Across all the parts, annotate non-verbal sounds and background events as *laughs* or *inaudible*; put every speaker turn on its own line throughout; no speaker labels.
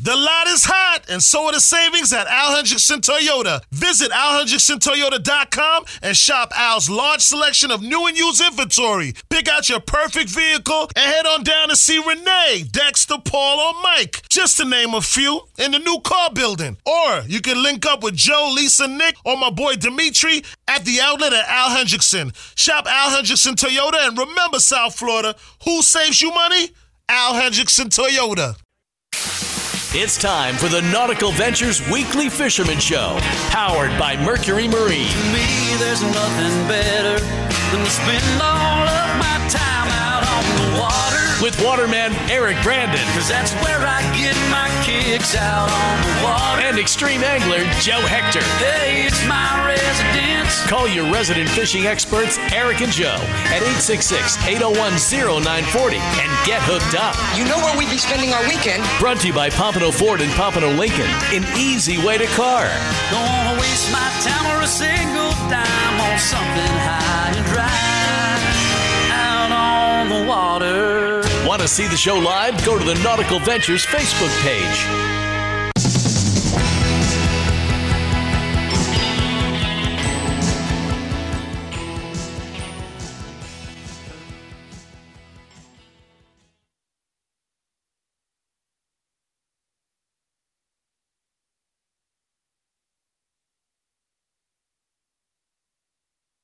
The lot is hot, and so are the savings at Al Hendrickson Toyota. Visit alhendricksontoyota.com and shop Al's large selection of new and used inventory. Pick out your perfect vehicle and head on down to see Renee, Dexter, Paul, or Mike, just to name a few, in the new car building. Or you can link up with Joe, Lisa, Nick, or my boy Dimitri at the outlet at Al Hendrickson. Shop Al Hendrickson Toyota, and remember, South Florida, who saves you money? Al Hendrickson Toyota.
It's time for the Nautical Ventures Weekly Fisherman Show, powered by Mercury Marine.
To me, there's nothing better than to spend all of my time out on the water.
With waterman Eric Brandon
Cause that's where I get my kicks out on the water.
and extreme angler Joe Hector.
hey, it's my residence.
Call your resident fishing experts, Eric and Joe, at 866 801 0940 and get hooked up.
You know where we'd be spending our weekend?
Brought to you by Pompano Ford and Pompano Lincoln, an easy way to car.
Don't wanna waste my time or a single dime on something high and dry. Out on the water.
Want to see the show live? Go to the Nautical Ventures Facebook page.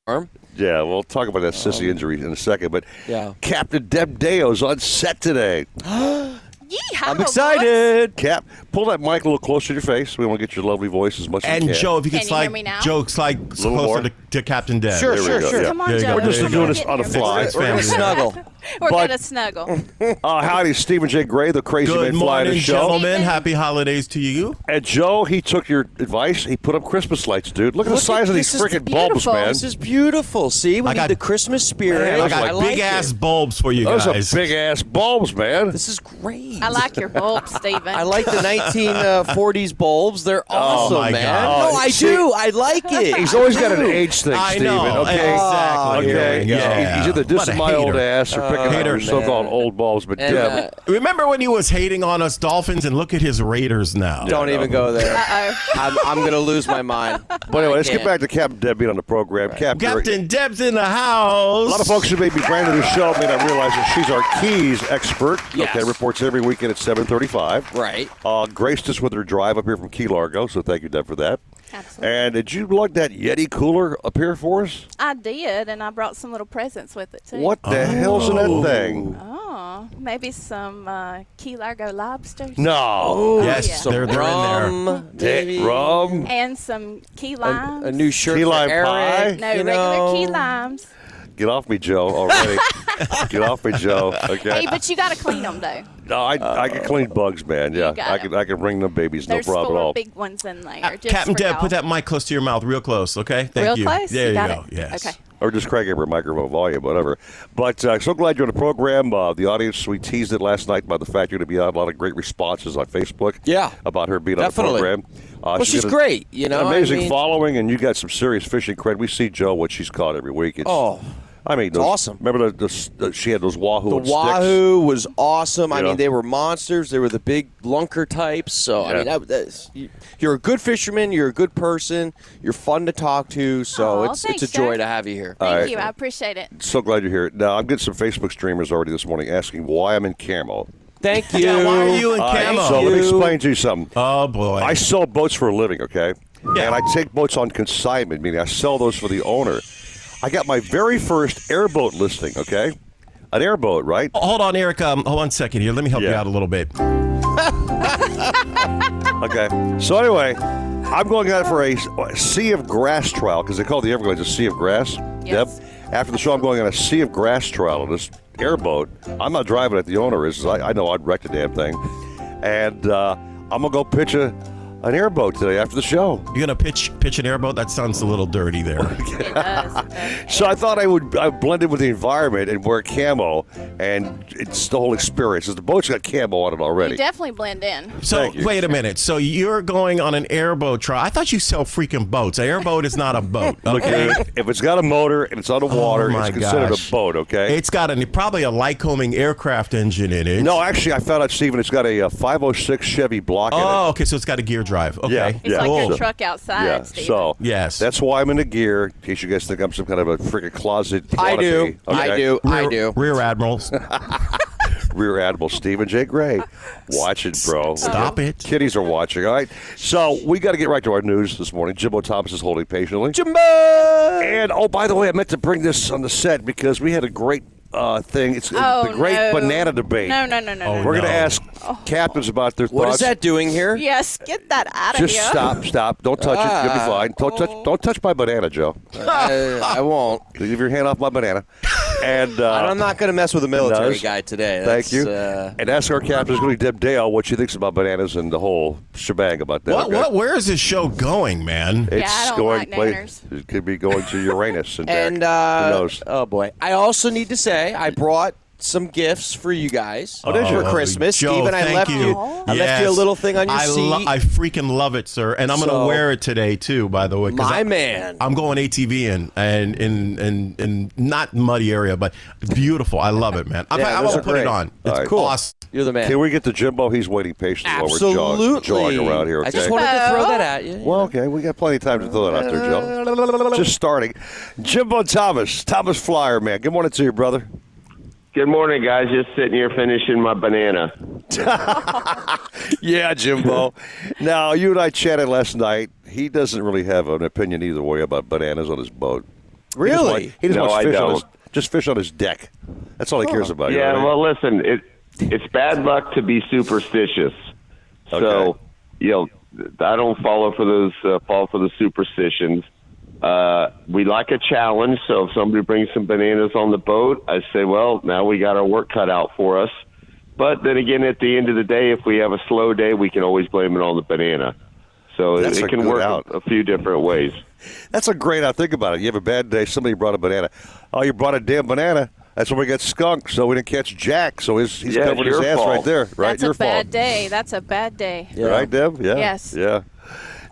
Arm?
Yeah, we'll talk about that sissy injury in a second, but
Yeah.
Captain Deb Deo's on set today.
Yeehaw,
I'm excited.
Cap, pull that mic a little closer to your face. We want to get your lovely voice as much as
And
we can.
Joe, if you
Can
could
you hear
slide
me now?
jokes like
Little more.
closer to, to Captain Deb.
Sure,
There we
sure,
go,
sure.
yeah.
Come on,
There you
Joe.
go. We're just
We're
doing this
getting
on the
there.
fly.
It's family.
Snuggle.
We're
But-
gonna
*laughs*
snuggle.
Uh, howdy, Stephen J. Gray, the crazy
Good
man flying the
morning,
show.
gentlemen. Happy holidays to you.
And Joe, he took your advice. He put up Christmas lights, dude. Look at the
Look
size
at-
of these
this is
freaking bulbs,
beautiful.
man.
This is beautiful. See, we
I
need
got-
the Christmas spirit.
Man,
I
Those
got
are
like
big
it.
aose bulbs for you
Those
guys.
are big ass bulbs, man.
This is great.
I like your bulb, Steven.
I like *laughs* the uh, 1940s bulbs. They're awesome,
Oh my
man.
God. Oh,
No, I
See-
do. I like it.
He's always got an age thing,
I
Steven.
know.
Okay.
Exactly.
Okay.
Here we go.
He's either this
What a
is my old
hater.
ass or picking up
Hater,
your so-called
man.
old bulbs. But
And,
Deb,
uh,
Remember when he was hating on us Dolphins and look at his Raiders now.
Oh, don't even
*laughs*
go there.
Uh-oh.
I'm, I'm going to lose my mind.
But anyway, let's get
can't.
back to Captain Deb being on the program. Captain,
Captain Deb's in the
a
house.
lot of folks who may be brand new to the show may not realize that she's our keys expert.
Yes.
Okay, reports every weekend at 7:35.
Right.
Uh, graced us with her drive up here from Key Largo, so thank you, Deb, for that.
Absolutely.
And did you lug that Yeti cooler up here for us?
I did, and I brought some little presents with it too.
What
Oh.
the hell's in that thing?
Oh, maybe some uh, Key Largo lobsters
No.
Yes,
Oh, Yeah.
they're, they're in there.
Rum, maybe
Dick rum.
and some key limes.
A, a new shirt
Key
for
lime
Eric.
pie?
no
you
regular
know.
key limes.
Get off me, Joe,
*laughs*
already. Get off me, Joe. Okay.
Hey, but you gotta clean them
*laughs*
though.
no, I, I can clean bugs, man. Yeah.
got
I
it.
can, I can bring them babies,
There's
no problem
four
at all.
big ones in
Uh,
there. Just
Captain
for
Deb,
y'all.
put that *laughs* mic close to your mouth, real close, okay? Thank
real
you.
close.
There you,
got
go.
It.
Yes.
Okay.
or just crank up your microphone volume, whatever. But uh, so glad you're on the program. Uh, the audience, we teased it last night by the fact you're going to be on a lot of great responses on Facebook.
Yeah.
about her being
Definitely.
on the program. Uh,
Well, she's
got
great, you know, I
amazing
mean-
following, and you got some serious fishing cred. We see Joe what she's caught every week. It's,
Oh.
I mean, those-
awesome.
Remember the, the, s- the- she had those wahoo.
The
and sticks?
Wahoo was awesome. I
Yeah.
mean, they were monsters. They were the big lunker types. So I
Yeah.
mean, that, that's, you- you're a good fisherman. You're a good person. You're fun to talk to. So
Aw,
it's
thanks,
it's a joy
Jack.
to have you here.
Thank you. I appreciate it.
So glad you're here. Now I'm getting some Facebook streamers already this morning asking why I'm in camo.
Thank you.
Yeah, why are you in
All right,
camo?
so let me
you.
explain to you something.
Oh, boy.
I sell boats for a living, okay?
Yeah.
And I take boats on consignment, meaning I sell those for the owner. I got my very first airboat listing, okay? An airboat, right?
Hold on, Eric. Um, hold on a second here. Let me help you
Yeah.
out a little bit.
*laughs* Okay. So anyway, I'm going out for a Sea of Grass trial because they call the Everglades a Sea of Grass.
Yes.
Yep. After the show, I'm going on a Sea of Grass trial on this airboat. I'm not driving it. The owner is. 'cause I, I know I'd wreck the damn thing. And uh, I'm gonna go pitch a an airboat today after the show.
You're gonna pitch pitch an airboat? That sounds a little
*laughs*
dirty there.
It does. it does.
So I thought I would I blended with the environment and wear camo, and it's the whole experience. 'Cause The boat's got camo on it
You
already.
definitely blend in.
So
Thank you.
wait a minute. So you're going on an airboat trial? I thought you sell freaking boats. An airboat is not a boat.
*laughs* Look,
Oh, Okay.
dude, if it's got a motor and it's on the water,
Oh, my
it's considered
gosh.
a boat. Okay.
It's got a probably a Lycoming aircraft engine in it.
no, actually, I found out Stephen. It's got a, uh 506 Chevy block in it.
Oh, okay. So it's got a gear drive. Okay.
Yeah,
It's
yeah.
like
Cool.
your truck outside,
yeah,
Steve.
so
Yes.
that's why I'm in the gear. In case you guys think I'm some kind of a freaking closet,
I do.
wannabe,
I
okay?
do. I
Rear-
do.
*laughs*
Rear admirals.
Rear Admiral Stephen J. Gray, watch it, bro.
Stop it.
Kitties are watching. All right, so we got to get right to our news this morning. Jimbo Thomas is holding patiently.
Jimbo!
And oh, by the way, I meant to bring this on the set because we had a great uh, thing. It's
Oh,
the great
no.
banana debate.
No, no, no, no,
Oh,
no.
We're
no.
going to ask captains about their
What
thoughts.
is that doing here?
Yes, get that out of
Just
here.
stop, stop. Don't touch it. You'll be
Ah.
fine. Don't touch. Don't touch my banana, Joe.
Uh, I won't.
*laughs* Leave your hand off my banana. And uh,
I'm not going to mess with a military
Nice.
guy today.
Thank
That's,
you.
Uh,
and ask our captain, going to be Deb Dale, what she thinks about bananas and the whole shebang about that.
What?
okay?
What? Where is this show going, man?
It's
Yeah, I don't
going
like
place.
bananas.
It could be going to Uranus
*laughs*
and, back.
and uh,
who knows?
oh boy, I also need to say I brought some gifts for you guys
Oh,
for Christmas.
Joe,
Steve and I
thank
left you. I left you a
Yes.
little thing on your
I
seat.
lo- I freaking love it, sir. And I'm gonna
So-
wear it today too. By the way, 'cause
My
I-
man.
I'm going ATV in and in and in not muddy area, but beautiful. I love it, man. I'm,
Yeah,
I'm
those
gonna
are
put
great.
it on. It's
right.
cool.
Cool.
Awesome.
You're the man.
Can we get to Jimbo? He's waiting patiently while
Absolutely.
we're jog- jogging around here. Okay?
I just wanted to throw that at you.
Well, okay, we got plenty of time to throw that out there, Joe. Just starting. Jimbo Thomas, Thomas Flyer, man. Good morning to you, brother. *laughs*
Good morning, guys. Just sitting here finishing my banana.
Yeah, Jimbo. now, you and I chatted last night. He doesn't really have an opinion either way about bananas on his boat. He just
Really?
want- He just
No,
wants
I
fish on
don't.
his just fish on his deck. That's all he cares about. you know
yeah,
what I mean?
well, listen, it it's bad luck to be superstitious.
Okay.
So, you know, I don't follow for those uh, fall for the superstitions. Uh, we like a challenge, so if somebody brings some bananas on the boat, I say, well, now we got our work cut out for us. But then again, at the end of the day, if we have a slow day, we can always blame it on the banana. So it-
That's
it
a
can
good
work
out.
a a few different ways.
That's a great. I think about it. You have a bad day. Somebody brought a banana. Oh, you brought a damn banana. That's when we got skunked. So we didn't catch Jack. So his, he's
Yeah,
covered
it's
his
your
ass
fault.
right there. Right,
That's
your
a bad
fault.
day. That's a bad day.
Right, Deb. Yeah.
Yes.
Yeah.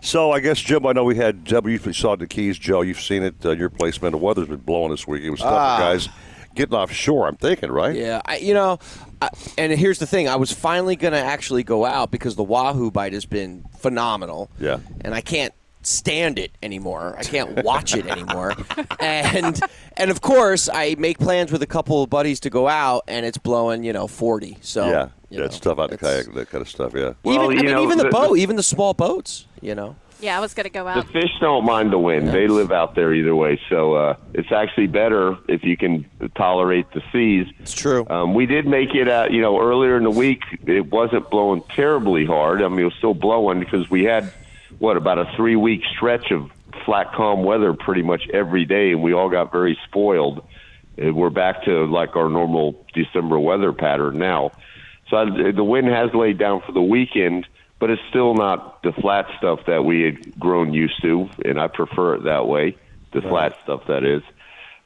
So I guess Jim, I know we had W. We saw the keys, Joe. You've seen it. Uh, your place, man. The weather's been blowing this week. It was tough for guys getting offshore. I'm thinking, right?
Yeah, I, you know, I, and here's the thing: I was finally going to actually go out because the Wahoo bite has been phenomenal.
Yeah.
and I can't stand it anymore. I can't watch it anymore. *laughs* And and of course, I make plans with a couple of buddies to go out, and it's blowing, you know, forty. So
Yeah.
you
That's
know,
tough out of
it's-
kayak. That kind of stuff. Yeah.
Even,
Well,
I
you
mean,
know,
even the,
the-
boat, even the small boats, you know.
Yeah, I was gonna go
The
out.
fish don't mind the wind. They live out there either way. So uh, it's actually better if you can tolerate the seas.
It's true.
Um, we did make it out, you know, earlier in the week. It wasn't blowing terribly hard. I mean, it was still blowing because we had, what, about a three week stretch of flat, calm weather pretty much every day, and we all got very spoiled. And We're back to like our normal December weather pattern now. So I, the wind has laid down for the weekend, but it's still not the flat stuff that we had grown used to, and I prefer it that way, the flat stuff that is.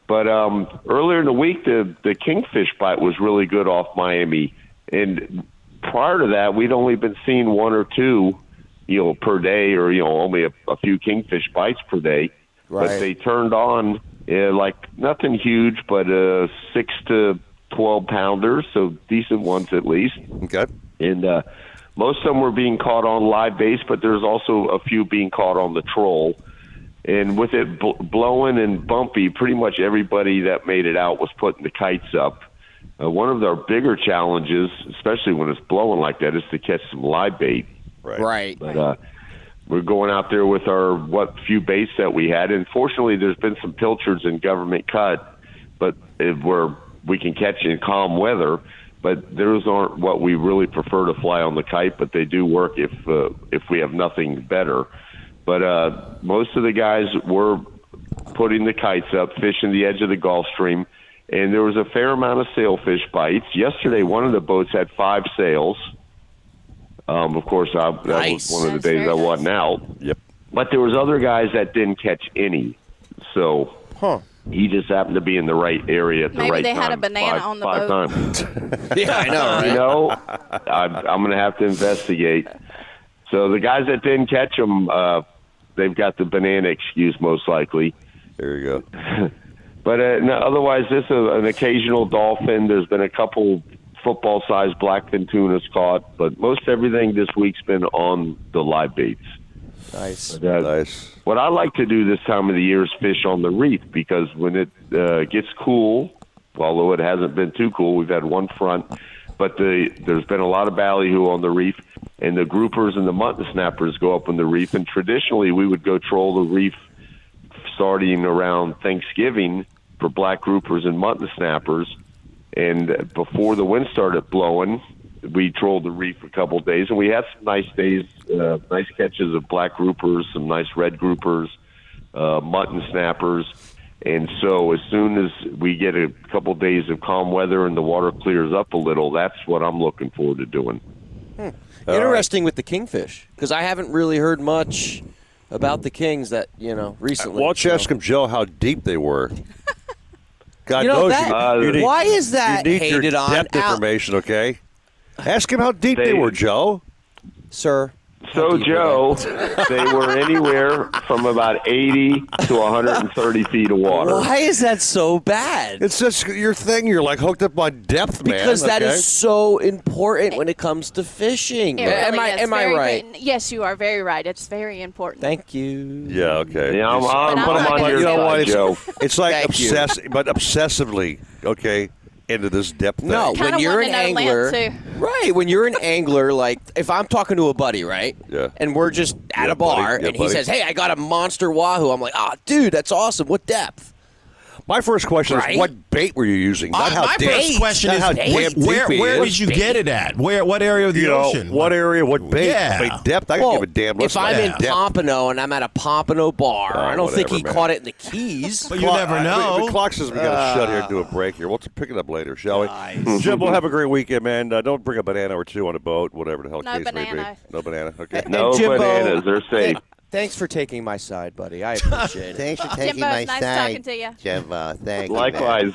But um, earlier in the week, the the kingfish bite was really good off Miami, and prior to that, we'd only been seeing one or two, you know, per day, or you know, only a, a few kingfish bites per day.
Right.
But they turned on uh, like nothing huge, but uh, six to twelve pounders, so decent ones at least
Okay.
and uh, most of them were being caught on live base, but there's also a few being caught on the troll. And with it bl- blowing and bumpy, pretty much everybody that made it out was putting the kites up. Uh, one of our bigger challenges, especially when it's blowing like that, is to catch some live bait.
Right.
Right.
But uh, we're going out there with our what few baits that we had. And fortunately, there's been some pilchards and government cut, but it, where we can catch in calm weather. But those aren't what we really prefer to fly on the kite, but they do work if uh, if we have nothing better. But uh, most of the guys were putting the kites up, fishing the edge of the Gulf Stream, and there was a fair amount of sailfish bites. Yesterday, one of the boats had five sails. Um, of course, I, that
Nice.
was one of the
That's
days
very
I
nice.
wasn't out.
Yep.
But there was other guys that didn't catch any. So
Huh.
he just happened to be in the right area at the
Maybe
right
they
time.
had a banana
five,
on the
five
boat.
times.
*laughs*
Yeah, I know.
you
right?
know, I'm, I'm going to have to investigate. So the guys that didn't catch them, uh, they've got the banana excuse most likely.
There you go.
*laughs* But uh, no, otherwise, this is an occasional dolphin. There's been a couple football-sized blackfin tunas caught, but most everything this week's been on the live baits.
Nice.
But, uh,
Nice.
What I like to do this time of the year is fish on the reef because when it uh, gets cool, although it hasn't been too cool, we've had one front, but the, there's been a lot of ballyhoo on the reef, and the groupers and the mutton snappers go up on the reef. And traditionally, we would go troll the reef starting around Thanksgiving for black groupers and mutton snappers. And before the wind started blowing, we trolled the reef a couple days, and we had some nice days, uh, nice catches of black groupers, some nice red groupers, uh, mutton snappers. And so, as soon as we get a couple days of calm weather and the water clears up a little, that's what I'm looking forward to doing.
Interesting with the kingfish because I haven't really heard much about the kings that you know recently.
Why don't you
so-
ask him, Joe, how deep they
*laughs*
were? God
You know,
knows
that-
you,
Uh,
you need,
why is that
you need your
hated on
depth
Al-
information, okay? Ask him how deep they,
They-
were, Joe.
sir?
So, Joe, they were anywhere from about 80 to 130 feet of water.
Why is that so bad?
It's just your thing. You're like hooked up on depth, man.
because that is
okay?
so important when it comes to fishing.
It really
am I
is
am I
very
right?
great. Yes, you are very right. It's very important.
Thank you.
Yeah, okay.
Yeah, I'm, I'm,
But I'm
I'm
not
on
gonna
your
say
side,
that.
Joe.
It's, it's like
Thank you.
obsess, but obsessively, okay, into this depth. thing.
No,
Kinda
when you're
wanna
an
know
angler,
land,
right? When you're an angler, like if I'm talking to a buddy, right?
Yeah.
And we're just at
Yeah,
a bar,
buddy. Yeah,
and he
buddy.
says, "Hey, I got a monster wahoo." I'm like, "Ah, dude, that's awesome. What depth?"
My first question
Right?
is, what bait were you using? Not
Uh,
how
my
deep.
first question
not
is,
how
where,
damn
where,
deep
where
it
did
is.
you get it at? Where, what area of the
You know,
ocean?
what area? What bait?
Yeah.
Bait depth. I
Well,
can give a damn. less
if I'm
about
in
depth.
Pompano and I'm at a Pompano bar,
Oh,
I don't think
whatever,
he
man.
caught it in the Keys. Uh,
But you never
Uh,
know.
the- the clock says we got to shut here and do a break here. We'll t- pick it up later, shall we? Jim, we'll have a great weekend, man. Uh, don't bring a banana or two on a boat, whatever the hell
No
the case may
banana.
be. No banana. Okay.
No
And Jimbo-
bananas. They're safe.
Th- thanks for taking my side, buddy.
*laughs*
I appreciate it.
Thanks for
taking
taking
Jimbo,
my
it's my nice
side. uh,
side, talking to ya.
thank
Likewise.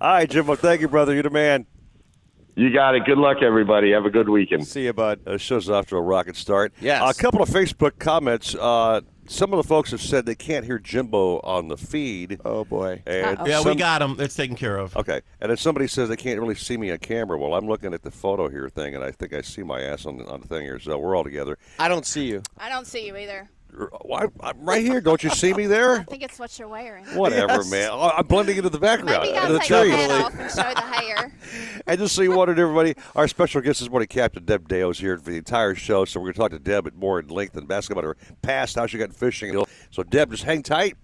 All right, Jimbo. Thank you, brother. You're the man.
You got it. Good luck, everybody. Have a good weekend.
See you, bud.
Uh, show's off to a rocket start.
Yes.
A couple of Facebook comments. Uh, some of the folks have said they can't hear Jimbo on the feed.
Oh boy.
And
Yeah, we
some-
got him. It's taken care of.
Okay, and then somebody says they can't really see me on camera. Well, I'm looking at the photo here thing, and I think I see my ass on the, on the thing here. So we're all together.
I don't see you.
I don't see you either.
Why, I'm right here. Don't you see me there?
*laughs*
I think it's what you're wearing.
Whatever,
*laughs*
man. Oh, I'm blending into the background.
Maybe you
into
gotta
the
take your
trees.
hat off and show the hair.
And just so you wanted everybody, our special guest this morning, Captain Deb Dale, is here for the entire show. So we're going to talk to Deb at more in length and ask about her past, how she got in fishing. So Deb, just hang tight.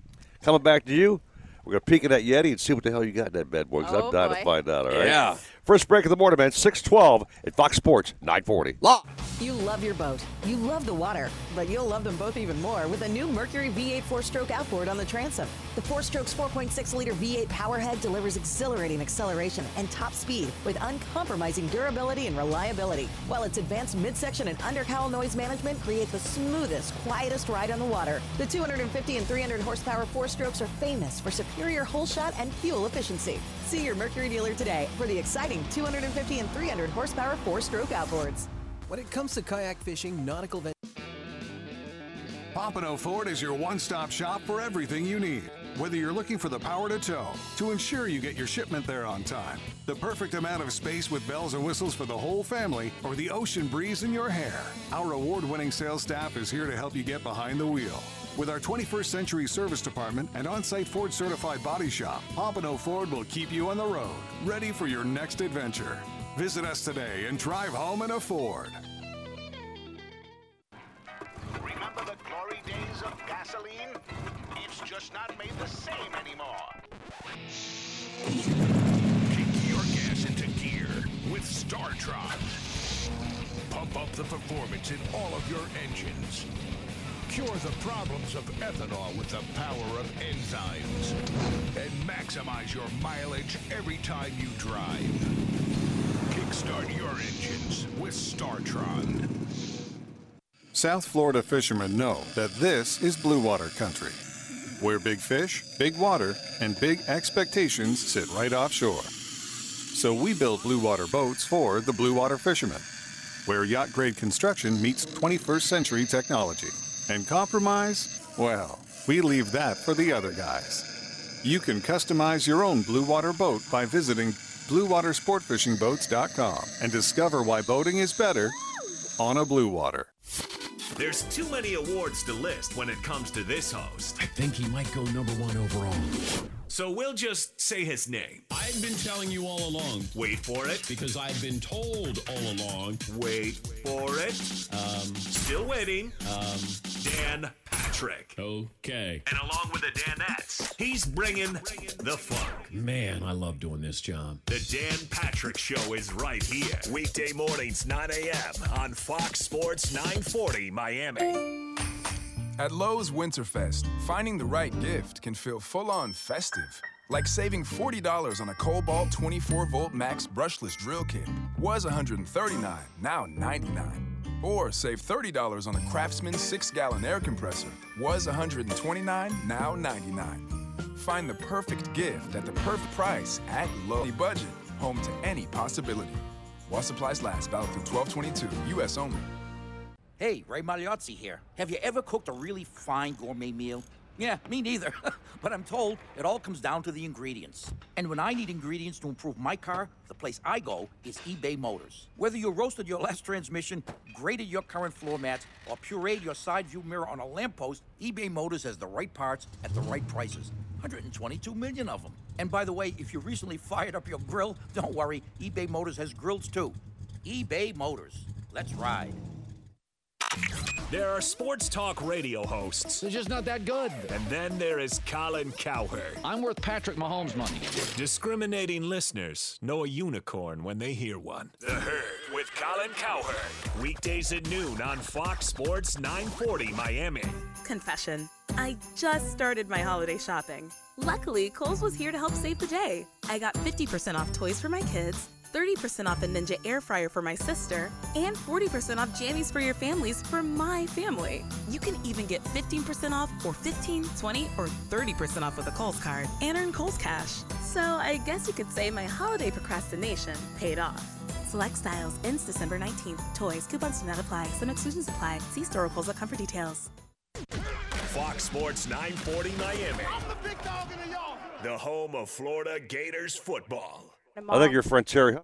Coming back to you. We're going to peek at that Yeti and see what the hell you got in that bad boy. 'cause I'm
Oh,
dying to
boy.
find out. All right.
Yeah.
First break of the morning, man. Six twelve at Fox Sports, nine forty.
Law.
You love your boat. You love the water, but you'll love them both even more with a new Mercury V8 four-stroke outboard on the transom. The four-stroke's 4.6-liter V8 powerhead delivers exhilarating acceleration and top speed with uncompromising durability and reliability, while its advanced midsection and undercowl noise management create the smoothest, quietest ride on the water. The 250 and 300 horsepower four-strokes are famous for superior hole shot and fuel efficiency. See your Mercury dealer today for the exciting 250 and 300 horsepower four-stroke outboards.
When it comes to kayak fishing, nautical
Pompano Ford is your one stop shop for everything you need. Whether you're looking for the power to tow, to ensure you get your shipment there on time, the perfect amount of space with bells and whistles for the whole family, or the ocean breeze in your hair, our award winning sales staff is here to help you get behind the wheel. With our 21st Century Service Department and on site Ford certified body shop, Pompano Ford will keep you on the road, ready for your next adventure. Visit us today and drive home in a Ford.
Remember the glory days of gasoline? It's just not made the same anymore. Kick your gas into gear with StarTron. Pump up the performance in all of your engines. Cure the problems of ethanol with the power of enzymes. And maximize your mileage every time you drive. Kick Kickstart your engines with StarTron.
South Florida fishermen know that this is blue water country, where big fish, big water, and big expectations sit right offshore. So we build blue water boats for the blue water fishermen, where yacht grade construction meets 21st century technology. And compromise? Well, we leave that for the other guys. You can customize your own blue water boat by visiting bluewatersportfishingboats.com and discover why boating is better on a blue water.
There's too many awards to list when it comes to this host.
I think he might go number one overall.
So we'll just say his name.
I've been telling you all along.
Wait for it.
Because I've been told all along.
Wait for it. Um, Still waiting. Um, Dan Patrick.
Okay.
And along with the Danettes, he's bringing the funk.
Man, I love doing this job.
The Dan Patrick Show is right here. Weekday mornings, 9 a.m. on Fox Sports 940 Miami.
At Lowe's Winterfest, finding the right gift can feel full on festive. Like saving $40 on a Cobalt 24 volt max brushless drill kit was $139, now $99. Or save $30 on a Craftsman 6 gallon air compressor was $129, now $99. Find the perfect gift at the perfect price at Lowe's Budget, home to any possibility. While supplies last, valid through 1222, US only.
Hey, Ray Magliozzi here. Have you ever cooked a really fine gourmet meal? Yeah, me neither. *laughs* but I'm told it all comes down to the ingredients. And when I need ingredients to improve my car, the place I go is eBay Motors. Whether you roasted your last transmission, graded your current floor mats, or pureed your side view mirror on a lamppost, eBay Motors has the right parts at the right prices. 122 million of them. And by the way, if you recently fired up your grill, *laughs* don't worry, eBay Motors has grills too. eBay Motors. Let's ride.
There are sports talk radio hosts. They're just not that good. And then there is Colin Cowherd. I'm worth Patrick Mahomes' money. Discriminating listeners know a unicorn when they hear one. The Herd with Colin Cowherd. Weekdays at noon on Fox Sports 940 Miami.
Confession. I just started my holiday shopping. Luckily, Kohl's was here to help save the day. I got 50% off toys for my kids, 30% off a Ninja air fryer for my sister, and 40% off jammies for your families for my family. You can even get 15% off or 15, 20, or 30% off with a Kohl's card and earn Kohl's cash. So I guess you could say my holiday procrastination paid off. Select styles ends December 19th. Toys, coupons do not apply. Some exclusions apply. See store or Kohl's.com for details.
Fox Sports 940 Miami. The home of Florida Gators football.
I think your friend Terry.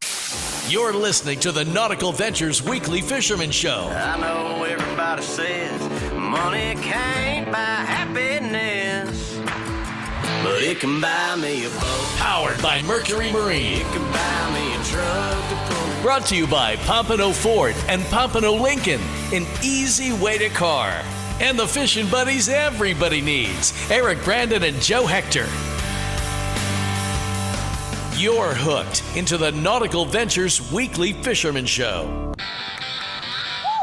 You're listening to the Nautical Ventures Weekly Fisherman Show.
I know everybody says money can't buy happiness, but it can buy me a boat.
Powered by Mercury Marine.
Buy me a truck to pull
Brought to you by Pompano Ford and Pompano Lincoln, an easy way to car. And the fishing buddies everybody needs Eric Brandon and Joe Hector. You're hooked into the Nautical Ventures Weekly Fisherman Show.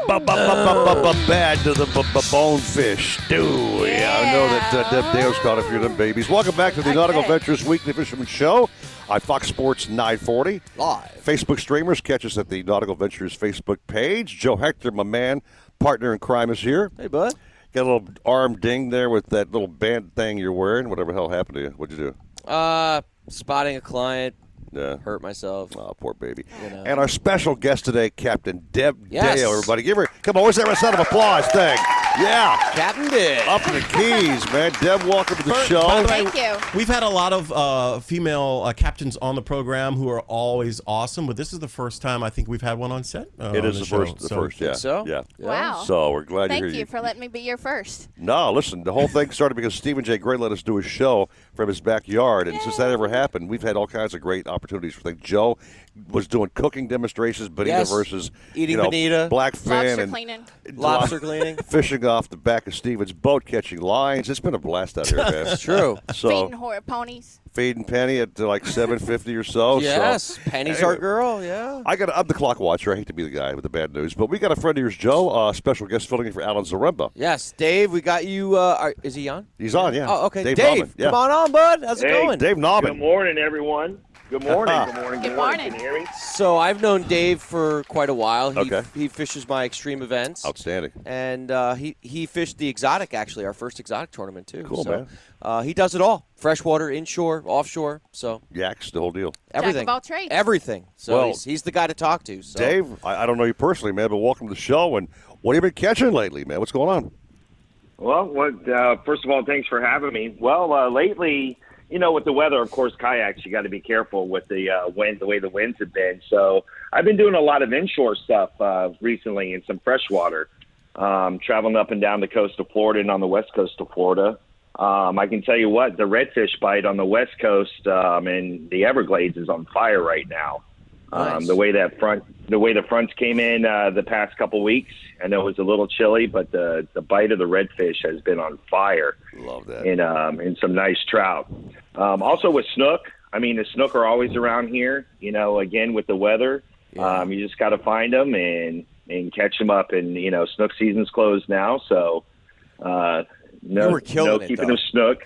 Bad to the b- b- bonefish. Do we? I know that uh, Deb Dale's caught a few of them babies. Welcome back to the Nautical Ventures Weekly Fisherman Show on Fox Sports 940. Live. Facebook streamers catch us at the Nautical Ventures Facebook page. Joe Hector, my man, partner in crime, is here. Hey, bud. Got a little arm ding there with that little band thing you're wearing. Whatever the hell happened to you? What'd you do?
Uh, spotting a client.
Yeah.
Hurt myself.
Oh, poor baby.
You know.
And our special guest today, Captain Deb
Yes.
Dale, everybody. Give her, come on, where's that round of applause thing? Yeah.
Captain Deb.
Up in the keys, man. Deb, welcome to the
First-
show.
by the way, We've had a lot of uh, female uh, captains on the program who are always awesome, but this is the first time I think we've had one on set. Uh,
It
on
is the,
show.
first, the
So-
first, yeah. Yeah.
Wow.
So we're *laughs* glad
Thank
to
you,
hear you.
for letting me be your first.
No, listen, the whole thing started because Stephen J. Gray let us do a show from his backyard. And since that ever happened, we've had all kinds of great opportunities. For things. Joe was doing cooking demonstrations, bonita
Yes.
versus
Eating
you know,
bonita.
blackfin,
Lobster
and
cleaning. Lobster cleaning.
fishing off the back of Stephen's boat, catching lines. It's been a blast out here, man.
*laughs* It's true.
So
Feeding horror ponies.
feeding Penny at uh, like seven fifty or so.
Yes,
so.
Penny's
Anyway,
our girl. Yeah.
I got. I'm the clock watcher. I hate to be the guy with the bad news, but we got a friend of yours, Joe, uh, special guest filling in for Alan Zaremba.
Yes, Dave. We got you. Uh, are, is he on?
He's on, yeah.
Oh, okay.
Dave
Dave,
Nauman, yeah.
come on on, bud. How's it
Hey,
going?
Dave Nauman.
Good morning, everyone. Good morning. Good morning. Good,
Good morning.
Can you hear me?
So I've known Dave for quite a while. He,
Okay.
He fishes my extreme events.
Outstanding.
And uh, he he fished the exotic actually, our first exotic tournament too.
Cool,
so,
man.
Uh, he does it all: freshwater, inshore, offshore. So
Yaks, the whole deal.
everything.
all trades.
Everything. So
Well,
he's, he's the guy to talk to. So.
Dave, I, I don't know you personally, man, but welcome to the show. And what have you been catching lately, man? What's going on?
Well, what, uh, first of all, thanks for having me. Well, uh, lately, you know, with the weather, of course, kayaks, you got to be careful with the uh, wind, the way the winds have been. So I've been doing a lot of inshore stuff uh, recently and some freshwater, um, traveling up and down the coast of Florida and on the west coast of Florida. Um, I can tell you what, the redfish bite on the west coast um, and the Everglades is on fire right now. Um, the way that front, the way the fronts came in uh, the past couple weeks, I know it was a little chilly, but the the bite of the redfish has been on fire.
Love that.
And um, and some nice trout. Um, also with snook, I mean the snook are always around here. You know, again with the weather, um, you just got to find them and and catch them up. And you know, snook season's closed now, so uh, no,
You were killing
no
it,
keeping
though.
them snook.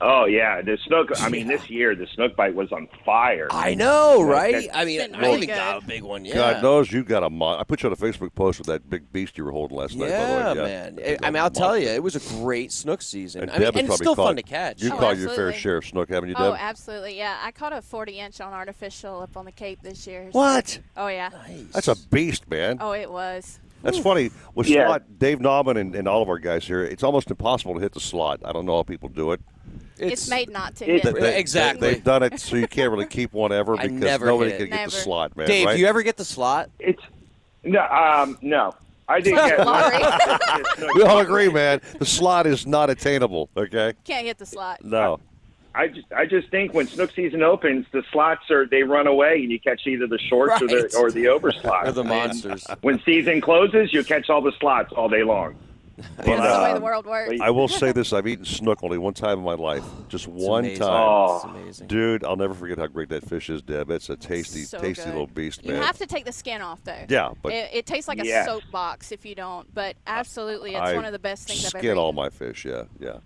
Oh yeah, the snook. I mean, this year the snook bite was on fire.
I know,
You
right?
that-
I mean, I
really
even got a big one. Yeah.
God knows you got a mon- I put you on a Facebook post with that big beast you were holding last night. By the
Yeah,
way.
man. I- I mean, I'll tell you, it was a great snook season.
And
I mean,
Deb
and
has
it's
probably
still
caught-
fun to catch.
You
Oh,
caught your fair
absolutely.
share of snook, haven't you, Deb?
Oh, absolutely. Yeah, I caught a 40 inch on artificial up on the Cape this year.
What?
Oh yeah.
That's a beast, man.
Oh, it was.
That's funny. With slot, Dave Nauman and, and all of our guys here, it's almost impossible to hit the slot. I don't know how people do it.
It's, made not to.
They-
get.
they- they- they've done it, so you can't really keep one ever
*laughs* I
because
never
nobody
hit
can
it.
get the
Never.
slot, man.
Dave,
right?
you ever get the slot?
It's no, um, no. I didn't get *laughs*
*laughs* we all agree, man. The slot is not attainable. Okay.
*laughs* Can't hit the slot.
No.
I just I just think when snook season opens, the slots are they run away, and you catch either the shorts or
Right.
the or the overslots.
Or the
I mean,
monsters.
*laughs* when season closes, you catch all the slots all day long.
But,
That's the way
uh,
um,
the world works.
I will say this: I've eaten snook only one time in my
*gasps*
life, just one
amazing.
time.
Oh. It's amazing.
dude! I'll never forget how great that fish is, Deb. It's a tasty,
So
tasty
good.
little beast,
You
man.
have to take the skin off though.
Yeah, but-
it, it tastes like a
Yeah.
soapbox if you don't. But absolutely, it's
I
one of the best things I've
skin
ever. eaten.
all my fish. Yeah, yeah.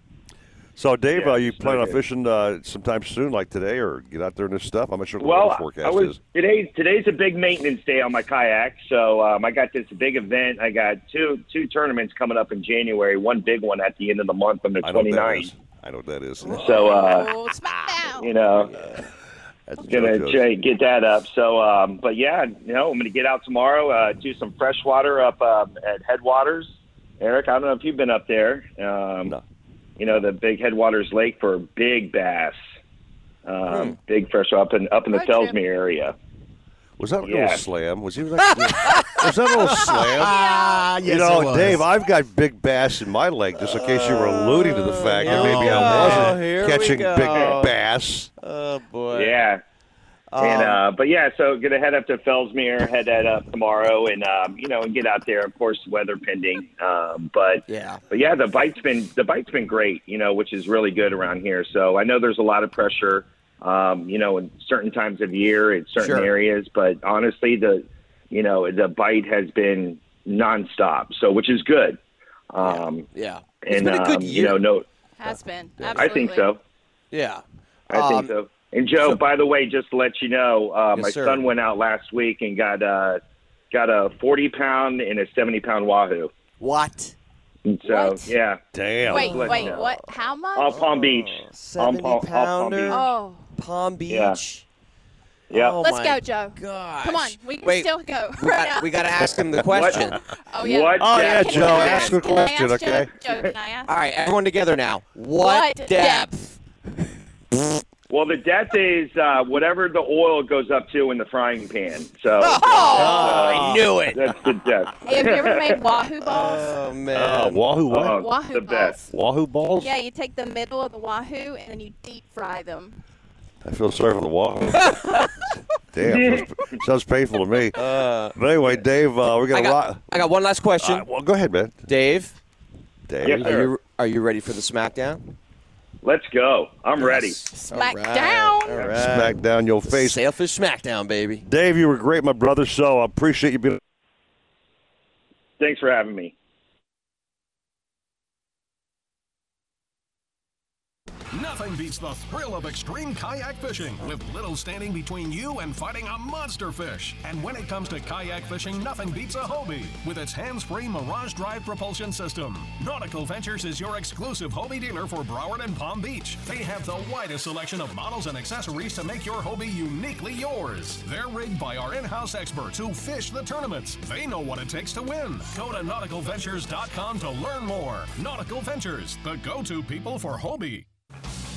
So, Dave,
Yeah,
are you
it's
planning
not
on
good.
fishing uh, sometime soon, like today, or get out there and this stuff? I'm not sure what the
Well,
weather forecast
I was
is.
today. Today's a big maintenance day on my kayak, so um, I got this big event. I got two two tournaments coming up in January. One big one at the end of the month on the
I know what that
29th.
is. I know what that is. *laughs*
So, uh,
Oh,
you know, gonna
JoJo's.
try to get that up. So, um, but yeah, you know, I'm gonna get out tomorrow, uh, do some freshwater up um, at Headwaters. Eric, I don't know if you've been up there. Um, You know, the big Headwaters Lake for big bass,
Hmm.
um, big fresh up in up in the
Road trip.
Tellsmere area.
Was that
Yeah.
little slam? Was he? Was *laughs* that, was that little
*laughs*
slam?
Ah, yes,
you know,
it was.
Dave, I've got big bass in my leg. Just in case you were alluding to the fact that
here
maybe
we go.
I wasn't
Uh, Oh, Here we
catching
go.
big bass.
Oh boy.
Yeah.
Um,
and uh, but yeah, so gonna head up to Fellsmere, head that up tomorrow, and um, you know, and get out there. Of course, weather pending. Um, but
yeah,
but yeah, the bite's been the bite's been great, you know, which is really good around here. So I know there's a lot of pressure, um, you know, in certain times of year in certain
Sure.
areas. But honestly, the you know the bite has been nonstop, so which is good. Um,
Yeah.
and
It's been a good
um,
year.
you know, no,
Has been.
I think so.
Yeah.
I
Um,
think so. And Joe, by the way, just to let you know, uh,
Yes,
my
sir.
son went out last week and got uh, got a forty pound and a seventy pound wahoo.
What?
And so yeah,
damn.
Wait, wait, what? How much?
Off Palm Beach. On
70
Palm- off Palm Beach.
pounder.
Oh,
Palm Beach.
Yeah. Yeah.
Oh
let's
my
go, Joe. Come on, we can
Wait,
still go.
We
right
got,
now.
we got to ask
*laughs*
him the question.
Oh, yeah. What
Oh, yeah,
depth?
Joe,
Can I
ask the
ask- can I
question,
ask Joe-
okay?
Joe, can I ask?
All right, everyone together now. What,
What
depth?
Well, the depth is uh, whatever the oil goes up to in the frying pan. So uh,
Oh, I knew it.
That's the depth.
Hey, have you
*laughs*
ever made wahoo balls?
Oh man.
Uh, wahoo what?
Wahoo
the best.
Wahoo
oh.
balls.
Yeah, you take the middle of the wahoo and then you deep fry them.
I feel sorry for the wahoo. *laughs* damn, sounds, sounds painful to me. but anyway, Dave, uh, we got,
I got-
a lot.
I got one last question.
Uh, well, go ahead, man.
Dave.
Dave,
are you are you ready for the SmackDown?
*laughs* Let's go. I'm ready.
SmackDown. All right.
smack down your face?
Sailfish SmackDown, baby.
Dave, you were great, my brother. So I appreciate you being.
Thanks for having me.
Nothing Nothing beats the thrill of extreme kayak fishing with little standing between you and fighting a monster fish. And when it comes to kayak fishing, nothing beats a Hobie with its hands-free Mirage Drive propulsion system. Nautical Ventures is your exclusive Hobie dealer for Broward and Palm Beach. They have the widest selection of models and accessories to make your Hobie uniquely yours. They're rigged by our in-house experts who fish the tournaments. They know what it takes to win. Go to nauticalventures.com to learn more. Nautical Ventures, the go-to people for Hobie.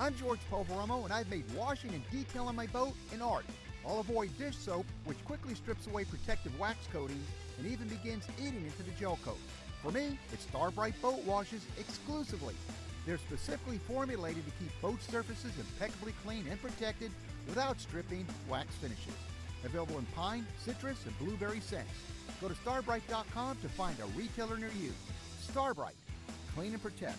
I'm George Poveromo, and I've made washing and detailing my boat an art. I'll avoid dish soap, which quickly strips away protective wax coatings and even begins eating into the gel coat. For me, it's Starbright Boat Washes exclusively. They're specifically formulated to keep boat surfaces impeccably clean and protected without stripping wax finishes. Available in pine, citrus, and blueberry scents. Go to starbright.com to find a retailer near you. Starbright, clean and protect.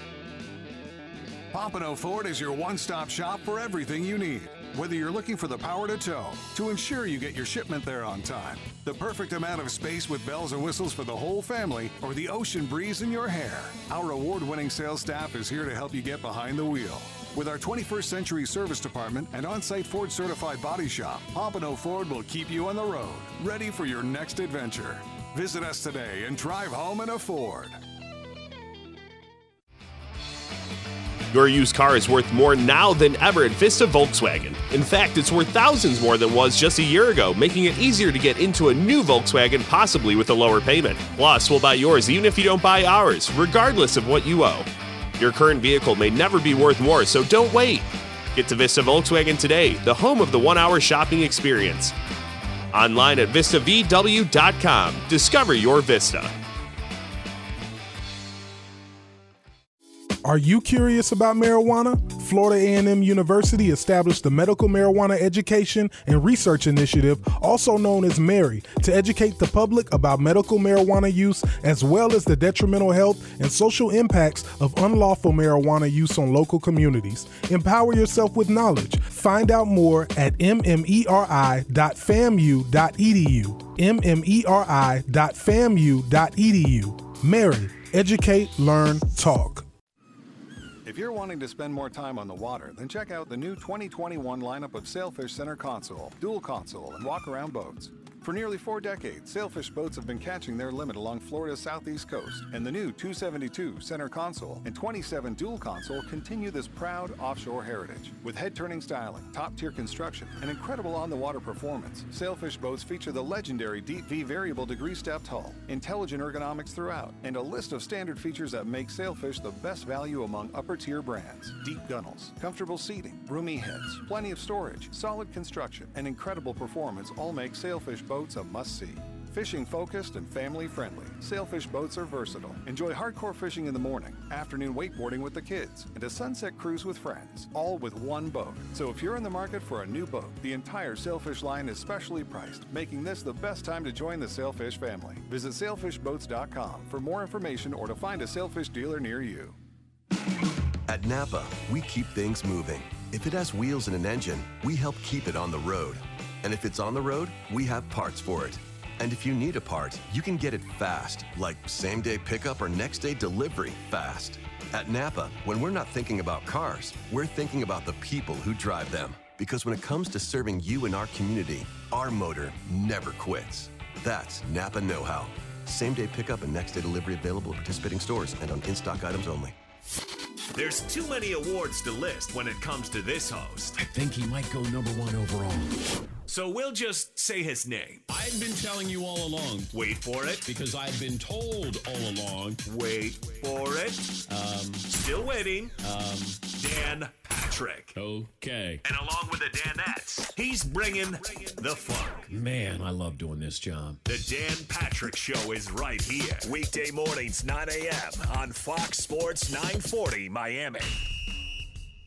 Pompano Ford is your one stop shop for everything you need. Whether you're looking for the power to tow, to ensure you get your shipment there on time, the perfect amount of space with bells and whistles for the whole family, or the ocean breeze in your hair, our award winning sales staff is here to help you get behind the wheel. With our 21st Century Service Department and on site Ford certified body shop, Pompano Ford will keep you on the road, ready for your next adventure. Visit us today and drive home in a Ford.
Your used car is worth more now than ever at Vista Volkswagen. In fact, it's worth thousands more than it was just a year ago, making it easier to get into a new Volkswagen, possibly with a lower payment. Plus, we'll buy yours even if you don't buy ours, regardless of what you owe. Your current vehicle may never be worth more, so don't wait. Get to Vista Volkswagen today, the home of the one hour shopping experience. Online at VistaVW.com. Discover your Vista.
Are you curious about marijuana? Florida A&M University established the Medical Marijuana Education and Research Initiative, also known as MARY, to educate the public about medical marijuana use as well as the detrimental health and social impacts of unlawful marijuana use on local communities. Empower yourself with knowledge. Find out more at E mmeri.famu.edu. E mmeri.famu.edu. E MARY, educate, learn, talk.
If you're wanting to spend more time on the water, then check out the new 2021 lineup of Sailfish Center Console, Dual Console, and Walk Around Boats. For nearly four decades, Sailfish boats have been catching their limit along Florida's southeast coast, and the new 272 Center Console and 27 Dual Console continue this proud offshore heritage. With head turning styling, top tier construction, and incredible on the water performance, Sailfish boats feature the legendary Deep V variable degree stepped hull, intelligent ergonomics throughout, and a list of standard features that make Sailfish the best value among upper tier brands. Deep gunnels, comfortable seating, roomy heads, plenty of storage, solid construction, and incredible performance all make Sailfish boats a must see. Fishing focused and family friendly, Sailfish boats are versatile. Enjoy hardcore fishing in the morning, afternoon wakeboarding with the kids, and a sunset cruise with friends, all with one boat. So if you're in the market for a new boat, the entire Sailfish line is specially priced, making this the best time to join the Sailfish family. Visit sailfishboats.com for more information or to find a Sailfish dealer near you.
At Napa, we keep things moving. If it has wheels and an engine, we help keep it on the road. And if it's on the road, we have parts for it. And if you need a part, you can get it fast, like same day pickup or next day delivery fast. At Napa, when we're not thinking about cars, we're thinking about the people who drive them. Because when it comes to serving you and our community, our motor never quits. That's Napa Know How. Same day pickup and next day delivery available at participating stores and on in stock items only.
There's too many awards to list when it comes to this host.
I think he might go number one overall.
So we'll just say his name.
I've been telling you all along.
Wait for it.
Because I've been told all along.
Wait for it. Um, Still waiting. Um, Dan Patrick.
Okay.
And along with the Danettes, he's bringing the funk.
Man, I love doing this job.
The Dan Patrick Show is right here. Weekday mornings, 9 a.m. on Fox Sports 940 Miami.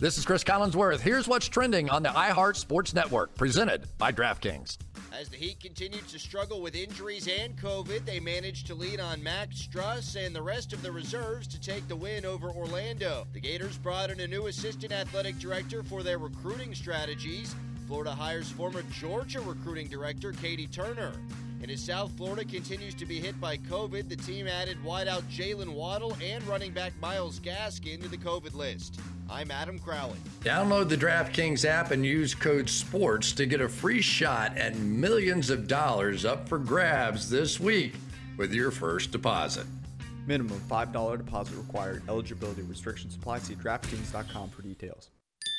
This is Chris Collinsworth. Here's what's trending on the iHeart Sports Network, presented by DraftKings.
As the Heat continued to struggle with injuries and COVID, they managed to lean on Max Struss and the rest of the reserves to take the win over Orlando. The Gators brought in a new assistant athletic director for their recruiting strategies. Florida hires former Georgia recruiting director Katie Turner. And as South Florida continues to be hit by COVID, the team added wideout Jalen Waddle and running back Miles Gaskin to the COVID list. I'm Adam Crowley.
Download the DraftKings app and use code SPORTS to get a free shot at millions of dollars up for grabs this week with your first deposit.
Minimum $5 deposit required. Eligibility restrictions apply. See DraftKings.com for details.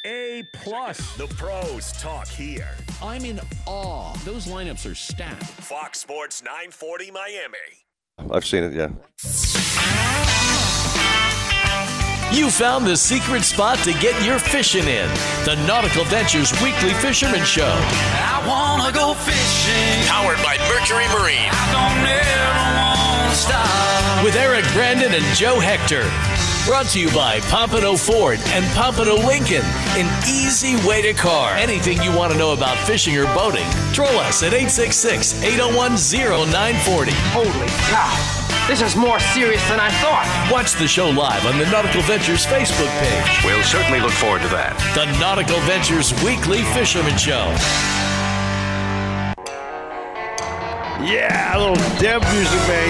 A plus. The pros talk here.
I'm in awe. Those lineups are stacked.
Fox Sports 940 Miami.
I've seen it, yeah.
You found the secret spot to get your fishing in. The Nautical Ventures Weekly Fisherman Show. I wanna go fishing. Powered by Mercury Marine. I don't ever wanna stop. With Eric Brandon and Joe Hector. Brought to you by Pompano Ford and Pompano Lincoln. An easy way to car. Anything you want to know about fishing or boating, troll us at 866 801 0940. Holy cow. This is more serious than I thought. Watch the show live on the Nautical Ventures Facebook page.
We'll certainly look forward to that.
The Nautical Ventures Weekly Fisherman Show.
Yeah, a little Deb music, man.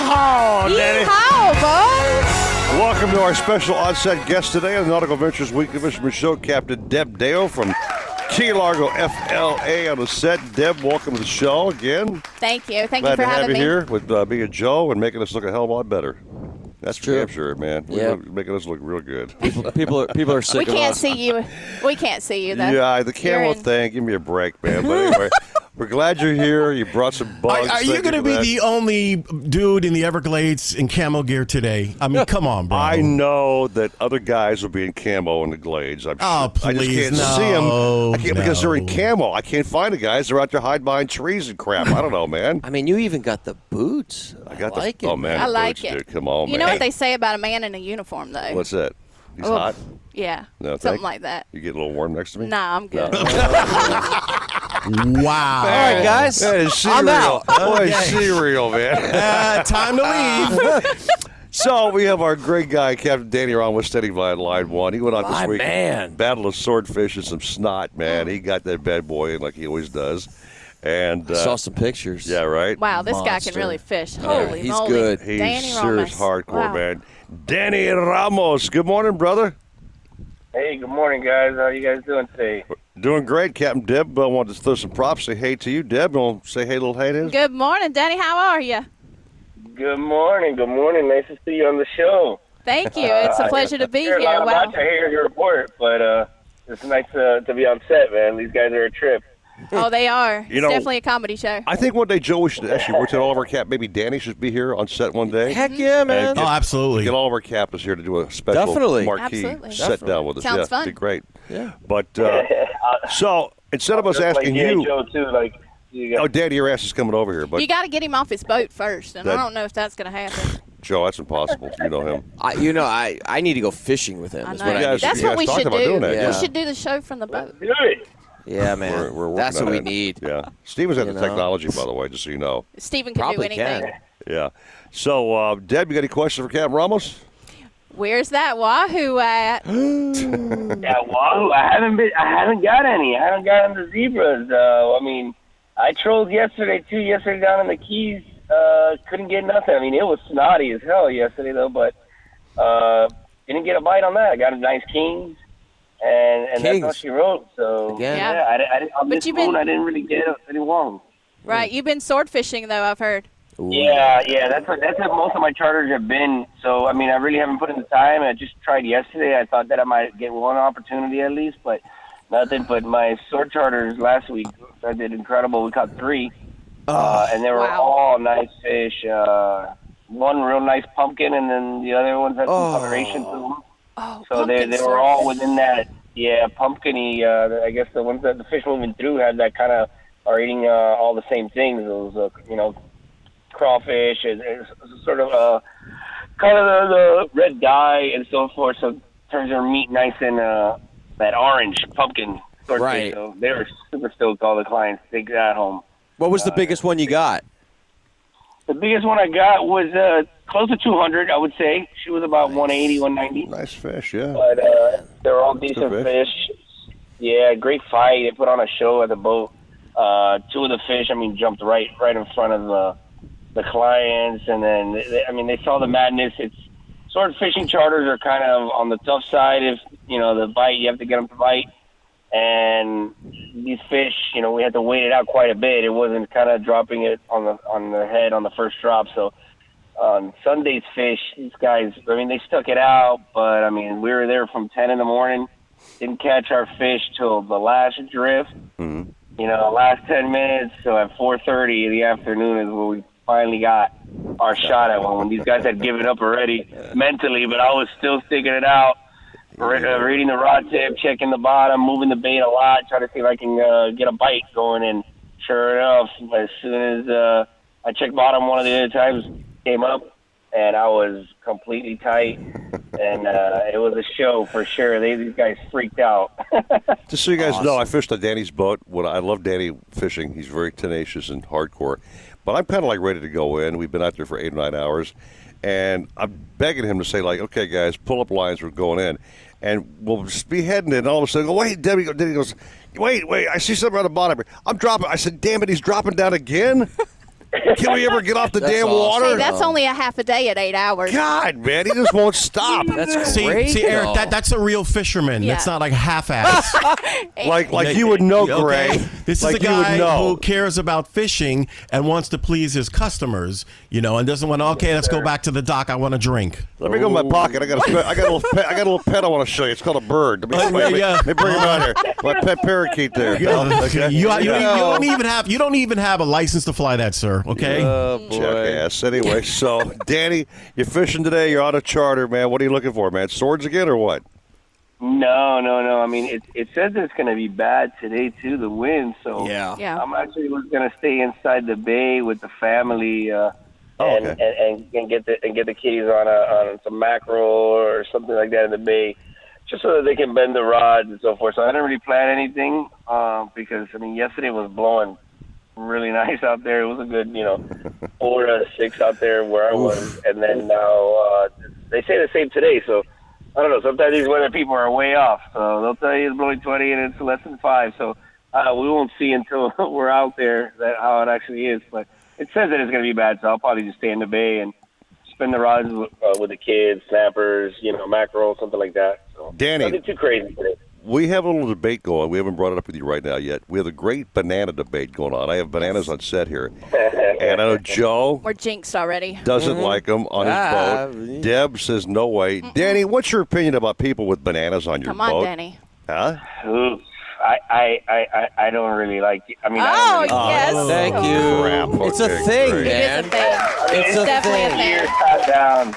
Yeehaw, Daddy.
Oh,
Welcome to our special onset guest today on the Nautical Ventures Weekly Fisherman Show, Captain Deb Dale from Key Largo FLA on the set. Deb, welcome to the show again.
Thank you. Thank
Glad
you for
to have
having
you
me.
here with uh, me and Joe and making us look a hell of a lot better. That's true, damn sure, man. We
Yeah.
look- making us look real good. People, are people are
We can't see you. We can't see you though.
Yeah, the
You're
camera
in-
thing. Give me a break, man. But
*laughs*
anyway, we're glad you're here. You brought some bugs.
Are, are you
Thank
going to
for
be
that.
the only dude in the Everglades in camo gear today? I mean, come on, bro.
I know that other guys will be in camo in the glades. I'm
Oh,
sure. I
please,
just can't see them. I can't
no,
because they're in camo. I can't find the guys. They're out there hiding behind trees and crap. I don't know, man. I mean, you even got the boots. I got
like
the
it,
oh man,
man.
I
the
like
boots,
it.
Dude, come on,
you
man.
know what they say about a man in a uniform though.
What's that? He's
Oh,
hot.
Yeah.
No, thank
something
you.
like that.
You get a little warm next to me.
Nah, I'm good. *laughs*
wow.
All
right, guys.
That is cereal.
I'm out.
Boy,
Okay.
cereal, man.
Uh, time to leave.
*laughs* So we have our great guy, Captain Danny Ron with Steady by Line One. He went out
My
this week.
man.
Battle of swordfish and some snot, man. He got that bad boy in like he always does. And uh,
saw
some pictures. Yeah, right.
Wow, this guy can really fish.
Yeah,
Holy moly.
He's
Danny Ramos.
serious hardcore,
Wow.
man. Danny Ramos. Good morning, brother.
Hey, good morning, guys. How you guys doing today?
Doing great, Captain Deb. I wanted to throw some props. Say hey to you, Deb. And I'll say hey, little hey to
Good morning, Danny. How are you?
Good morning. Good morning. Nice to see you on the show.
Thank
*laughs*
you. It's a pleasure to be
I hear a
here.
lot
Wow.
about you. I hear your report, but uh, it's nice to, to be on set, man. These guys are a trip.
Oh, they are.
*laughs* You know-
it's definitely a comedy show.
I think one day Joe we should actually work out all of our cap. Maybe Danny should be here on set one day.
Heck yeah,
And
man.
Get,
Oh,
absolutely.
Get all of our captains here to do a special
Definitely.
marquee
Absolutely.
set down
Definitely.
with us.
Sounds
yeah,
fun.
It'd be great.
Yeah.
But
*laughs*
uh, so instead of us
Just
asking
like you, and
you,
Joe too. Like you got
oh, Danny, your ass is coming over here, but
you got to get him off his boat first, and I
That-
don't know if that's going to happen.
Joe, that's impossible. You know him.
I, you know, I, I need to go fishing with him.
I
is
know.
what I need to
that's
do.
what we should do.
Yeah.
We should do the show from the boat.
Yeah, man.
We're, we're working
That's
on
what we
it. need. Yeah. Steven's at
You
the
know?
technology, by the way, just so you know.
Stephen can do anything.
Yeah. So, uh, Deb, you got any questions for Captain Ramos?
Where's that Wahoo at?
*laughs*
*gasps*
yeah, Wahoo. I haven't been. I haven't got any. I haven't gotten the zebras. Uh, I mean, I trolled yesterday too. Yesterday down in the Keys, uh, couldn't get nothing. I mean, it was snotty as hell yesterday though, but uh, didn't get a bite on that. I got a nice king, and and that's all
Kings.
she wrote. So
Again.
yeah,
Yeah.
I, di- I, di- on
But
this
you've been-
moon, I didn't really get any wong.
Right, you've been swordfishing though. I've heard.
Yeah, yeah, that's what, that's what most of my charters have been. So I mean, I really haven't put in the time. I just tried yesterday. I thought that I might get one opportunity at least, but nothing. But my sword charters last week, I did incredible. We caught three, uh, and they were all nice fish. Uh, one real nice pumpkin, and then the other ones had some coloration to them.
Oh,
so they
pumpkin
they were all
swordfish.
within that yeah pumpkiny. Uh, I guess the ones that the fish moving through had that kind of are eating uh, all the same things. Those uh, you know crawfish and, and sort of uh, kind of the, the red dye and so forth. So turns their meat nice and uh, that orange pumpkin. Sort
Right.
So they were super stoked. All the clients they got home.
What was the
Uh,
biggest one you got?
The biggest one I got was uh, close to 200, I would say. She was about 180, 190.
Nice fish, yeah.
But uh, they were all decent
fish.
fish. Yeah, great fight. They put on a show at the boat. Uh, two of the fish, I mean, jumped right right in front of the the clients, and then they, I mean, they saw the madness. It's sword fishing charters are kind of on the tough side. If you know the bite, you have to get them to bite. And these fish, you know, we had to wait it out quite a bit. It wasn't kind of dropping it on the on the head on the first drop. So on Sunday's fish, these guys, I mean, they stuck it out, but I mean, we were there from 10 in the morning, didn't catch our fish till the last drift,
Mm-hmm.
you know, the last 10 minutes. So at 4.30 in the afternoon is when we finally got our shot at one. When these guys had given up already mentally, but I was still sticking it out. Re- uh, reading the rod tip, checking the bottom, moving the bait a lot, trying to see if I can uh, get a bite going. And sure enough, as soon as uh, I checked bottom one of the other times, came up, and I was completely tight. And uh, it was a show for sure. They, these guys freaked out. *laughs*
Just so you guys know, I fished on Danny's boat. When I love Danny fishing, he's very tenacious and hardcore. But I'm kind of like ready to go in. We've been out there for eight or nine hours, and I'm begging him to say like, "Okay, guys, pull up lines. We're going in." And we'll just be heading in. And all of a sudden, I go, wait, Debbie, Debbie goes, wait, wait, I see something on the bottom. I'm dropping. I said, damn it, he's dropping down again. Can we ever get off the
That's
damn
awesome.
water?
Hey, that's only a half a day at eight hours.
God, man, he just won't
*laughs*
stop.
That's
see,
great,
see, Eric,
though.
that, that's a real fisherman.
Yeah.
That's not
*laughs*
like half-ass.
like like you would know,
Okay.
Gray.
This
like
is a guy
you would know.
who cares about fishing and wants to please his customers, you know, and doesn't want. Okay, let's go back to the dock. I want a drink.
Let me go in my pocket. I got a, spe- I got a little pet. I got a little pet I want to show you. It's called a bird. Let me,
Oh,
wait,
yeah.
let me bring him out here. *laughs* My pet parakeet there.
Yeah.
pal. *laughs* Okay.
You, you- you don't
Yeah.
even have you don't even have a license to fly that, sir. Okay.
Oh, Jackass. *laughs* Anyway, so Danny, you're fishing today. You're on a charter, man. What are you looking for, man? Swords again or what?
No, no, no. I mean, it, it says it's going to be bad today too. The wind, so
Yeah.
yeah. I'm actually going to stay inside the bay with the family uh, and, and, and and get the and get the kiddies on a, on some mackerel or something like that in the bay, just so that they can bend the rods and so forth. So I didn't really plan anything uh, because I mean, yesterday was blowing really *laughs* nice out there. It was a good, you know, four to six out there where I was, and then now uh, they say the same today. So I don't know. Sometimes these weather people are way off. So they'll tell you it's blowing 20 and it's less than five. So uh, we won't see until *laughs* we're out there that how it actually is. But it says that it's going to be bad. So I'll probably just stay in the bay and spin the rods with, uh, with the kids, snappers, you know, mackerel, something like that. So
Danny.
nothing too crazy today.
We have a little debate going. We haven't brought it up with you right now yet. We have a great banana debate going on. I have bananas on set here, and I *laughs* know Joe
*laughs* We're jinxed already.
doesn't like them on his
Ah,
boat. Deb says no way. Danny, what's your opinion about people with bananas on your
Come
boat?
on, Danny.
Huh?
Oof. I, I, I, I- I don't really like it. I mean, I
Oh,
don't really
yes. Oh,
thank you.
Crap,
It's a
okay,
thing,
great.
man.
It's a thing.
It's
It's
a
definitely a
thing.
thing.
Years passed down.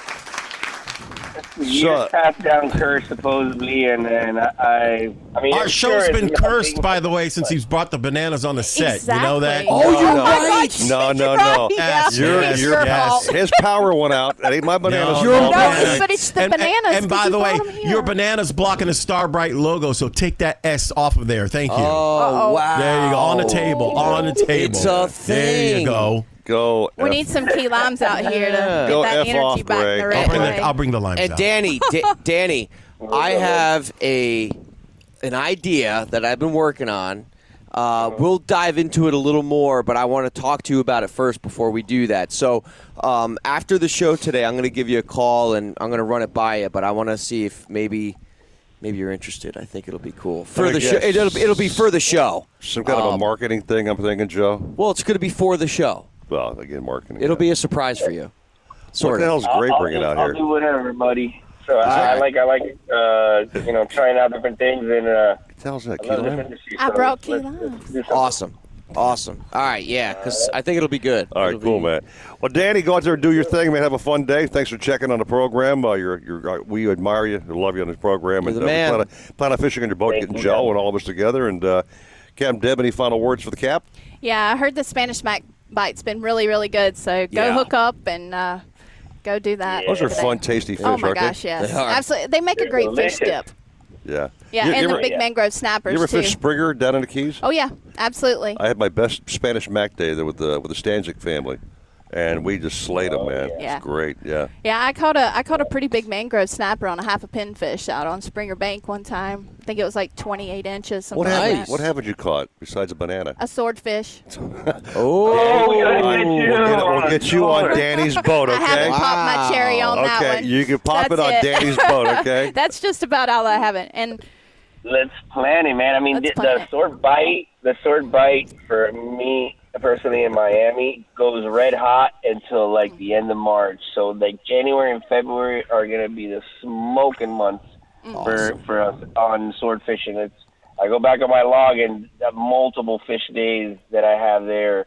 Years
So-
passed down curse supposedly, and then I, I mean,
Our
I'm
show's
sure
been
it's nothing-
cursed, by the way, since he's brought the bananas on the set. You know that?
Exactly. Oh, you're
no.
right.
No, no,
You're
no.
right. Yeah.
Your,
Yes,
your,
your fault.
His power went out. That ain't my bananas.
Your
fault.
bananas.
No, but it's the
and, and-
bananas.
And,
'cause
by
you
the way,
brought 'em here.
your banana's blocking the Starbright logo, so take that S off of there. Thank you. Oh,
wow.
There you go. On the table. On the table.
It's a
There you
thing.
go.
Go.
we need some key limes out here to get
Go
that
F
energy
off,
back
Greg.
in the right
I'll bring the-
way.
I'll bring the limes
and
*laughs*
out.
Danny, Da- Danny, I have a an idea that I've been working on. Uh, we'll dive into it a little more, but I want to talk to you about it first before we do that. So, um, after the show today, I'm going to give you a call and I'm going to run it by you. But I want to see if maybe maybe you're interested. I think it'll be cool for
Like
the
a-
show. It'll it'll be for the show.
Some kind of a
Um,
marketing thing, I'm thinking, Joe.
Well, it's going to be for the show.
Well, again, marketing.
It'll be a surprise for you.
What
Sort
the
of.
hell's Gray bringing out
I'll
here?
do whatever, buddy. So I, I like I like uh, you know trying out different things and uh,
tells
I
that
love
key
this
lime.
industry.
I
so
brought
let's-
key
let's-
lime.
Awesome. Awesome. All right, yeah, because I think it'll be good.
All right, cool, man. Well, Danny, go out there and do your thing, man. Have a fun day. Thanks for checking on the program. Uh, you're, you're, uh, we admire you. We love you on this program.
You're
and
the man.
Uh, we plan, on, plan on fishing on your boat, getting
you,
Joe
man.
and all of us together. And uh, Cam Deb, any final words for the cap?
Yeah, I heard the Spanish mac bite's been really, really good. So go
Yeah.
hook up and uh, go do that.
Those are
today.
fun, tasty fish,
Oh my
aren't they?
gosh, yes,
They are.
absolutely. They make a
They're
great fish
delicious.
dip.
Yeah.
Yeah,
You- you
and the
ever-
big mangrove
You
snappers
ever
too.
fish Springer down in the Keys?
oh yeah, absolutely.
I had my best Spanish Mac day there with the with the Stanzik family, and we just slayed them, man.
yeah.
It's great, yeah.
Yeah, I caught a I caught a pretty big mangrove snapper on a half a pinfish out on Springer Bank one time. I think it was like 28 inches. Something
What
like
happened?
that.
What haven't you caught besides a banana?
A swordfish.
Oh,
we gotta get
we'll, get,
you
we'll
on
get you on *laughs* Danny's boat,
I
okay?
haven't popped my cherry on that
Okay,
one.
you can pop
That's
it on Danny's
*laughs*
boat, okay?
That's just about all I haven't. And
Let's plan it, man. I mean, the,
Let's plan
the sword bite, the sword bite for me personally in Miami goes red hot until like the end of March. So like January and February are gonna be the smoking months for for us on sword fishing. It's I go back on my log and the multiple fish days that I have there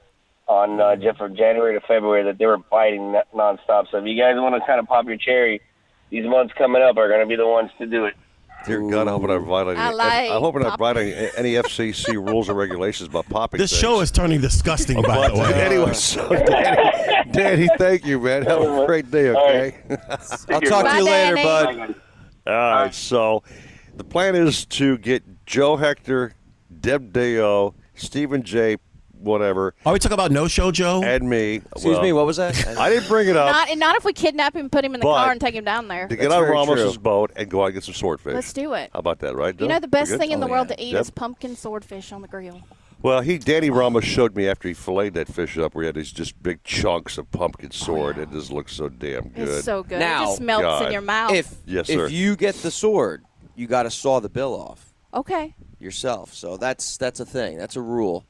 on uh,
Mm.
just from January to February that they were biting n- nonstop. So if you guys want to kind of pop your cherry, these months coming up are gonna be the ones to do it.
*laughs* Dear God, I hope we're not violating.
I like
I hope we're not violating any FCC rules or regulations about popping.
This
things.
show is turning disgusting, by
But
the way.
anyway, so Danny, Danny, thank you, man. Have a great day, okay? *laughs*
I'll talk to you later, bud.
All right, so the plan is to get Joe Hector, Deb Deo, Stephen J, whatever.
Are we talking about no show, Joe?
And me.
Excuse me, what was that?
I didn't bring it up
not and not if we kidnap him, put him in the
Uh, But
car, and take him down there.
to get on Ramos's boat and go out and get some swordfish.
Let's do it.
How about that, right?
You
Deb?
know the best
We're good?
thing in the world to eat
Deb?
is pumpkin swordfish on the grill.
Well, he Danny Ramos showed me after he filleted that fish up. We had these just big chunks of pumpkin sword. It just looks so damn good.
Oh, It's so good. it just melts in
God.
your mouth.
If
*laughs* Yes,
if
sir.
you get the sword, you got to saw the bill off
okay.
yourself. So that's that's a thing. That's a rule.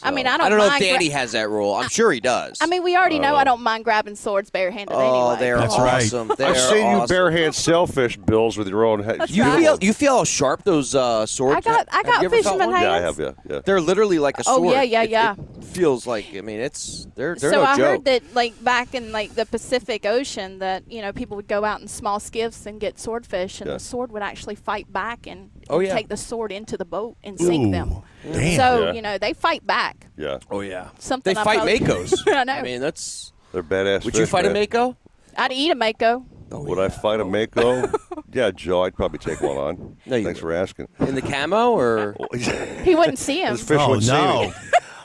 I mean,
So-
I don't.
I don't know if
mind gra-
Danny has that rule. I'm sure he does.
I mean, we already know I
Uh,
don't mind grabbing swords barehanded
Oh,
anyway.
they're awesome. They're
I've seen you
awesome.
barehand sailfish bills with your own head.
You feel you feel how sharp those uh, swords.
I got- I
have
got
you ever felt
fisherman
one?
hands.
Yeah, I have. Yeah, yeah.
They're literally like a
Oh,
sword.
yeah, yeah,
It-
yeah.
It, feels like I mean it's they're they're
so
no
I
joke.
heard that like back in like the Pacific Ocean that you know people would go out in small skiffs and get swordfish and
Yeah.
the sword would actually fight back and
Oh, yeah.
take the sword into the boat and sink them.
Ooh,
So
damn. Yeah.
you know they fight back.
Yeah.
Oh yeah.
Something
they
I
fight
probably-
makos.
*laughs* I know.
I mean that's
They're badass.
Would you
fish,
fight a
man.
mako?
I'd eat a mako.
Oh,
Would I fight a mako?
*laughs*
yeah, Joe, I'd probably take one on. Thanks for asking.
In the camo
*laughs*
or
He wouldn't
*laughs*
see him.
This fish
Oh,
Oh,
would see me. *laughs*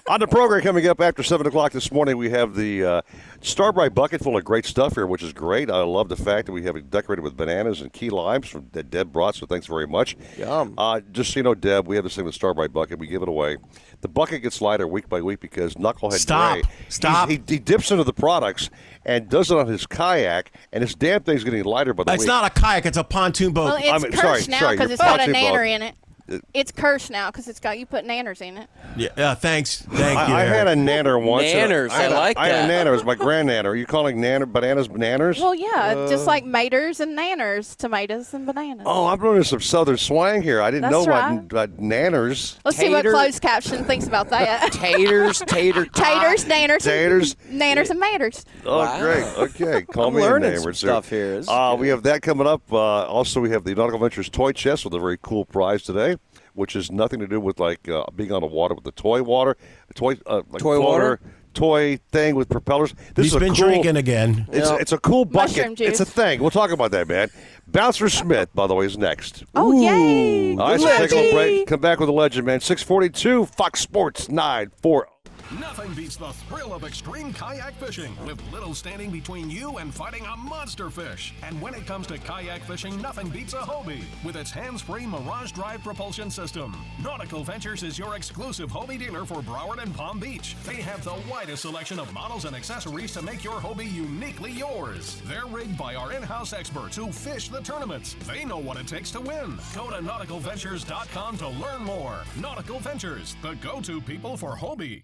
On the program coming up after 7 o'clock this morning, we have the uh, Starbright bucket full of great stuff here, which is great. I love the fact that we have it decorated with bananas and key limes from that Deb brought, so thanks very much. Yum. Uh, just so you know, Deb, we have this thing with Starbright bucket. We give it away. The bucket gets lighter week by week because Knucklehead
Stop.
Gray, Stop. He, he dips into the products and does it on his kayak, and his damn thing's getting lighter by the
*laughs* It's
week.
not a kayak. It's a pontoon boat.
*laughs* Well, it's cursed now because it's got a nanner in it.
It-
It's cursed now because it's got you put nanners in it.
Yeah. uh, thanks. Thank
I,
you.
I had a nanner once. and
Nanners, I
had a-
like
I had a
that.
nanner. It was my grandnanner. Are you calling nanner bananas bananas?
Well, yeah, just
Uh,
like maters and nanners, tomatoes and bananas.
Oh, I'm running some southern slang here. I didn't
That's
know
right.
about, about nanners.
Let's see what closed caption thinks about
*laughs*
that.
taters, tater,
taters, nanners,
Taters.
nanners, and maters.
Oh, great. Okay, call
I'm
me
learning
a name
some
or two.
stuff here. This is
Uh, we have that coming up. Uh, also, we have the Nautical Ventures toy chest with a very cool prize today, which is nothing to do with like uh, being on the water with the toy water, toy uh, like
Toy
floater,
water?
toy thing with propellers. This
He's
is a
been
cool-
drinking again.
It's, it's a cool
Mushroom
bucket.
juice.
It's a thing. We'll talk about that, man. Bouncer Smith, by the way, is next.
Oh,
All right, so take a little
Legend.
break. Come back with a legend, man. 642 Fox Sports oh. 940.
Nothing beats the thrill of extreme kayak fishing with little standing between you and fighting a monster fish. And when it comes to kayak fishing, nothing beats a Hobie with its hands-free Mirage Drive propulsion system. Nautical Ventures is your exclusive Hobie dealer for Broward and Palm Beach. They have the widest selection of models and accessories to make your Hobie uniquely yours. They're rigged by our in-house experts who fish the tournaments. They know what it takes to win. Go to nauticalventures.com to learn more. Nautical Ventures, the go-to people for Hobie.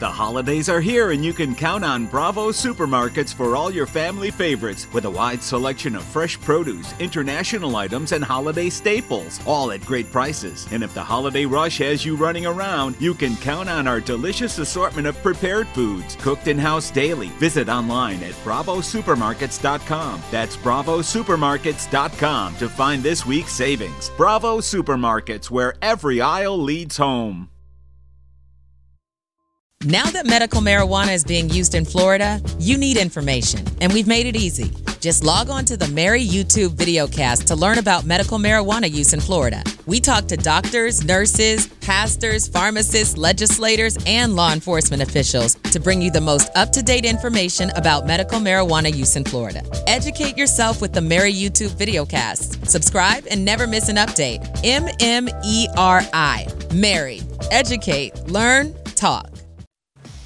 The holidays are here, and you can count on Bravo Supermarkets for all your family favorites with a wide selection of fresh produce, international items, and holiday staples, all at great prices. And if the holiday rush has you running around, you can count on our delicious assortment of prepared foods cooked in house daily. Visit online at bravosupermarkets.com. That's bravosupermarkets.com to find this week's savings. Bravo Supermarkets, where every aisle leads home.
Now that medical marijuana is being used in Florida, you need information, and we've made it easy. Just log on to the Mary YouTube videocast to learn about medical marijuana use in Florida. We talk to doctors, nurses, pastors, pharmacists, legislators, and law enforcement officials to bring you the most up to date information about medical marijuana use in Florida. Educate yourself with the Mary YouTube videocast. Subscribe and never miss an update. M M E R I. Mary. Educate, learn, talk.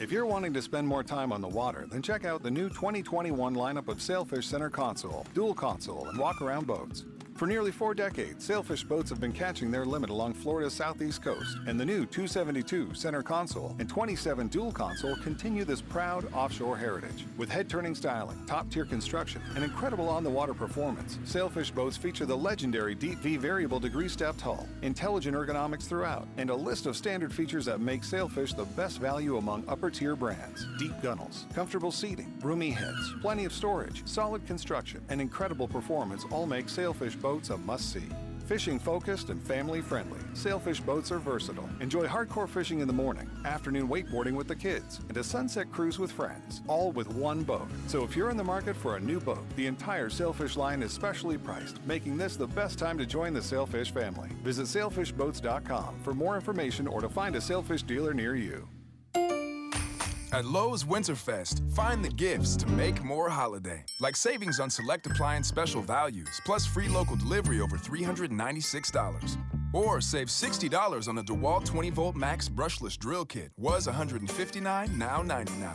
If you're wanting to spend more time on the water, then check out the new 2021 lineup of Sailfish Center console, dual console, and walk around boats. For nearly four decades, Sailfish boats have been catching their limit along Florida's southeast coast, and the new 272 center console and 27 dual console continue this proud offshore heritage. With head turning styling, top tier construction, and incredible on the water performance, Sailfish boats feature the legendary Deep V variable degree stepped hull, intelligent ergonomics throughout, and a list of standard features that make Sailfish the best value among upper tier brands. Deep gunnels, comfortable seating, roomy heads, plenty of storage, solid construction, and incredible performance all make Sailfish boats a must see. Fishing focused and family friendly, Sailfish boats are versatile. Enjoy hardcore fishing in the morning, afternoon wakeboarding with the kids, and a sunset cruise with friends, all with one boat. So if you're in the market for a new boat, the entire Sailfish line is specially priced, making this the best time to join the Sailfish family. Visit sailfishboats.com for more information or to find a Sailfish dealer near you.
At Lowe's Winterfest, find the gifts to make more holiday. Like savings on select appliance special values, plus free local delivery over $396. Or save $60 on a DeWalt 20 volt max brushless drill kit. Was $159, now $99.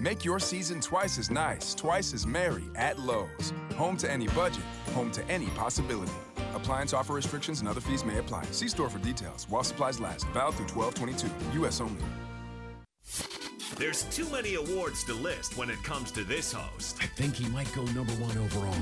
Make your season twice as nice, twice as merry at Lowe's. Home to any budget, home to any possibility. Appliance offer restrictions and other fees may apply. See store for details while supplies last. Valid through 1222, U.S. only.
There's too many awards to list when it comes to this host.
Think he might go number one overall.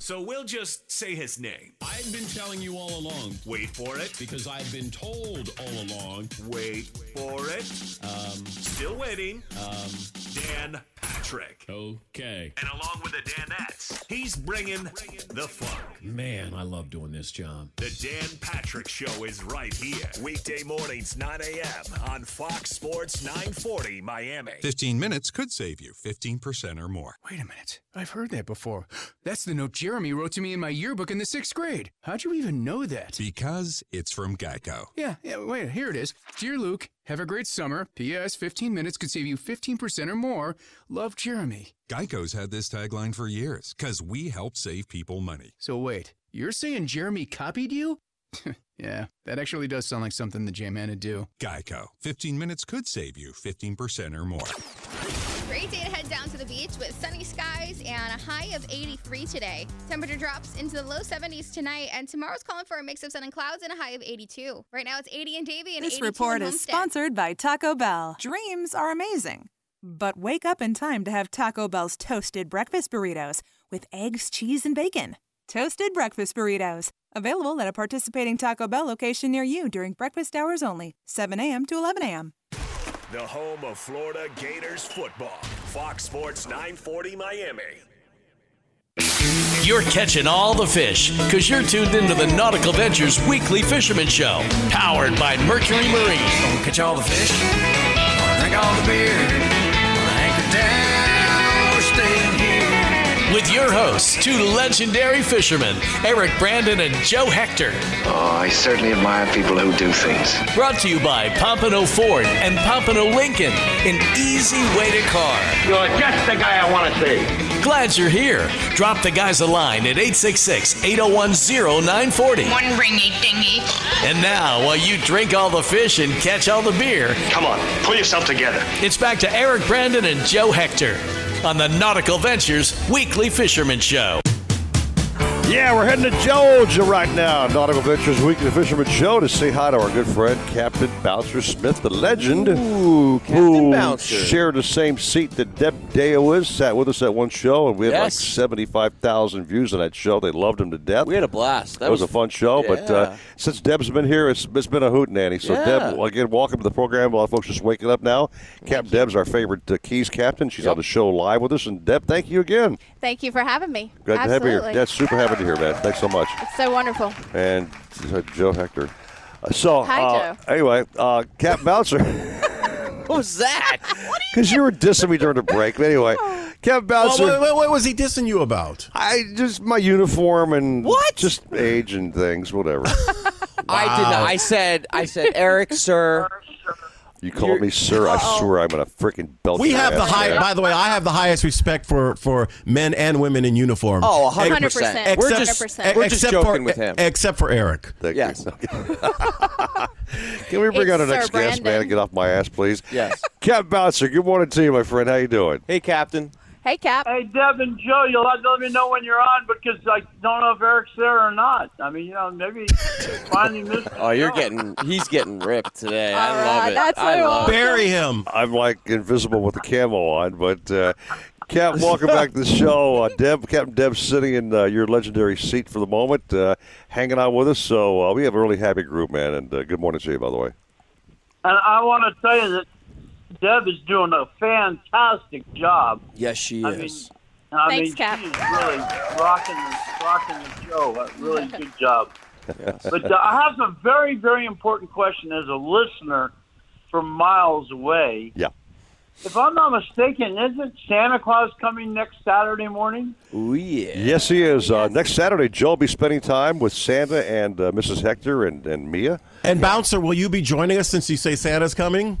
So we'll just say his name.
I've been telling you all along.
Wait for it.
Because I've been told all along.
Wait for it. Um, Still waiting. Um, Dan Patrick.
Okay.
And along with the Danettes, he's bringing the funk.
Man, I love doing this job.
The Dan Patrick Show is right here. Weekday mornings, 9 a.m. on Fox Sports 940 Miami.
15 minutes could save you 15% or more.
Wait a minute. I've heard that
*gasps*
before. That's the note Jeremy wrote to me in my yearbook in the sixth grade. How'd you even know that?
Because it's from Geico.
Yeah, yeah, wait, here it is. Dear Luke,
Have a great summer. P.S. 15 minutes could save you 15% or more. Love, Jeremy.
Geico's had this tagline for years because we help save people money.
So wait, you're saying Jeremy copied you? yeah, that actually does sound like something the J-Man would do.
Geico. 15 minutes could save you 15% or more.
Great day to head down to the beach with sunny skies and a high of 83 today. Temperature drops into the low 70s tonight, and tomorrow's calling for a mix of sun and clouds and a high of 82. Right now it's 80 in Davie and
This
82 in
report is
Homestead.
sponsored by Taco Bell. Dreams are amazing. But wake up in time to have Taco Bell's toasted breakfast burritos with eggs, cheese, and bacon. Toasted breakfast burritos. Available at a participating Taco Bell location near you during breakfast hours only, 7 a.m. to 11 a.m.
The home of Florida Gators football. Fox Sports 940 Miami.
You're catching all the fish because you're tuned into the Nautical Ventures Weekly Fisherman Show, powered by Mercury Marine. catch all the fish, drink all the beer, anchor down, staying here. With your hosts, two legendary fishermen, Eric Brandon and Joe Hector.
Oh, I certainly admire people who do things.
Brought to you by Pompano Ford and Pompano Lincoln, an easy way to car. You're just the guy I want to see. Glad you're here. Drop the guys a line at 866 801 940.
ringy dingy.
And now, while you drink all the fish and catch all the beer, come on, pull yourself together. It's back to Eric Brandon and Joe Hector on the Nautical Ventures Weekly Fisherman Show.
Yeah, we're heading to Georgia right now. Nautical Ventures Weekly Fisherman Show to say hi to our good friend Captain Bouncer Smith, the legend, Ooh, who
Bouncer.
shared the same seat that Deb Deo is, sat with us at one show, and we had like
Yes.
seventy-five thousand views on that show. They loved him to death. We had a blast. That was, a fun show. But uh,
Yeah.
since Deb's been here, it's, it's been a hoot nanny. So
Yeah.
Deb, well, again, welcome to the program. A lot of folks just waking up now. Cap Deb's our favorite uh, Keys captain. She's on the show live with us, and Deb, thank you again.
Thank you for having me.
Glad
Absolutely.
to have you here. That's super happy to hear, man. Thanks so much
It's so wonderful.
and uh, Joe Hector. Uh, So,
Hi,
uh, anyway, uh, Cap Bouncer, *laughs*
What was that?
because you were dissing me during the break. But anyway, Cap Bouncer,
Well, what, what- what was he dissing you about?
I just my uniform and what? just age and things, whatever.
I did not. I said, I said,
*laughs*
Eric, sir.
You called me sir. I swear I'm gonna freaking belt.
We
your
have the
ass,
high.
man.
By the way, I have the highest respect for for men and women in uniform.
Oh, 100%.
Ex-
We're
except-
just-
except
we're just
for-
joking with him.
E, Except for Eric.
yes. *laughs* Can we bring
It's
out our
Sir
next guest, man,
Brandon.
and get off my ass, please?
Yes.
*laughs* Cap Bouncer, good morning to you, my friend. How you doing?
Hey, Captain.
Hey, Cap.
Hey, Deb and Joe, you'll have to let me know when you're on because I don't know if Eric's there or not. I mean, you know, maybe finally missed.
Oh, you're getting, he's getting ripped today.
Oh,
I
All
love
right,
it.
that's
I
what I
love it.
him.
I'm like invisible with the camo on, but uh, Cap, welcome back to the show. Uh, Deb, Captain Deb, sitting in uh, your legendary seat for the moment, uh, hanging out with us. So uh, we have a really happy group, man. And uh, good morning to you, by the way.
And I want to tell you that Deb is doing a fantastic job.
Yes, she
I
is.
Mean, I
Thanks,
mean,
Cap.
she's really rocking the, rocking the show. A really good job.
Yes.
But uh, I have a very, very important question as a listener from miles away.
*laughs* Yeah.
If I'm not mistaken, isn't Santa Claus coming next Saturday morning?
Oh yeah.
Yes, he is. Uh, next Saturday, Joe will be spending time with Santa and uh, Mrs. Hector and, and Mia.
And Bouncer, will you be joining us since you say Santa's coming?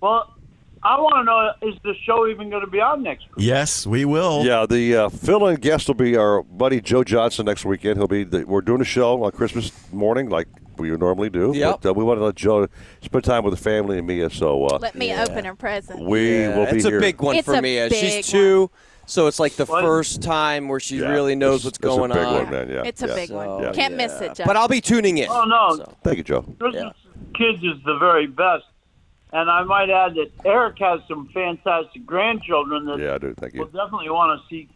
Well, I want to know is the show even going to be on next week?
Yes, we will.
Yeah, the uh, fill-in guest will be our buddy Joe Johnson next weekend. He'll be the, we're doing a show on Christmas morning, like we normally do.
Yep.
But uh, we want to let Joe spend time with the family and Mia. So uh,
Let me open her present.
we
Yeah,
will be
It's a
here.
big one
It's
for
a
Mia.
big
She's two, so it's like the first time where she
Yeah,
really
it's-
knows what's
it's a
going
big
on.
one, man, yeah.
It's a big one.
yeah.
Can't miss it, Joe.
But I'll be tuning in.
Oh, no.
Thank you, Joe.
Christmas Kids is the very best. And I might add that Eric has some fantastic grandchildren that
Yeah, I do. Thank
will
you.
definitely want to see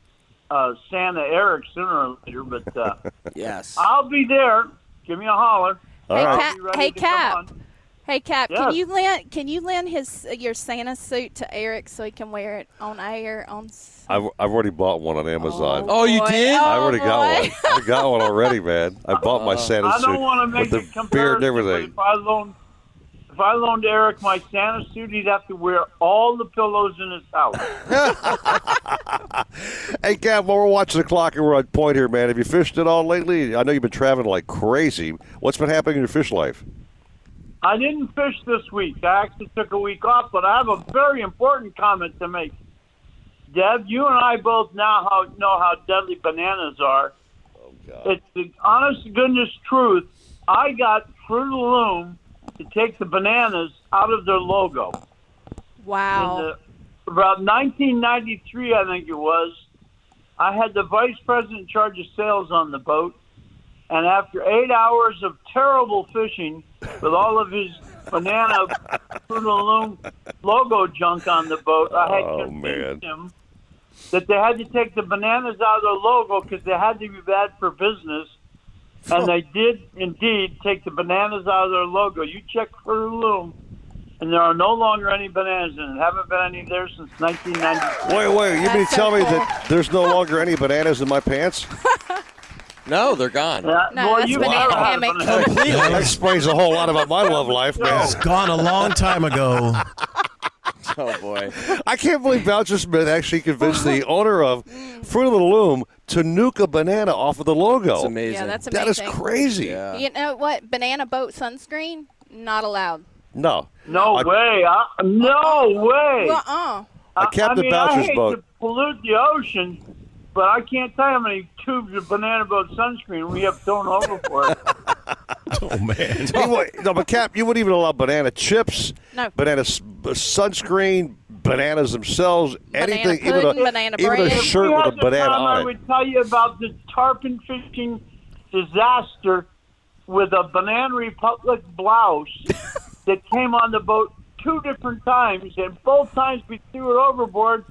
uh, Santa Eric sooner or later. But uh,
yes.
I'll be there. Give me a holler.
All right.
I'll be ready
hey
to come
Cap.
on.
Hey Cap, can
Yes.
you lend can you lend his your Santa suit to Eric so he can wear it on air on? s-
I've, I've already bought one on Amazon.
Oh, you boy. did?
I already got
Oh, Uh,
one. I got one already, man. I bought my Santa
I
suit
don't want to make
with
it
the beard and everything.
If I loaned, if I loaned Eric my Santa suit, he'd have to wear all the pillows in his house.
*laughs* Hey, Gav, well, we're watching the clock and we're on point here, man. Have you fished at all lately? I know you've been traveling like crazy. What's been happening in your fish life?
I didn't fish this week. I actually took a week off, but I have a very important comment to make. Deb, you and I both now how, know how deadly bananas are. Oh, God. It's the honest to goodness truth. I got Fruit of the Loom to take the bananas out of their logo.
Wow.
In the, about 1993, I think it was, I had the vice president in charge of sales on the boat. And after eight hours of terrible fishing with all of his banana Fruit logo junk on the boat, I had
Oh,
convinced him that they had to take the bananas out of their logo because they had to be bad for business. And they did indeed take the bananas out of their logo. You check Fruit of the Loom, and there are no longer any bananas in it. Haven't been any there since 1990.
Wait, wait. You mean to tell me that there's no longer any bananas in my pants?
No, they're gone.
No, well, that's you banana are. hammock.
Completely. That explains a whole lot about my love life, man.
It's gone a long time ago.
*laughs*
*laughs* Oh boy!
*laughs* I can't believe Boucher Smith actually convinced the owner of Fruit of the Loom to nuke a banana off of the logo. That's
amazing.
Yeah, that's
That is
amazing.
crazy.
You know what? Banana boat sunscreen? Not allowed.
No.
No way. I, no way.
Well, uh.
I kept the
mean, I
Boucher's
hate
boat.
to pollute the ocean, but I can't tell you how many tubes of banana boat sunscreen we have thrown
*laughs*
overboard.
Oh man! no, but Cap, you wouldn't even allow banana chips,
No.
banana s- b- sunscreen, bananas themselves,
Banana
anything, even
pudding,
a
banana
even a
bread.
shirt
If we had
with a
the
banana
time, I
on it.
would tell you about the tarpon fishing disaster with a Banana Republic blouse
*laughs*
that came on the boat two different times, and both times we threw it overboard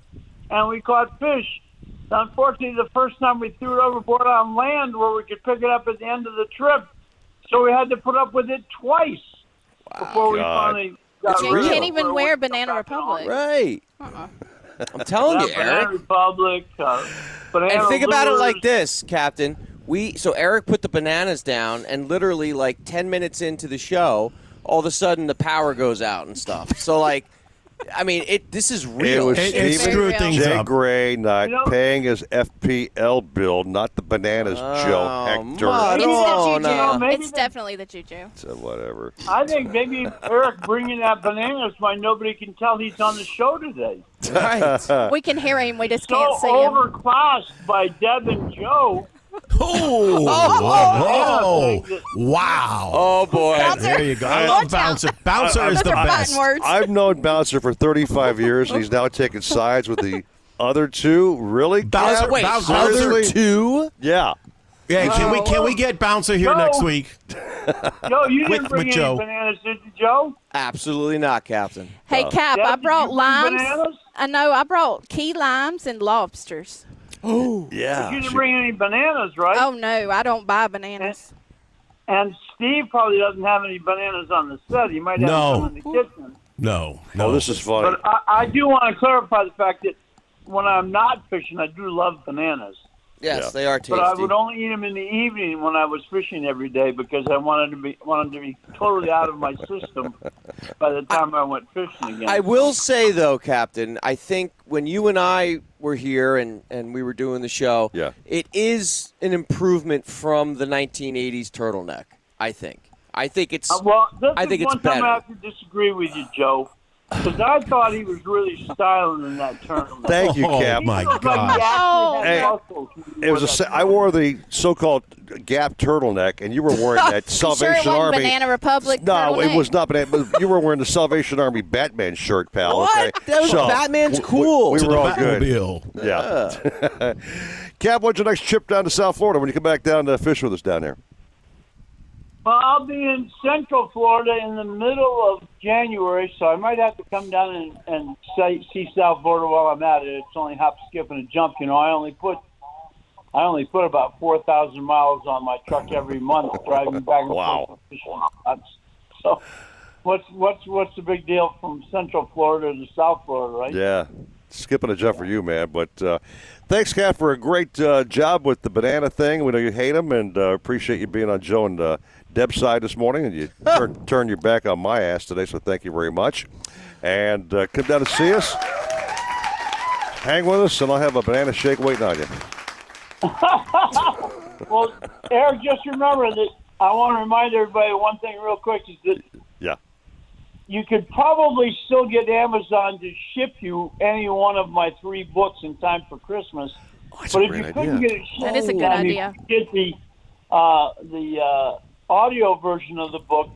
and we caught fish. Unfortunately, the first time we threw it overboard on land where we could pick it up at the end of the trip, so we had to put up with it twice before we
God.
finally got
you
rid of
can't
it.
even wear Banana Republic.
Right.
uh-uh.
I'm telling you,
Yeah, Banana
Eric.
Republic, uh, banana
and think about it
lures.
like this, Captain. We so Eric put the bananas down, and literally like ten minutes into the show, all of a sudden the power goes out and stuff. So like, I mean, it this is
It
real.
was Stephen J. Gray not
You know-
paying his FPL bill, not the bananas, Joe Hector.
It's definitely the juju.
So whatever.
I think maybe Eric bringing that banana is why nobody can tell he's on the show today.
*laughs*
Right.
We can hear him. We just
So
can't see him.
overclassed by Deb and Joe. *laughs*
Oh,
Oh.
oh, wow.
Oh, boy.
There you go. I love Bouncer. Bouncer
Uh,
is the best.
I've known Bouncer for 35 years, and he's now taking sides with the other two. Really?
Bouncer-
Cap?
wait, other
Seriously?
two?
Yeah.
Yeah, can we can we get Bouncer here
No.
next week?
Joe, you
With-
didn't bring
with
any
Joe.
bananas, did you, Joe?
Absolutely not, Captain.
Hey,
Uh,
Cap,
Deb,
I
did you
brought
bring
limes.
bananas?
I know, I brought key limes and
*gasps*
lobsters.
Oh,
But you didn't bring any bananas, right?
Oh, no, I don't buy bananas.
And Steve probably doesn't have any bananas on the set. He might have
No.
some in the kitchen.
No, no.
Oh, this is funny.
But uh, I, I do want to clarify the fact that when I'm not fishing, I do love bananas.
Yes, they are tasty.
But I would only eat them in the evening when I was fishing every day because I wanted to be wanted to be totally out of my system by the time I, went fishing again.
I will say though, Captain, I think when you and I were here and, and we were doing the show, yeah. it is an improvement from the 1980s turtleneck. I think. I think it's.
Uh, well, this
I think
is
it's
one time
better.
I have to disagree with you, Joe, because I thought he was really styling in that tournament.
Thank you,
Oh,
Cap.
He looked Like he actually had
Hey,
muscles.
it was a se- I wore the so-called Gap turtleneck, and you were wearing that
*laughs*
Salvation
sure it wasn't
Army.
Banana Republic.
no,
turtleneck?
it was not banana.
*laughs*
But you were wearing the Salvation Army Batman shirt, pal.
What?
Okay?
That was-
So,
Batman's
w- w-
cool.
We,
To
were
the
all good.
Batmobile.
Yeah. *laughs* Cap, what's your next trip down to South Florida when you come back down to fish with us down there?
Well, I'll be in Central Florida in the middle of January, so I might have to come down and, and see, see South Florida while I'm at it. It's only hop, skip, and a jump. You know, I only put I only put about four thousand miles on my truck every month driving back and wow. forth. So, what's what's what's the big deal from Central Florida to South Florida, right?
Yeah. Skipping a jump for you, man. But uh, thanks, Cap, for a great uh, job with the banana thing. We know you hate them, and uh, appreciate you being on Joe and uh, Deb's side this morning.
*laughs*
And you turn, turn your back on my ass today, so thank you very much. And uh, come down and see us. Hang with us, and I'll have a banana shake waiting on you.
*laughs* well, Eric, just remember that I want to remind everybody one thing real quick is that
Yeah.
you could probably still get Amazon to ship you any one of my three books in time for Christmas. but if you
Oh, great
couldn't
idea.
get it shipped,
That is a good
um,
idea.
You could get the uh, the uh, audio version of the book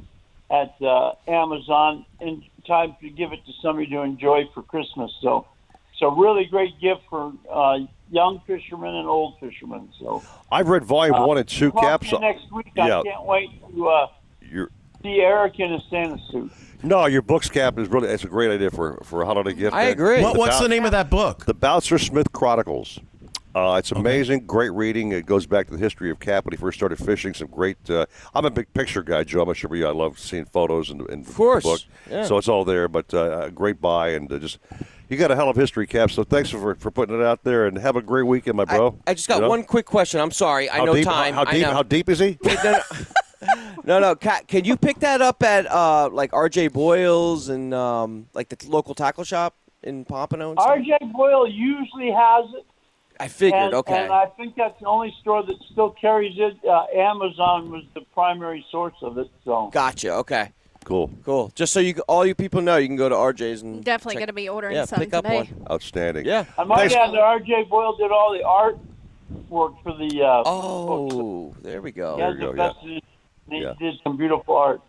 at uh, Amazon in time to give it to somebody to enjoy for Christmas. So it's a really great gift for uh, young fishermen and old fishermen. So
I've read volume one and two
Uh, talk to
caps.
you next week.
Yeah,
I can't wait to uh,
your
see Eric in a Santa suit.
no, your books cap is really it's a great idea for for a holiday gift.
I agree. What- what's the name
of that book?
The Bouncer Smith Chronicles. Uh, it's amazing, great reading. It goes back to the history of cap when he first started fishing. Some great. Uh, I'm a big picture guy, Joe. I'm not sure for you. I love seeing photos and, and of
course.
the book.
Yeah.
So it's all there. But uh, a great buy and uh, just you got a hell of history, cap. So thanks for for putting it out there and have a great weekend, my bro.
I just got
You know?
one quick question. I'm sorry. I
How
know
deep-
time.
How, how
I
deep?
know. *laughs*
How deep is he?
No, *laughs* no. Cat, can you pick that up at uh, like RJ Boyle's and um, like the t- local tackle shop in Pompano? And stuff?
RJ Boyle usually has it.
I figured.
And,
okay.
And I think that's the only store that still carries it. Uh, Amazon was the primary source of it. So
gotcha. Okay.
Cool.
Cool. Just so you, all you people know, you can go to RJ's and
Definitely
check-
gonna be ordering
yeah,
some
pick up
today.
one.
Outstanding.
Yeah.
I might
Thanks.
add that RJ Boyle did all the art work for the. Uh,
oh, there we go.
He has
There you go,
invested in- He did some beautiful art.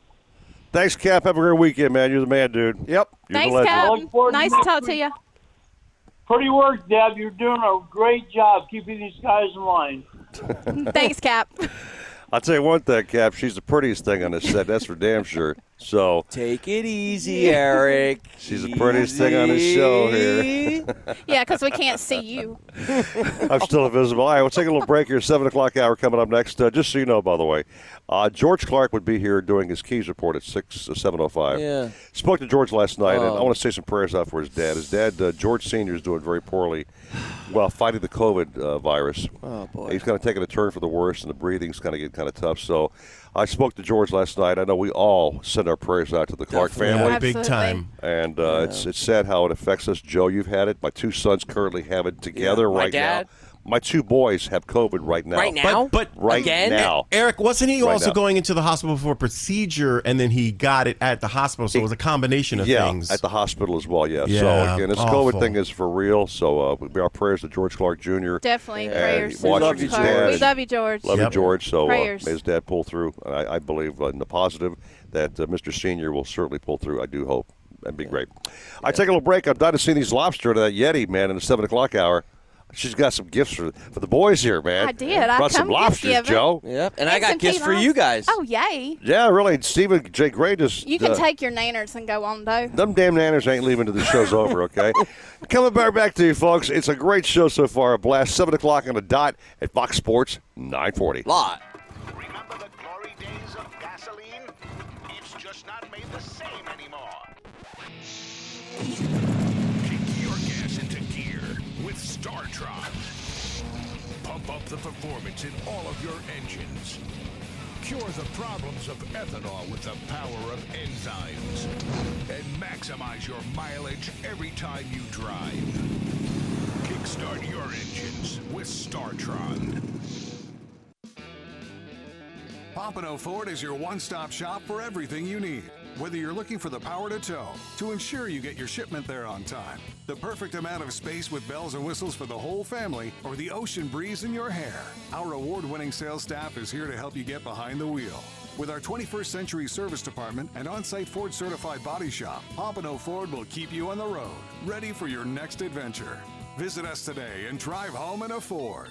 Thanks, Cap. Have a great weekend, man. You're the man, dude. Yep. You're the
Thanks,
legend.
Captain. Nice to talk to you.
Pretty work, Deb. You're doing a great job keeping these guys in line.
*laughs*
Thanks, Cap.
I'll tell you one thing, Cap. She's the prettiest thing on this set. That's for damn sure. So
take it easy, Eric.
She's the prettiest thing on this show here.
Yeah, because we can't see
*laughs*
you.
I'm still invisible. All right, we'll take a little break here. Seven o'clock hour coming up next. Uh, just so you know, by the way, uh, George Clark would be here doing his keys report at six uh, seven o five.
Yeah.
Spoke to George last night, and I
Oh.
want to say some prayers out for his dad. His dad, uh, George Senior, is doing very poorly while fighting the COVID uh, virus.
Oh boy.
He's kind of taking a turn for the worse, and the breathing's kind of getting kind of tough. So, I spoke to George last night. I know we all send our prayers out to the Clark
Definitely.
family,
Yeah, big Absolutely. time.
And uh, it's it's sad how it affects us. Joe, you've had it. My two sons currently have it together
my
right
dad.
now. My two boys have COVID right now.
Right now? But- but
right
again?
now,
Eric, wasn't he
Right
also
now.
going into the hospital for a procedure and then he got it at the hospital? So it was a combination of
yeah,
things.
at the hospital as well. Yeah.
Yeah,
so again, this
awful.
COVID thing is for real. So uh, would be our prayers to George Clark Jr.
Definitely
and
prayers to
watching
George
his
Clark.
dad.
We love you, George.
Love
Yep.
you, George. So uh, may
Prayers.
his dad pull through. And I, I believe uh, in the positive that uh, Mr. Senior will certainly pull through. I do hope. That'd be great. I take a little break. I'm dying to see these lobster to that Yeti man in the seven o'clock hour. She's got some gifts for for the boys here, man.
I did. I
brought some
come gift
lobsters,
giving.
Joe.
Yep, and
Some key lobs- Oh, yay.
Yeah, really. And Stephen J. Gray just.
You can
uh,
take your naners and go on, though.
Them damn nanners ain't leaving till the show's over, okay? Coming back back to you, folks. It's a great show so far. A blast. 7 o'clock on the dot at Fox Sports 940.
Lot.
Uh-uh.
your gas into gear with StarTron. Pump up the performance in all of your engines. Cure the problems of ethanol with the power of enzymes. And maximize your mileage every time you drive. Kickstart your engines with StarTron.
Pompano Ford is your one stop shop for everything you need. Whether you're looking for the power to tow, to ensure you get your shipment there on time, the perfect amount of space with bells and whistles for the whole family, or the ocean breeze in your hair, our award winning sales staff is here to help you get behind the wheel. With our 21st Century Service Department and on site Ford certified body shop, Pompano Ford will keep you on the road, ready for your next adventure. Visit us today and drive home in a Ford.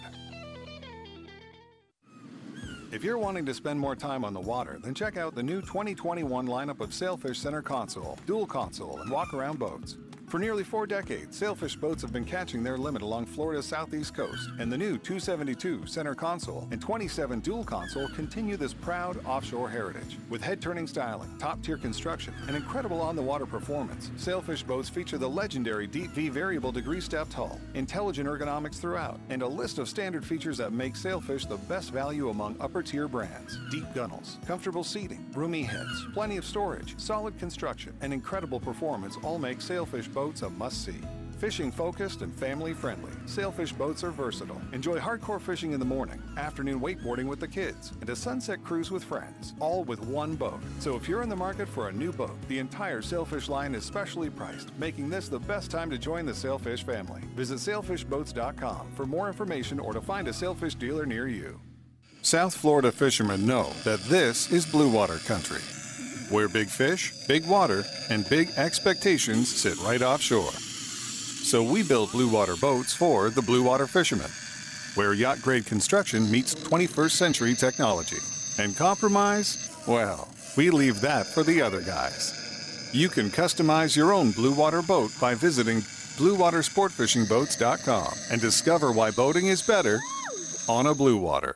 If you're wanting to spend more time on the water, then check out the new 2021 lineup of Sailfish Center console, dual console, and walk around boats. For nearly four decades, Sailfish boats have been catching their limit along Florida's southeast coast, and the new 272 center console and 27 dual console continue this proud offshore heritage. With head turning styling, top tier construction, and incredible on the water performance, Sailfish boats feature the legendary Deep V variable degree stepped hull, intelligent ergonomics throughout, and a list of standard features that make Sailfish the best value among upper tier brands. Deep gunnels, comfortable seating, roomy heads, plenty of storage, solid construction, and incredible performance all make Sailfish boats a must see. Fishing focused and family friendly. Sailfish boats are versatile. Enjoy hardcore fishing in the morning, afternoon wakeboarding with the kids, and a sunset cruise with friends, all with one boat. So if you're in the market for a new boat, the entire Sailfish line is specially priced, making this the best time to join the Sailfish family. Visit sailfishboats.com for more information or to find a Sailfish dealer near you. South Florida fishermen know that this is blue water country, where big fish, big water, and big expectations sit right offshore. So we build blue water boats for the blue water fishermen, where yacht grade construction meets 21st century technology. And compromise? Well, we leave that for the other guys. You can customize your own blue water boat by visiting bluewatersportfishingboats.com and discover why boating is better on a blue water.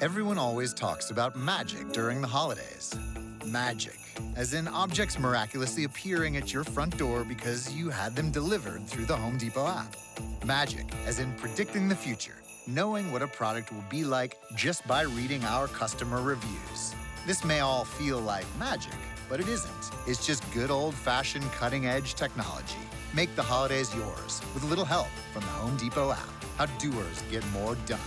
Everyone always talks about magic during the holidays. Magic, as in objects miraculously appearing at your front door because you had them delivered through the Home Depot app. Magic, as in predicting the future, knowing what a product will be like just by reading our customer reviews. This may all feel like magic, but it isn't. It's just good old fashioned cutting edge technology. Make the holidays yours with a little help from the Home Depot app. How doers get more done.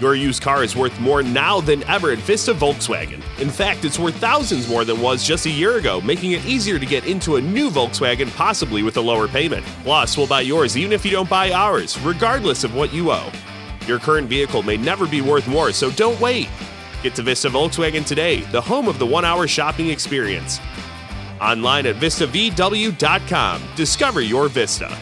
Your used car is worth more now than ever at Vista Volkswagen. In fact, it's worth thousands more than it was just a year ago, making it easier to get into a new Volkswagen, possibly with a lower payment. Plus, we'll buy yours even if you don't buy ours, regardless of what you owe. Your current vehicle may never be worth more, so don't wait. Get to Vista Volkswagen today, the home of the one hour shopping experience. Online at VistaVW.com. Discover your Vista.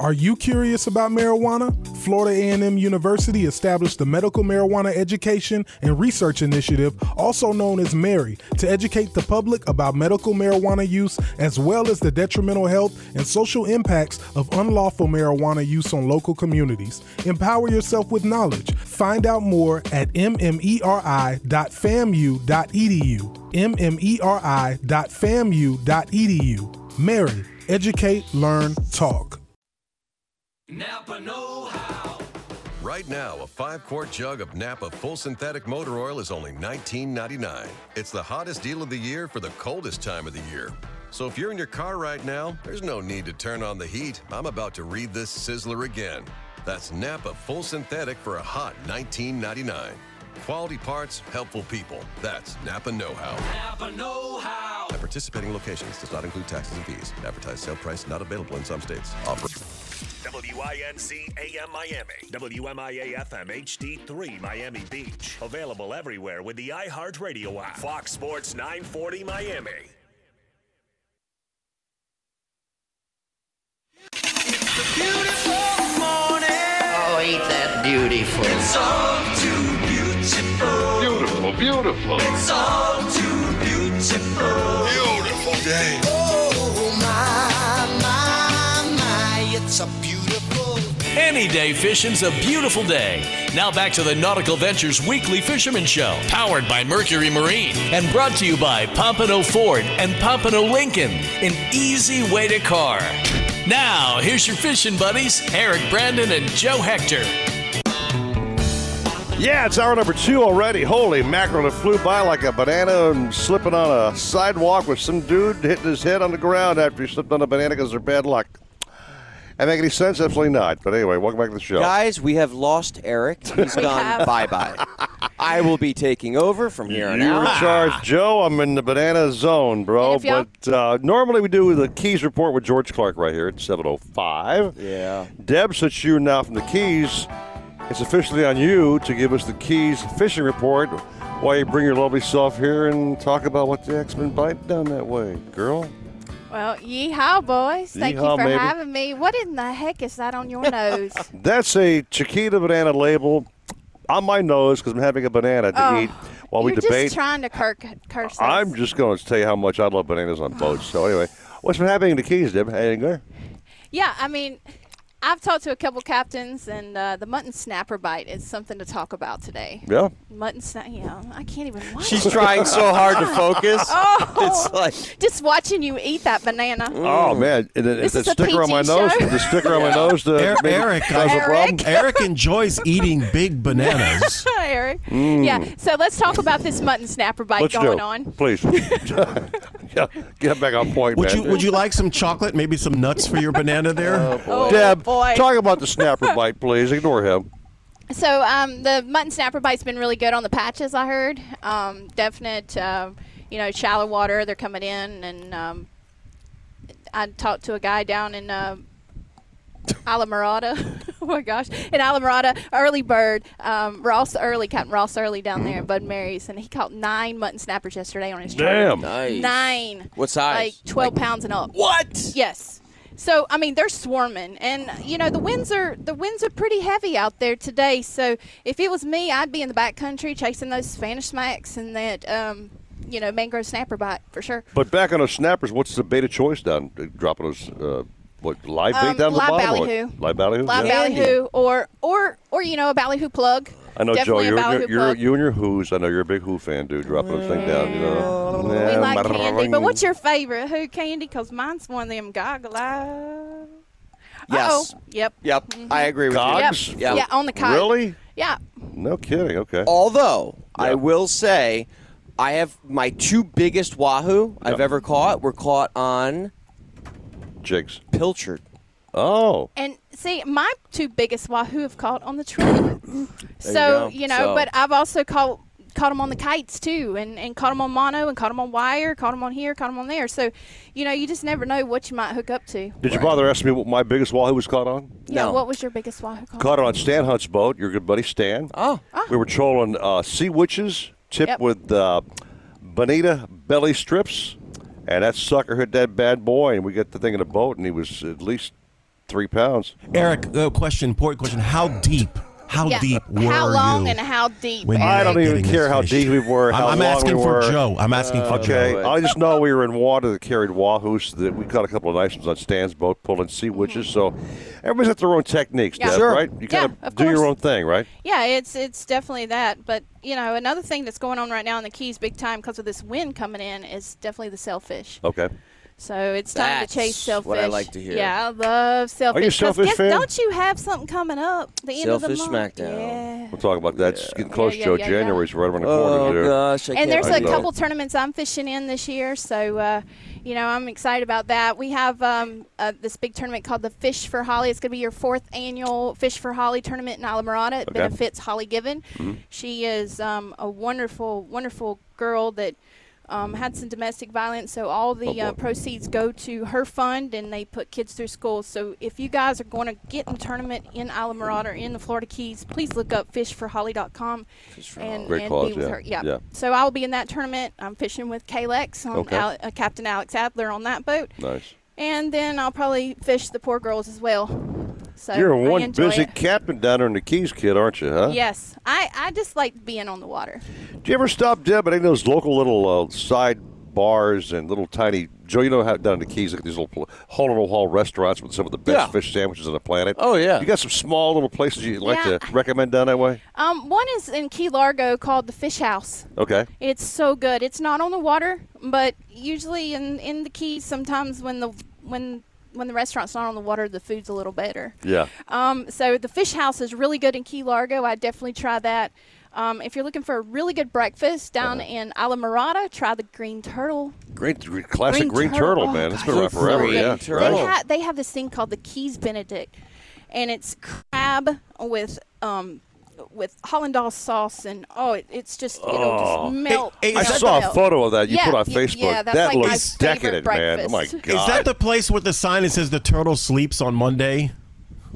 Are you curious about marijuana? Florida A&M University established the Medical Marijuana Education and Research Initiative, also known as MARY, to educate the public about medical marijuana use as well as the detrimental health and social impacts of unlawful marijuana use on local communities. Empower yourself with knowledge. Find out more at E mmeri.famu.edu. E mmeri.famu.edu. MARY, educate, learn, talk.
Right now, a five quart jug of Napa full synthetic motor oil is only $19.99. It's the hottest deal of the year for the coldest time of the year. So if you're in your car right now, there's no need to turn on the heat. I'm about to read this sizzler again. That's Napa full synthetic for a hot $19.99. Quality parts, helpful people. That's Napa Know How. At participating locations does not include taxes and fees. Advertised sale price not available in some states. Offer.
WINC AM Miami, WMIA FM HD3 Miami Beach. Available everywhere with the iHeartRadio app. Fox Sports 940 Miami.
Oh, ain't that beautiful? It's all too beautiful. Beautiful, beautiful. It's all too beautiful. Beautiful day. Oh, my, my, my, it's a beautiful
Any day fishing's a beautiful day. Now back to the Nautical Ventures Weekly Fisherman Show, powered by Mercury Marine and brought to you by Pompano Ford and Pompano Lincoln, an easy way to car. Now, here's your fishing buddies, Eric Brandon and Joe Hector.
Yeah, it's hour number two already. Holy mackerel, it flew by like a banana and slipping on a sidewalk with some dude hitting his head on the ground after he slipped on a banana because they're bad luck. That make any sense? Absolutely not. But anyway, welcome back to the show.
Guys, we have lost
*laughs*
Eric. He's
We
gone
have.
bye bye. I will be taking over from here on
You're in
out.
charge, Joe. I'm in the banana zone, bro.
And if y'all-
But uh, normally we do the Keys report with George Clark right here at 7:05.
Yeah.
Deb, since you're now from the Keys, it's officially on you to give us the Keys fishing report while you bring your lovely self here and talk about what the X-Men bite down that way, girl.
Well, yeehaw, boys. Thank
Yeehaw,
you for
baby.
having me. What in the heck is that on
*laughs*
your nose?
That's a Chiquita banana label on my nose because I'm having a banana to
Oh.
eat. while we
You're
debate.
just trying to cur- curse. us.
I'm just going to tell you how much I love bananas on boats. So anyway, what's been happening to Keys, Deb? Anything there?
Yeah, I mean, I've talked to a couple captains, and uh, the mutton snapper bite is something to talk about today.
Yeah.
Mutton snap, you know, I can't even. Watch
She's
it.
trying so hard to focus.
*laughs* Oh,
It's like
just watching you eat that banana.
Oh
*laughs*
man, and then
Mm. This
the
is a
sticker on my
PG
nose,
show.
the sticker
*laughs*
on my nose, to
Er-
maybe
Eric,
cause a problem.
Eric enjoys eating big bananas.
Eric.
Mm.
Yeah. So let's talk about this mutton snapper bite
Let's
going
do.
on.
*laughs*
*laughs*
Please, yeah, get back on point,
Would
man.
you Would you like some chocolate? Maybe some nuts for your banana there.
Oh,
Deb,
boy.
talk about the snapper bite, please. Ignore him.
So um, the mutton snapper bite's been really good on the patches. I heard. Um, definite, uh, you know, shallow water. They're coming in, and um, I talked to a guy down in uh, Isla Mirada. *laughs* oh my gosh, in Isla Mirada, early bird, um, Ross Early, Captain Ross Early down there, in Bud Mary's, and he caught nine mutton snappers yesterday on his
Damn.
tournament.
Nice.
nine.
What size?
Like twelve pounds and up.
What?
Yes. So I mean they're swarming, and you know the winds are the winds are pretty heavy out there today. So if it was me, I'd be in the back country chasing those Spanish smacks and that um, you know mangrove snapper bite for sure.
But back on those snappers, what's the bait of choice down? Dropping those, uh, what, live bait
Um,
down to the
live
bottom? or-
ballyhoo.
Live ballyhoo?
Live
yeah.
ballyhoo, or or or you know a ballyhoo plug.
I know,
Definitely a
Joe, you're,
ballyhoo
you're, you're,
plug.
you and your who's. I know you're a big who fan, dude. Dropping those thing down. You know.
we like candy, but what's your favorite who candy? Cause mine's one of them goggle eyes.
yes.
Uh-oh. Yep.
Yep. I agree with
Cogs?
you.
Yep. Yeah, on the cog.
Really?
Yeah.
No kidding. Okay.
Although I will say, I have my two biggest wahoo I've ever caught were caught on
jigs
pilchard.
Oh.
And see, my two biggest wahoo have caught on the
*coughs*
tree. so
go.
you, know,
So-
but I've also caught caught them on the kites too, and and caught them on mono, and caught them on wire, caught them on here, caught them on there. So, you know, you just never know what you might hook up to.
Did you bother asking me what my biggest wahoo was caught on?
Yeah. What was your biggest wahoo caught?
Caught it on Stan Hunt's boat, your good buddy Stan.
Oh.
We were trolling uh, sea witches, tipped
Yep.
with uh, bonita belly strips, and that sucker hit that bad boy, and we got the thing in the boat, and he was at least three pounds.
Eric, uh, question, important question. How deep? How
Yeah.
deep were
How long
you?
and how deep?
when you
Eric?
I don't even
getting
care
this
how
fish.
deep we were,
I'm-
how
I'm
long
asking
we
for
were. Uh,
Joe. I'm asking for
okay.
Joe.
I just know we were in water that carried wahoos. That we caught a couple of nice ones on Stan's boat pulling sea witches. So everybody's got their own techniques,
Yeah.
Deb,
Sure.
right? You
Yeah,
kind
of
do your
course.
own thing, right?
Yeah, it's it's definitely that. But you know, another thing that's going on right now in the Keys, big time, because of this wind coming in, is definitely the sailfish.
Okay.
So it's time to chase
That's
selfish.
what I like to hear.
Yeah, I love selfish. 'Cause
selfish
guess-
fan?
Don't you have something coming up the end of the
Selfish
month?
Smackdown.
We'll talk about that. It's getting close,
yeah,
Joe.
yeah, yeah.
January's right around the
Oh,
corner. dude.
gosh, I
And there's
I
a
know.
couple tournaments I'm fishing in this year, so uh, you know I'm excited about that. We have um, uh, this big tournament called the Fish for Holly. It's going to be your fourth annual Fish for Holly tournament in Isla Mirada. It
Okay.
benefits Holly Given.
Hmm?
She is um, a wonderful, wonderful girl that um, had some domestic violence. So all
Oh,
the uh, proceeds go to her fund, and they put kids through school. So if you guys are going to get in a tournament in Isla Mirada or in the Florida Keys, please look up fishforholly.com and,
Great
and
cause,
be with
yeah.
her. Yeah.
Yeah.
So I will be in that tournament. I'm fishing with Kalex, um,
Okay.
Al- uh, Captain Alex Adler on that boat,
Nice.
and then I'll probably fish the poor girls as well. So
You're
I
one
enjoy
busy
it.
captain down there in the Keys, kid, aren't you? Huh?
Yes, I, I just like being on the water.
Do you ever stop, Deb, at any of those local little uh, side bars and little tiny? Joe, you know how down in the Keys, like these little pl- hole in a wall restaurants with some of the best
Yeah.
fish sandwiches on the planet.
Oh, yeah.
You got some small little places you'd like
Yeah.
to recommend down that way?
Um, one is in Key Largo called the Fish House.
Okay.
It's so good. It's not on the water, but usually in, in the Keys, sometimes when the when when the restaurant's not on the water, the food's a little better.
Yeah.
Um, so the Fish House is really good in Key Largo. I definitely try that. Um, if you're looking for a really good breakfast down in Isla Mirada, try the Green Turtle.
Great, great classic green, turtle, man.
Oh,
it's
gosh,
been around
it's so
forever.
good.
yeah.
They,
Right?
ha- they have this thing called the Keys Benedict, and it's crab with um, with hollandaise sauce, and oh, it, it's just it'll
Oh.
just melt.
Hey, hey, I
melt,
saw a
melt.
photo of that you
Yeah,
put on
y-
Facebook.
Yeah, that's
That
like my
looks
favorite
decadent, man. Oh, my
breakfast.
God.
Is that the place with the sign that says the turtle sleeps on Monday?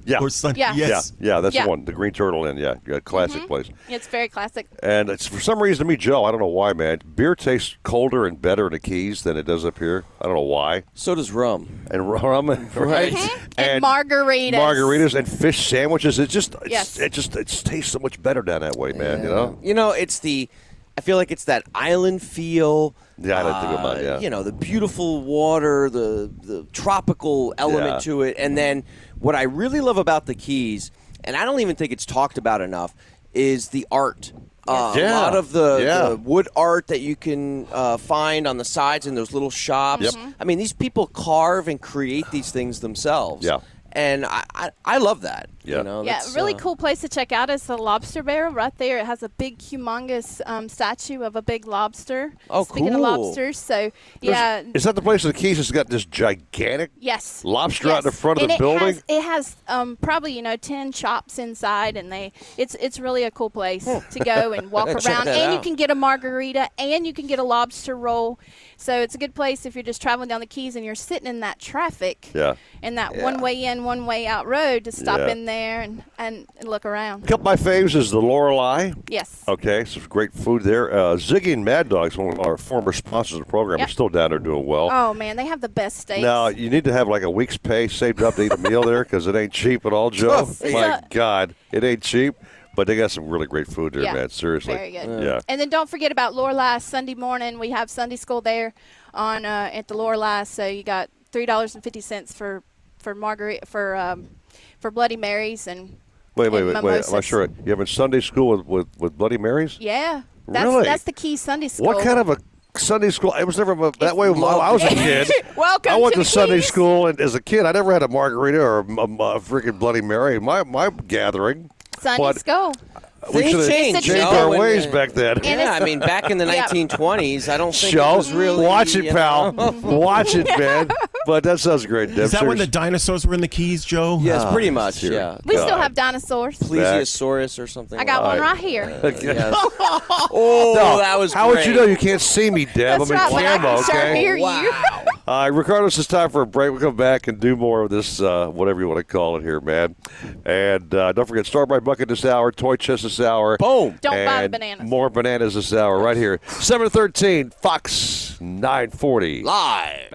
Yeah.
Or Sunday?
Yeah.
Yes.
Yeah, yeah, that's
Yeah. Mm-hmm.
the one. The green turtle in. Yeah, yeah classic place.
It's very classic.
And it's for some reason to me, Joe, I don't know why, man. Beer tastes colder and better in the Keys than it does up here. I don't know why.
So does rum.
And rum, *laughs* right?
Mm-hmm. And margaritas.
Margaritas and fish sandwiches. It just, it's,
Yes.
it just, it tastes so much better down that way, man. You know.
You know, it's the I feel like it's that island feel. uh,
Yeah, I like to go about, yeah.
You know, the beautiful water, the the tropical element
Yeah.
to it, and then what I really love about the Keys, and I don't even think it's talked about enough, is the art. Uh, A
Yeah.
lot of the,
Yeah.
the wood art that you can uh, find on the sides in those little shops.
Yep.
Mm-hmm.
Mhm.
I mean, these people carve and create these things themselves.
Yeah.
And I, I, I love that. Yeah. You
Oh,
know,
yeah,
that's,
really
uh,
cool place to check out is the lobster barrel right there. It has a big, humongous um, statue of a big lobster.
Oh,
Speaking of
cool.
lobsters, so yeah,
Is that the place in the Keys that's got this gigantic
yes,
lobster out in the
Yes.
front of
And
the
it
building?
Has, it has um, probably you know ten shops inside, and they it's it's really a cool place to go and
*laughs*
walk
Check
around. And
that
you
out.
can get a margarita, and you can get a lobster roll. So it's a good place if you're just traveling down the Keys and you're sitting in that traffic.
yeah.
In that
Yeah.
one way in, one way out road to stop
Yeah.
in there and, and look around.
A couple of my faves is the Lorelei.
Yes.
Okay, some great food there. Uh, Ziggy and Mad Dogs, one of our former sponsors of the program,
Yep.
are still down there doing well.
Oh man, they have the best steaks.
Now you need to have like a week's pay saved up to eat a meal there because it ain't cheap
*laughs*
at all, Joe.
It's
My
a-
God, it ain't cheap. But they got some really great food there,
Yeah,
man. Seriously,
Very good.
yeah.
And then don't forget about Lorelei Sunday morning. We have Sunday school there on uh, at the Lorelei. So you got three dollars and fifty cents for for margarita for um, for Bloody Marys and
Wait, wait,
and
wait, wait. I'm not
mimosas.
sure. You having Sunday school with, with, with Bloody Marys?
Yeah, that's
Really?
that's the key Sunday school.
What kind of a Sunday school? It was never my- that way when
*laughs*
I was a kid.
Welcome
I went
to
to
the
Sunday
Keys.
school, and as a kid, I never had a margarita or a, a, a freaking Bloody Mary. in My my gathering.
Sunday
but
school?
We
Things
should have
change,
changed
Joe,
our
and,
ways
uh,
back then.
Yeah, I mean, back in
*laughs*
the
Yeah.
1920s, I don't think it
Show,
was really.
watch it,
you
pal.
know. *laughs*
*laughs*
watch it, man. But that sounds great.
Is that when the
Dempsters.
dinosaurs were in the keys, Joe?
Yes,
Ah.
pretty much.
dear
Yeah.
We still have dinosaurs.
plesiosaurus or something.
I got
All
one
right. *laughs*
right here.
Okay.
Oh,
No,
that was.
How would you
great.
know? You can't see me, Deb.
That's
I'm in
right, but I
camo,
can sure
okay?
hear you.
Uh, regardless, it's time for a break. We'll come back and do more of this, uh, whatever you want to call it here, man. And uh, don't forget, Star by Bucket this hour, Toy Chest this hour. Boom.
Don't buy the
and
bananas.
More bananas this hour right here. 713 Fox 940.
Live.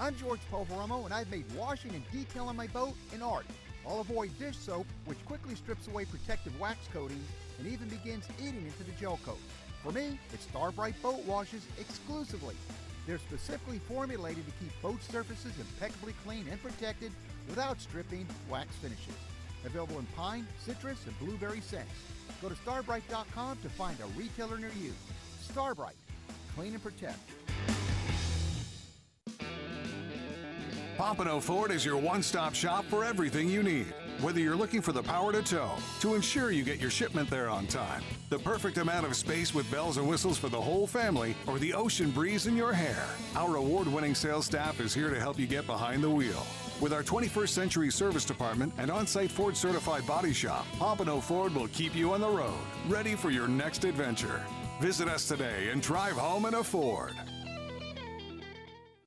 I'm George Poveromo, and I've made washing and detailing my boat an art. I'll avoid dish soap, which quickly strips away protective wax coatings and even begins eating into the gel coat. For me, it's Star Bright Boat Washes exclusively. They're specifically formulated to keep boat surfaces impeccably clean and protected without stripping wax finishes. Available in pine, citrus, and blueberry scents. Go to starbright.com to find a retailer near you. Starbright, clean and protect.
Pompano Ford is your one stop shop for everything you need. Whether you're looking for the power to tow, to ensure you get your shipment there on time, the perfect amount of space with bells and whistles for the whole family, or the ocean breeze in your hair, our award winning sales staff is here to help you get behind the wheel. With our 21st Century Service Department and on site Ford certified body shop, Pompano Ford will keep you on the road, ready for your next adventure. Visit us today and drive home in a Ford.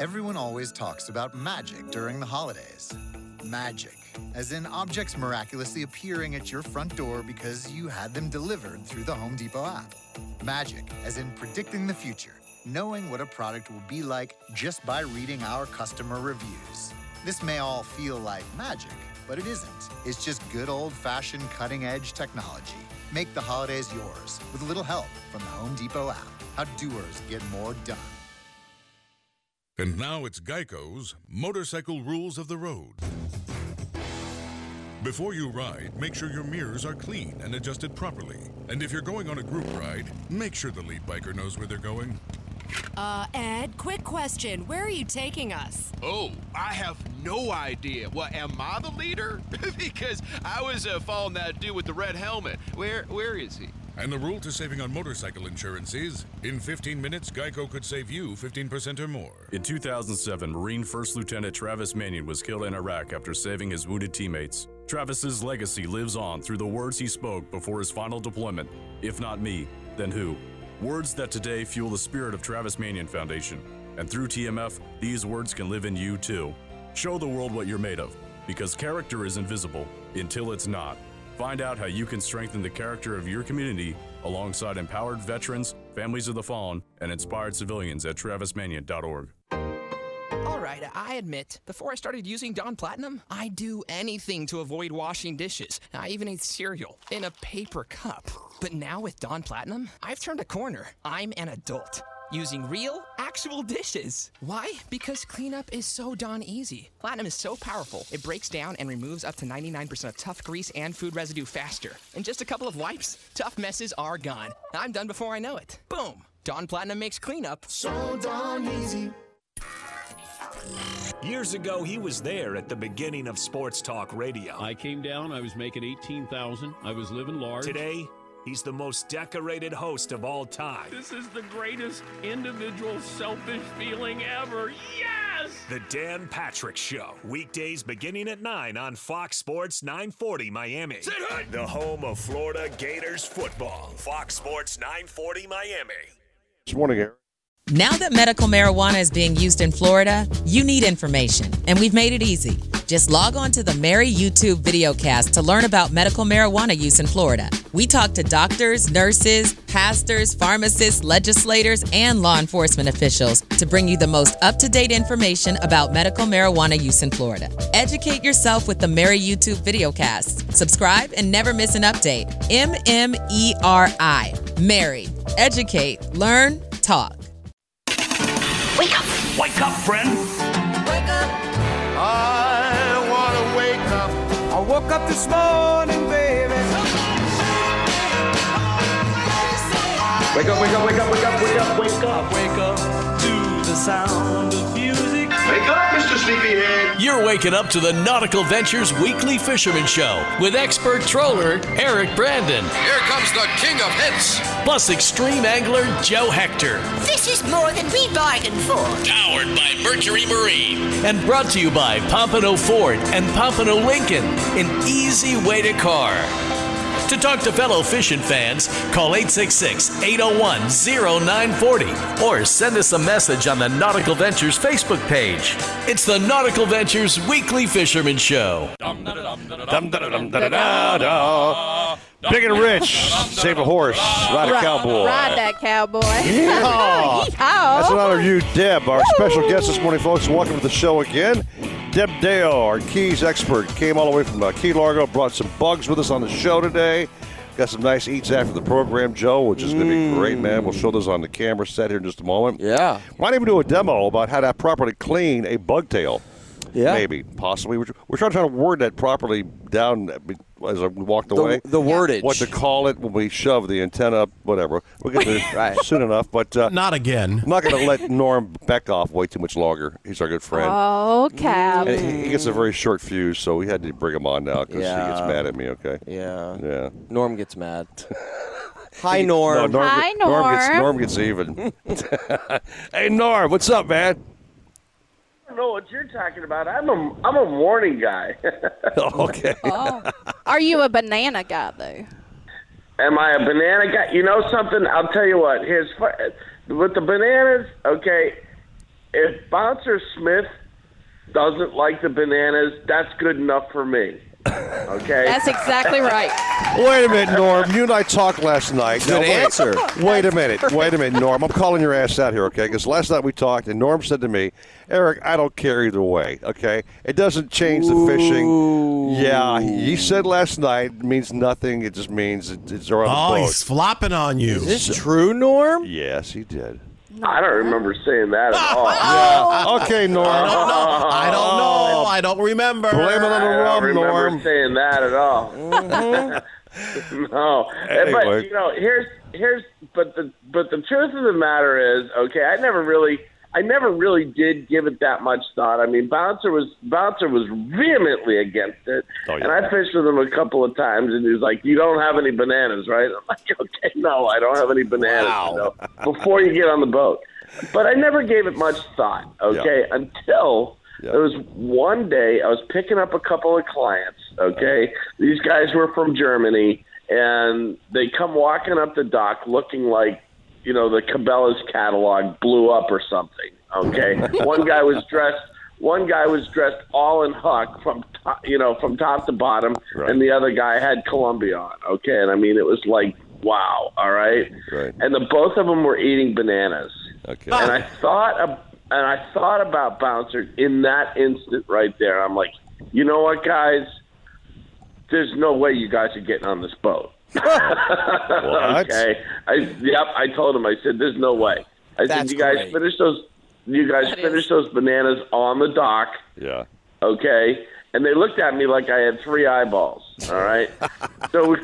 Everyone always talks about magic during the holidays. Magic, as in objects miraculously appearing at your front door because you had them delivered through the Home Depot app. Magic, as in predicting the future, knowing what a product will be like just by reading our customer reviews. This may all feel like magic, but it isn't. It's just good old fashioned cutting edge technology. Make the holidays yours with a little help from the Home Depot app. How doers get more done.
And now it's Geico's Motorcycle Rules of the Road. Before you ride, make sure your mirrors are clean and adjusted properly. And if you're going on a group ride, make sure the lead biker knows where they're going.
Uh, Ed, quick question. Where are you taking us?
Oh, I have no idea. Well, am I the leader? *laughs* because I was uh, following that dude with the red helmet. Where Where is he?
And the rule to saving on motorcycle insurance is in 15 minutes, Geico could save you 15% or more.
In 2007, Marine First Lieutenant Travis Manion was killed in Iraq after saving his wounded teammates. Travis's legacy lives on through the words he spoke before his final deployment. If not me, then who? Words that today fuel the spirit of Travis Manion Foundation. And through TMF, these words can live in you too. Show the world what you're made of, because character is invisible until it's not. Find out how you can strengthen the character of your community alongside empowered veterans, families of the fallen, and inspired civilians at travismanion.org.
All right, I admit, before I started using Dawn Platinum, I'd do anything to avoid washing dishes. I even ate cereal in a paper cup. But now with Dawn Platinum, I've turned a corner. I'm an adult. Using real, actual dishes. Why? Because cleanup is so darn easy. Platinum is so powerful, it breaks down and removes up to 99% of tough grease and food residue faster. In just a couple of wipes, tough messes are gone. I'm done before I know it. Boom! Dawn Platinum makes cleanup so darn easy.
Years ago, he was there at the beginning of Sports Talk Radio.
I came down. I was making eighteen thousand. I was living large.
Today, he's the most decorated host of all time.
This is the greatest individual selfish feeling ever. Yes.
The Dan Patrick Show, weekdays beginning at 9 on Fox Sports 940 Miami. The home of Florida Gators football. Fox Sports 940 Miami.
This morning, Eric.
Now that medical marijuana is being used in Florida, you need information, and we've made it easy. Just log on to the Mary YouTube videocast to learn about medical marijuana use in Florida. We talk to doctors, nurses, pastors, pharmacists, legislators, and law enforcement officials to bring you the most up to date information about medical marijuana use in Florida. Educate yourself with the Mary YouTube videocast. Subscribe and never miss an update. M M E R I. Mary. Educate, learn, talk.
Wake up! Wake up, friend! Wake up!
I wanna wake up. I woke up this morning, baby.
Wake up, wake up, wake up, wake up, wake up, wake up, wake up to the sound of music. Wake up, Mr. Sleepyhead.
You're waking up to the Nautical Ventures Weekly Fisherman Show with expert troller Eric Brandon.
Here comes the king of hits.
Plus extreme angler Joe Hector.
This is more than we bargained for.
Powered by Mercury Marine. And brought to you by Pompano Ford and Pompano Lincoln. An easy way to car. To talk to fellow fishing fans, call 866 801 0940 or send us a message on the Nautical Ventures Facebook page. It's the Nautical Ventures Weekly Fisherman Show.
Dum, da, da, dum, da, da, da, da. Big and rich. Save a horse. Ride a cowboy.
Ride that cowboy. *laughs*
*laughs*
Yeah. That's an honor to you, Deb, our special guest this morning, folks. Welcome to the show again. Deb Dale, our keys expert, came all the way from uh, Key Largo, brought some bugs with us on the show today. Got some nice eats after the program, Joe, which is going to be great, man. We'll show those on the camera set here in just a moment.
Mm. Yeah.
Might even do a demo about how to properly clean a bug tail.
Yeah.
Maybe, possibly. We're, we're trying to word that properly down uh, as we walked away.
the wordage.
What to call it when we shove the antenna up, whatever. We'll get
*laughs*
to it soon enough, but uh,
Not again.
I'm not going to let Norm back off way too much longer. He's our good friend.
Oh, Cap.
And he- he gets a very short fuse, so we had to bring him on now because he gets
Yeah.
mad at me. Okay.
Yeah.
Yeah.
Norm
*laughs*
gets mad. Hi, Norm.
No, Norm
Hi,
get- Norm gets,
Norm.
Norm gets even. *laughs* hey, Norm, what's up, man?
I don't know what you're talking about. I'm a I'm a morning
*laughs*
guy. *laughs*
okay.
Are you a banana guy though?
Am I a banana guy? You know something? I'll tell you what. Here's fu- with the bananas. Okay, if Bouncer Smith doesn't like the bananas, that's good enough for me. Okay?
That's exactly right.
Wait a minute, Norm. You and I talked last night.
Good
wait-
answer.
Wait a minute. Wait a minute, Norm. I'm calling your ass out here, okay? Because last night we talked, and Norm said to me, Eric, I don't care either way, okay? It doesn't change the fishing. Yeah, you said last night it means nothing. It just means it, it's around
Oh,
the boat.
he's flopping on you.
Is this
true, Norm?
Yes, he did.
I don't remember saying that at all.
*laughs*
Yeah. Okay, Norm. I don't know.
I don't know. I don't remember.
Blame it on the
I
rum,
don't remember
Norm.
saying that at all.
Mm-hmm.
*laughs* no, Eh,
Anyway.
but you know, here's here's but the but the truth of the matter is, okay, I never really I never really did give it that much thought. I mean, bouncer was bouncer was vehemently against it, and I fished with him a couple of times, and he was like, "You don't have any bananas, right?" I'm like, "Okay, no, I don't have any bananas." you know, before you get on the boat, but I never gave it much thought. Okay, until there was one day I was picking up a couple of clients. Okay, these guys were from Germany, and they come walking up the dock looking like, you know, the Cabela's catalog blew up or something. Okay, one guy was dressed. One guy was dressed all in Huck from to, you know from top to bottom, and the other guy had Columbia on. Okay, and I mean it was like wow, all right.
Right.
And the both of them were eating bananas.
Okay.
And I thought ab- and I thought about Bouncer in that instant right there. I'm like, you know what, guys? There's no way you guys are getting on this boat. *laughs* okay. I yep, I told him, I said, There's no way. I said,
That's
You guys
great.
finish those you guys finish those bananas on the dock.
Yeah.
Okay. And they looked at me like I had three eyeballs.
*laughs*
All right. so we,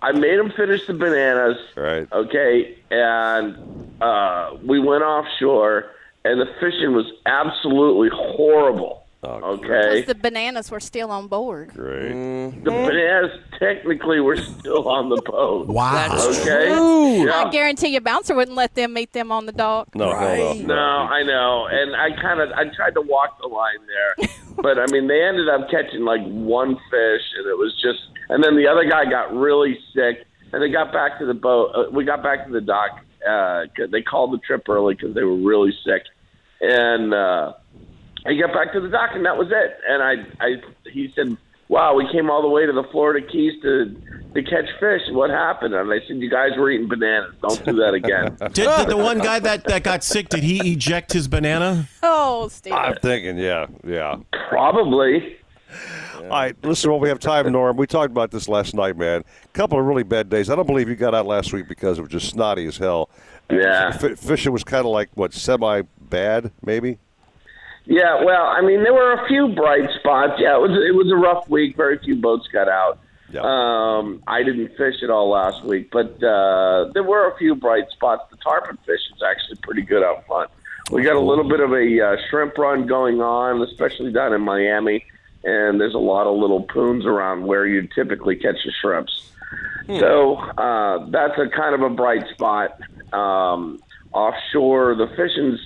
I made them finish the bananas.
Right.
Okay. And uh, we went offshore, and the fishing was absolutely horrible. okay.
Because the bananas were still on board.
Oh, Great.
The bananas technically were still on the boat. Wow. okay. Yeah.
I guarantee your bouncer wouldn't let them meet them on the dock.
No,
no, no. I know, and I kind of I tried to walk the line
*laughs*
there, but I mean they ended up catching like one fish, and it was just, and then the other guy got really sick, and they got back to the boat. Uh, we got back to the dock. Uh, 'cause they called the trip early because they were really sick, and uh, I got back to the dock, and that was it. And I, I, he said, "Wow, we came all the way to the Florida Keys to to catch fish. What happened?" And I said, "You guys were eating bananas. Don't do that again."
*laughs* Did, did the one guy that, that got sick, did he eject his banana?
Oh, Steve.
I'm thinking, yeah, yeah.
Probably.
All right, listen, well, we have time, Norm. We talked about this last night, man. A couple of really bad days. I don't believe you got out last week because it was just snotty as hell.
Yeah.
F- fishing was kind of like, what, semi bad, maybe?
Yeah, well, I mean, there were a few bright spots. Yeah, it was it was a rough week. Very few boats got out. Um, I didn't fish at all last week, but uh, there were a few bright spots. The tarpon fish is actually pretty good out front. We got a little bit of a uh, shrimp run going on, especially down in Miami, and there's a lot of little poons around where you typically catch the shrimps. So uh, that's a kind of a bright spot. Um, offshore, the fishing's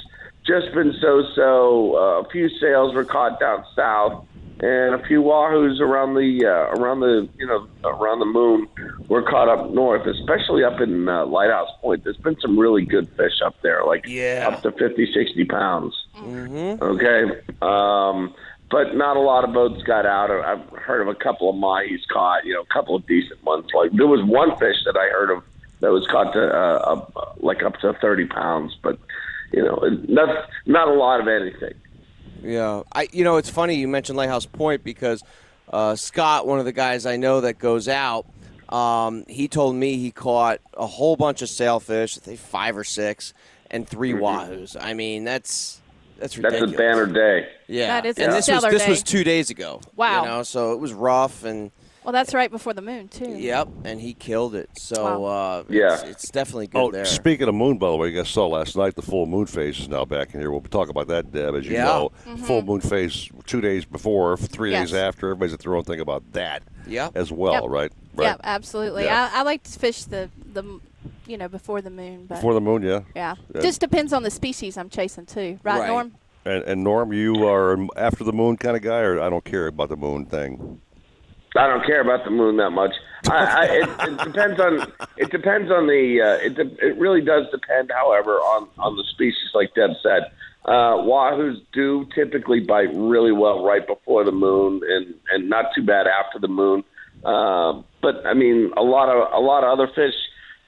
just been so-so. Uh, a few sails were caught down south, and a few wahoos around the uh, around the you know around the moon were caught up north, especially up in uh, Lighthouse Point. There's been some really good fish up there, like up to 50, 60 pounds.
Mm-hmm.
Okay. Um, but not a lot of boats got out. I- I've heard of a couple of mahis caught, you know, a couple of decent ones. Like there was one fish that I heard of that was caught to uh, up, like up to 30 pounds, but you know, not not a lot of anything.
Yeah, I. You know, it's funny you mentioned Lighthouse Point because uh, Scott, one of the guys I know that goes out, um, he told me he caught a whole bunch of sailfish, I think five or six, and 3 wahoos. I mean, that's that's
Mm-hmm. That's
ridiculous.
a banner day.
Yeah,
That is a
and this was
stellar
this
day.
was two days ago.
Wow.
you know, so it was rough and
Well, that's right before the moon, too.
yep, and he killed it. So uh,
Yeah.
it's, it's definitely good
Oh,
there.
speaking of moon, by the way, you guys saw last night the full moon phase is now back in here. We'll talk about that, Deb, as you
Yeah.
know.
Mhm.
Full moon phase two days before, three
Yes.
days after. Everybody's at their own thing about that
Yep.
as well,
Yep.
right? Right.
Yep, absolutely.
Yeah.
I, I like to fish the, the, you know, before the moon. But
Before the moon, yeah.
Yeah.
Yeah.
Just depends on the species I'm chasing, too. Right,
Right.
Norm?
And, and Norm, you are an after the moon kind of guy, or I don't care about the moon thing.
I don't care about the moon that much. I, I, it, it depends on it depends on the uh, it de- it really does depend. However, on on the species, like Deb said, Uh, wahoos do typically bite really well right before the moon, and and not too bad after the moon. Uh, but I mean, a lot of a lot of other fish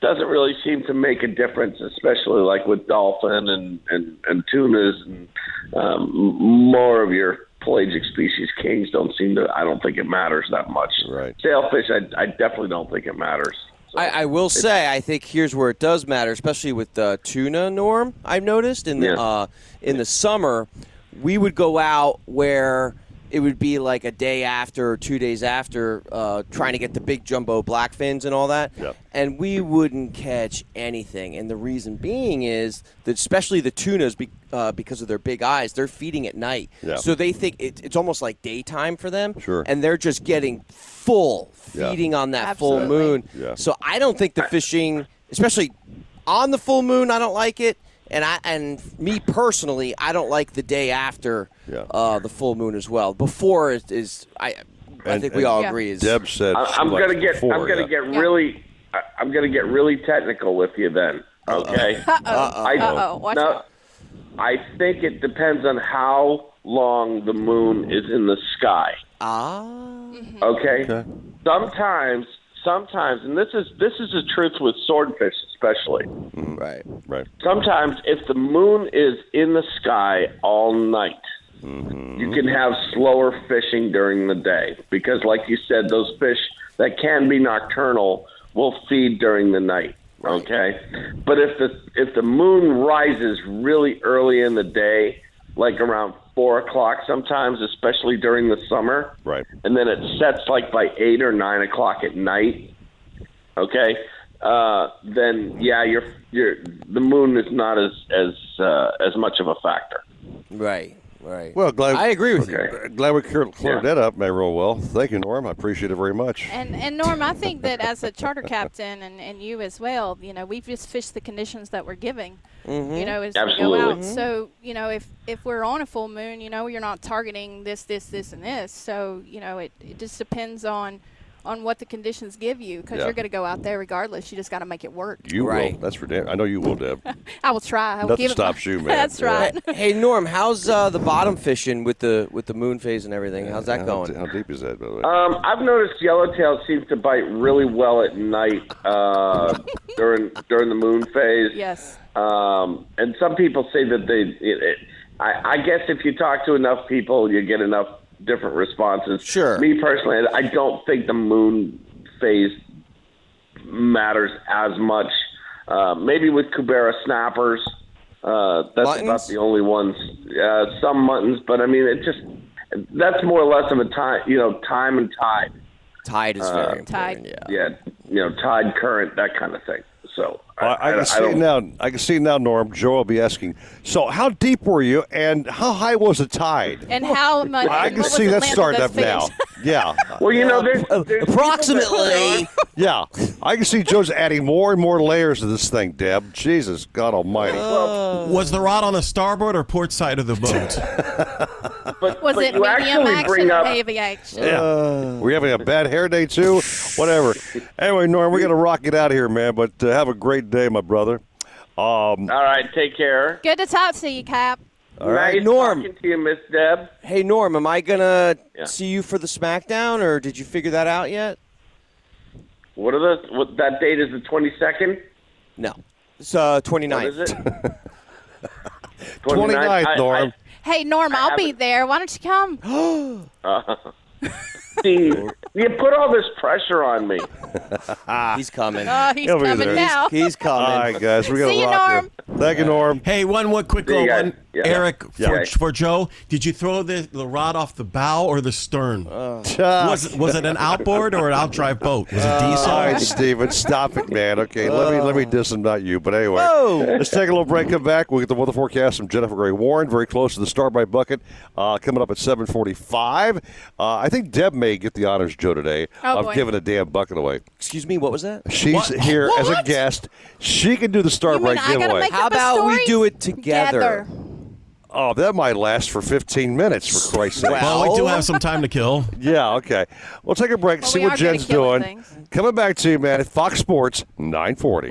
doesn't really seem to make a difference, especially like with dolphin and and, and tunas and um, more of your pelagic species. Kings don't seem to. I don't think it matters that much. Right. Sailfish, I, I definitely don't think it matters.
I, I will say, I think here's where it does matter, especially with uh, tuna. Norm, I've noticed in the
Yeah.
uh, in the summer, we would go out where it would be like a day after or two days after, uh, trying to get the big jumbo blackfins and all that, and we wouldn't catch anything. And the reason being is that especially the tunas, be, uh, because of their big eyes, they're feeding at night,
Yeah.
so they think it, it's almost like daytime for them,
Sure.
and they're just getting full
Yeah.
feeding on that full
Absolutely.
moon.
Yeah.
So I don't think the fishing, especially on the full moon, I don't like it. And I and me personally, I don't like the day after uh, the full moon as well. Before is, is I, I
And-
think we
and
all agree. Is
Deb said
I, I'm
like
gonna get. I'm
before,
gonna
yeah.
get really. I, I'm gonna get really technical with you then. Okay.
*laughs* Uh-oh. Uh-oh.
I-
Uh-oh. Watch
no,
out.
I think it depends on how long the moon is in the sky.
Ah.
Okay. Sometimes, sometimes, and this is this is the truth with swordfish, especially.
Right.
Right.
Sometimes, if the moon is in the sky all night, you can have slower fishing during the day because, like you said, those fish that can be nocturnal will feed during the night. Okay, but if the if the moon rises really early in the day, like around four o'clock, sometimes, especially during the summer,
right,
and then it sets like by eight or nine o'clock at night. Okay, uh, then yeah, your your the moon is not as as uh, as much of a factor.
Right. Right.
Well, glad
I agree with
you. Glad we cleared, cleared
Yeah.
that up, man, real well. Thank you, Norm. I appreciate it very much.
And, and Norm, I think that as a charter captain and, and you as well, you know, we've just fished the conditions that we're giving. You know, as we go out.
Mm-hmm. Absolutely.
So, you know, if if we're on a full moon, you know, you're not targeting this, this, this, and this. So, you know, it, it just depends on on what the conditions give you because
Yeah.
you're going to go out there regardless. You just got to make it work.
You will. That's for damn. I know you will,
*laughs*
Deb.
I will try. I will
Nothing
give it my- *laughs*
stops you, man.
That's right.
Hey Norm, how's uh, the bottom fishing with the with the moon phase and everything? How's that going?
How deep is that, by the way?
Um, I've noticed yellowtail seems to bite really well at night uh,
*laughs*
during during the moon phase.
Yes.
Um, and some people say that they. It, it, I, I guess if you talk to enough people, you get enough different responses. Sure. Me personally, I don't think the moon phase matters as much. Uh, maybe with Kubera snappers, uh, that's about
Muttons?
the only ones. Uh, some muttons, but I mean, it just that's more or less of a time, you know, time and tide. Uh,
Tide
is very
Tide.
Yeah, you know, tide current, that kind of thing. So
I, I can
I
see
don't-
now. I can see now, Norm. Joe will be asking. So, how deep were you, and how high was the tide?
And how much?
I
what
can
was
see
the
that
length of
starting
those
up
fish?
now. Yeah.
*laughs* Well, you know, there's,
Oh.
approximately.
Yeah, I can see Joe's adding more and more layers to this thing, Deb. Jesus, God Almighty.
Was the rod on the starboard or port side of the
*laughs*
boat?
Was
But
it
you
medium
actually
action
bring
or
up-
heavy action?
Yeah. We're having a bad hair day too. Whatever. Anyway, Norm, we're gonna rock it out here, man. But uh, have a great day, my brother. Um,
All right, take care.
Good to talk to you, Cap.
All right,
nice
Norm.
Talking to you, Miss Deb.
Hey Norm, am I gonna see you for the SmackDown, or did you figure that out yet?
What are the? What, that date is the twenty second.
No, it's uh, 29th.
What is it?
*laughs* 29th,
I- I-
Norm.
Hey, Norm, I'll be there. Why don't you
*gasps*
come? Oh,
Uh, see, you put all this pressure on me.
he's coming.
Oh, he's He'll be coming there. now. He's- he's
coming. All right, guys, we gotta
See you,
rock here. Thank you, Norm.
Hey, one one quick
See you
little
guys.
one,
Yeah.
Eric
Yeah.
For,
Yeah.
for Joe. Did you throw the, the rod off the bow or the stern?
Uh.
was it, was it an outboard or an outdrive boat? Was it diesel?
All right, Steven, stop it, man. Okay, let me let me diss him, not you. But anyway,
Whoa.
let's take a little break. Come back. We'll get the weather forecast from Jennifer Gray Warren, very close to the star by bucket, uh, coming up at 7:45. Uh, I think Deb may get the honors, Joe, today
Oh,
of
boy.
giving a damn bucket away.
Excuse me, what was that?
She's here as a guest. She can do the star break giveaway.
How about we do it
Together.
together?
Oh, that might last for 15 minutes, for Christ's sake.
Well, we do have some time to kill.
*laughs* Yeah, okay. We'll take a break, see
we
what
are gonna
Jen's
kill
doing. Coming back to you, man, at Fox Sports 940.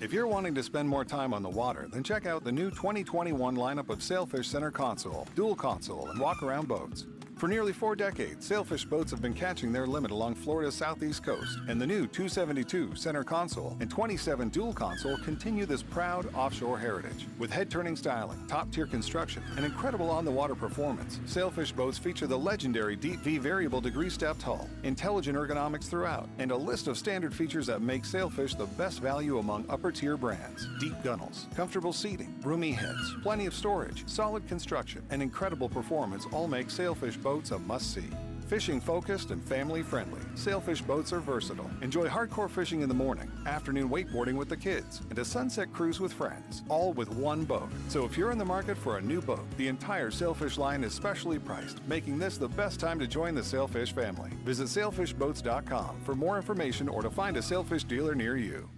If you're wanting to spend more time on the water, then check out the new 2021 lineup of Sailfish Center console, dual console, and walk around boats. For nearly four decades, Sailfish boats have been catching their limit along Florida's southeast coast, and the new 272 center console and 27 dual console continue this proud offshore heritage. With head turning styling, top tier construction, and incredible on the water performance, Sailfish boats feature the legendary Deep V variable degree stepped hull, intelligent ergonomics throughout, and a list of standard features that make Sailfish the best value among upper tier brands. Deep gunnels, comfortable seating, roomy heads, plenty of storage, solid construction, and incredible performance all make Sailfish boats a must see. Fishing focused and family friendly, Sailfish boats are versatile. Enjoy hardcore fishing in the morning, afternoon wakeboarding with the kids, and a sunset cruise with friends, all with one boat. So if you're in the market for a new boat, the entire Sailfish line is specially priced, making this the best time to join the Sailfish family. Visit sailfishboats.com for more information or to find a Sailfish dealer near you.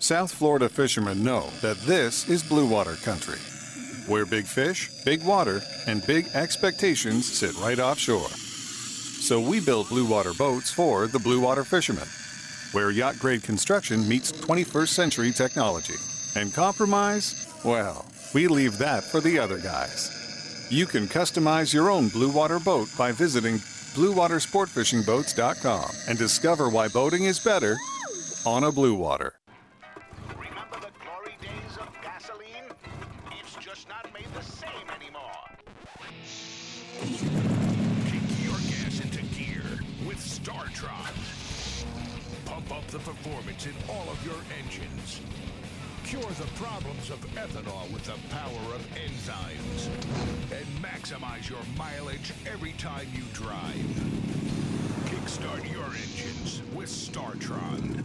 South Florida fishermen know that this is blue water country, where big fish, big water, and big expectations sit right offshore. So we build blue water boats for the blue water fishermen, where yacht grade construction meets 21st century technology. And compromise? Well, we leave that for the other guys. You can customize your own blue water boat by visiting bluewatersportfishingboats.com and discover why boating is better on a blue water.
with StarTron. Pump up the performance in all of your engines. Cure the problems of ethanol with the power of enzymes. And maximize your mileage every time you drive. Kickstart your engines with StarTron.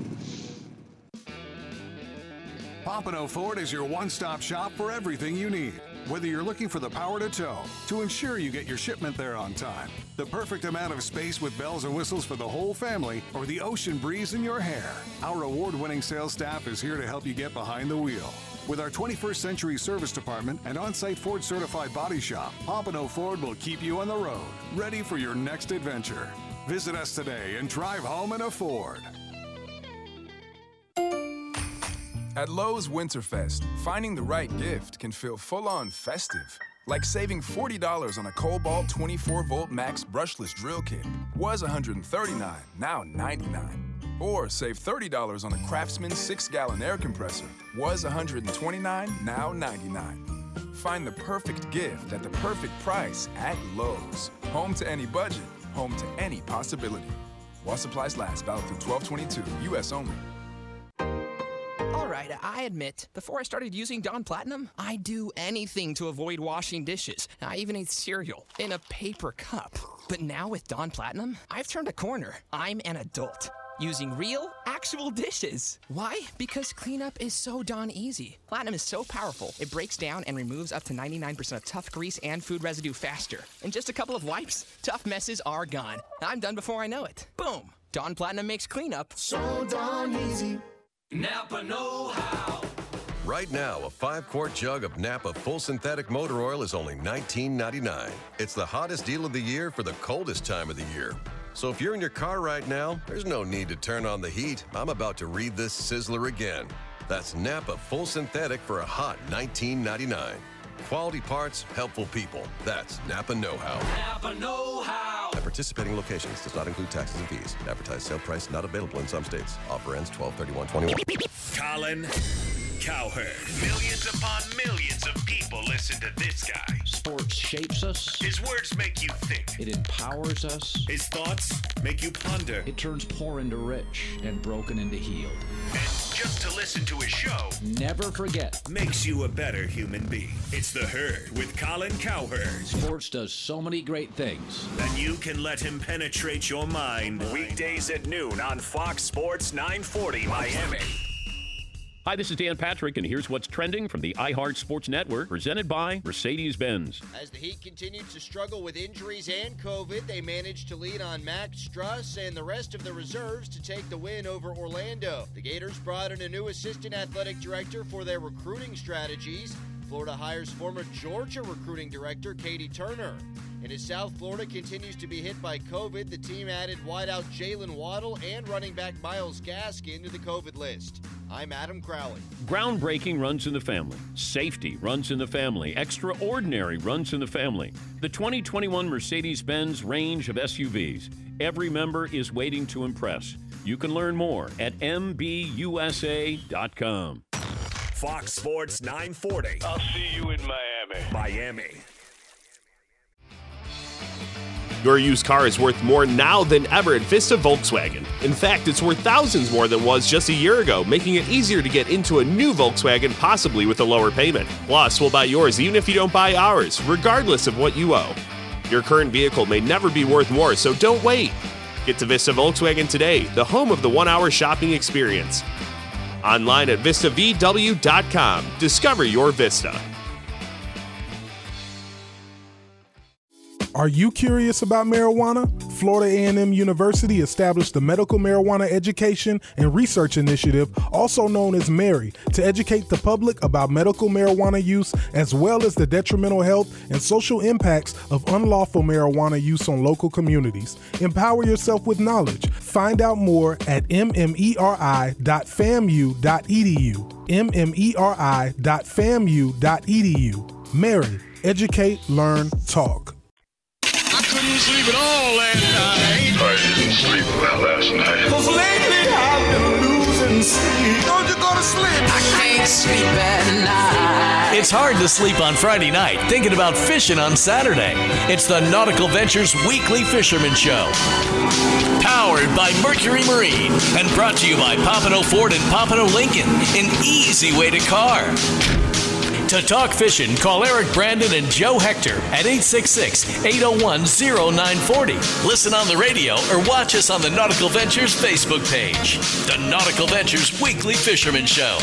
Pompano Ford is your one stop shop for everything you need. Whether you're looking for the power to tow, to ensure you get your shipment there on time, the perfect amount of space with bells and whistles for the whole family, or the ocean breeze in your hair, our award winning sales staff is here to help you get behind the wheel. With our 21st Century Service Department and on site Ford certified body shop, Pompano Ford will keep you on the road, ready for your next adventure. Visit us today and drive home in a Ford.
At Lowe's Winterfest, finding the right gift can feel full on festive. Like saving $40 on a Cobalt 24 volt max brushless drill kit was $139, now $99. Or save $30 on a Craftsman 6 gallon air compressor was $129, now $99. Find the perfect gift at the perfect price at Lowe's. Home to any budget, home to any possibility. While supplies last, valid through 1222, U.S. only.
All right, I admit, before I started using Dawn Platinum, I do anything to avoid washing dishes. I even ate cereal in a paper cup. But now with Dawn Platinum, I've turned a corner. I'm an adult. Using real, actual dishes. Why? Because cleanup is so darn easy. Platinum is so powerful, it breaks down and removes up to 99% of tough grease and food residue faster. In just a couple of wipes, tough messes are gone. I'm done before I know it. Boom! Dawn Platinum makes cleanup so darn easy.
Napa Know How.
Right now, a five quart jug of Napa full synthetic motor oil is only $19.99. It's the hottest deal of the year for the coldest time of the year. So if you're in your car right now, there's no need to turn on the heat. I'm about to read this sizzler again. That's Napa full synthetic for a hot $19.99. Quality parts, helpful people. That's Napa Know How.
Napa Know How.
At participating locations does not include taxes and fees. Advertised sale price not available in some states. Offer ends 12 21
Colin Cowherd.
Millions upon millions of people listen to this guy.
Sports shapes us.
His words make you think.
It empowers us.
His thoughts make you ponder.
It turns poor into rich and broken into healed.
Just to listen to his show
Never forget,
Makes you a better human being. It's The Herd with Colin Cowherd.
sports does so many great things.
And you can let him penetrate your mind. Weekdays at noon on Fox Sports 940 Miami.
Hi, this is Dan Patrick, and here's what's trending from the iHeart Sports Network, presented by Mercedes Benz.
As the Heat continued to struggle with injuries and COVID, they managed to lean on Max Struss and the rest of the reserves to take the win over Orlando. The Gators brought in a new assistant athletic director for their recruiting strategies. Florida hires former Georgia recruiting director Katie Turner. And as South Florida continues to be hit by COVID, the team added wideout Jalen Waddle and running back Miles Gaskin to the COVID list. I'm Adam Crowley.
Groundbreaking runs in the family. Safety runs in the family. Extraordinary runs in the family. The 2021 Mercedes Benz range of SUVs. Every member is waiting to impress. You can learn more at MBUSA.com.
Fox Sports 940. I'll see you in Miami. Miami.
Your used car is worth more now than ever at Vista Volkswagen. In fact, it's worth thousands more than it was just a year ago, making it easier to get into a new Volkswagen, possibly with a lower payment. Plus, we'll buy yours even if you don't buy ours, regardless of what you owe. Your current vehicle may never be worth more, so don't wait. Get to Vista Volkswagen today, the home of the one hour shopping experience. Online at VistaVW.com. Discover your Vista.
Are you curious about marijuana? Florida A&M University established the Medical Marijuana Education and Research Initiative, also known as MARY, to educate the public about medical marijuana use as well as the detrimental health and social impacts of unlawful marijuana use on local communities. Empower yourself with knowledge. Find out more at E mmeri.famu.edu. E mmeri.famu.edu. E MARY. Educate, learn, talk.
I couldn't sleep at all last night.
I didn't sleep well last night.
Cause lately I've been losing sleep. Don't you go to sleep. I can't sleep at night.
It's hard to sleep on Friday night thinking about fishing on Saturday. It's the Nautical Ventures Weekly Fisherman Show. Powered by Mercury Marine and brought to you by Pompano Ford and Pompano Lincoln, an easy way to car. To talk fishing, call Eric Brandon and Joe Hector at 866 801 0940. Listen on the radio or watch us on the Nautical Ventures Facebook page. The Nautical Ventures Weekly Fisherman Show.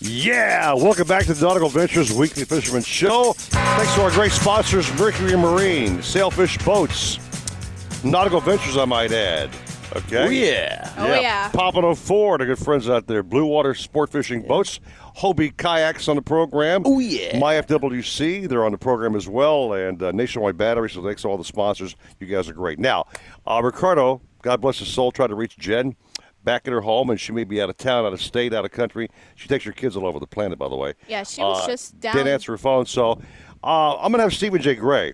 Yeah, welcome back to the Nautical Ventures Weekly Fisherman Show. Thanks to our great sponsors, Mercury Marine, Sailfish Boats, Nautical Ventures, I might add. Okay.
Oh, yeah.
Oh, yeah.
Pompano Ford, our good friends out there. Blue Water Sport Fishing Boats, Hobie Kayaks on the program. Oh, yeah. My FWC, they're on the program as well, and uh, Nationwide Battery. So thanks to all the sponsors. You guys are great. Now, uh, Ricardo, God bless his soul, tried to reach Jen back at her home, and she may be out of town, out of state, out of country. She takes her kids all over the planet, by the way. Uh,
Yeah, she was just down-
Didn't answer her phone, so uh, I'm going to have Stephen J. Gray.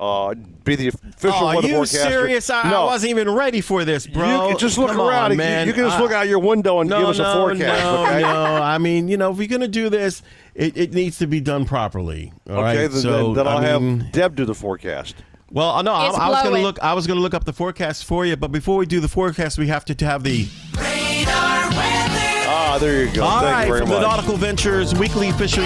Uh, be the official
Aw,
weather
you
forecaster.
serious? I, I
no,
wasn't even ready for this, bro.
You can just look
Come
around.
on,
You-
man.
You, can just
Uh,
look out your window and give us a forecast.
No,
okay?
no. I mean, you know, if we're gonna do this, it, it needs to be done properly. All right.
okay, then,
so
then, then I'll
I
have
mean-
Deb do the forecast.
Well, uh, no, I,
It's
I was gonna
blowing.
look. I was gonna look up the forecast for you, but before we do the forecast, we have to, to have the
Ah, there you go.
All
Thank
right,
you very
from
much.
the Nautical Ventures Weekly Fishing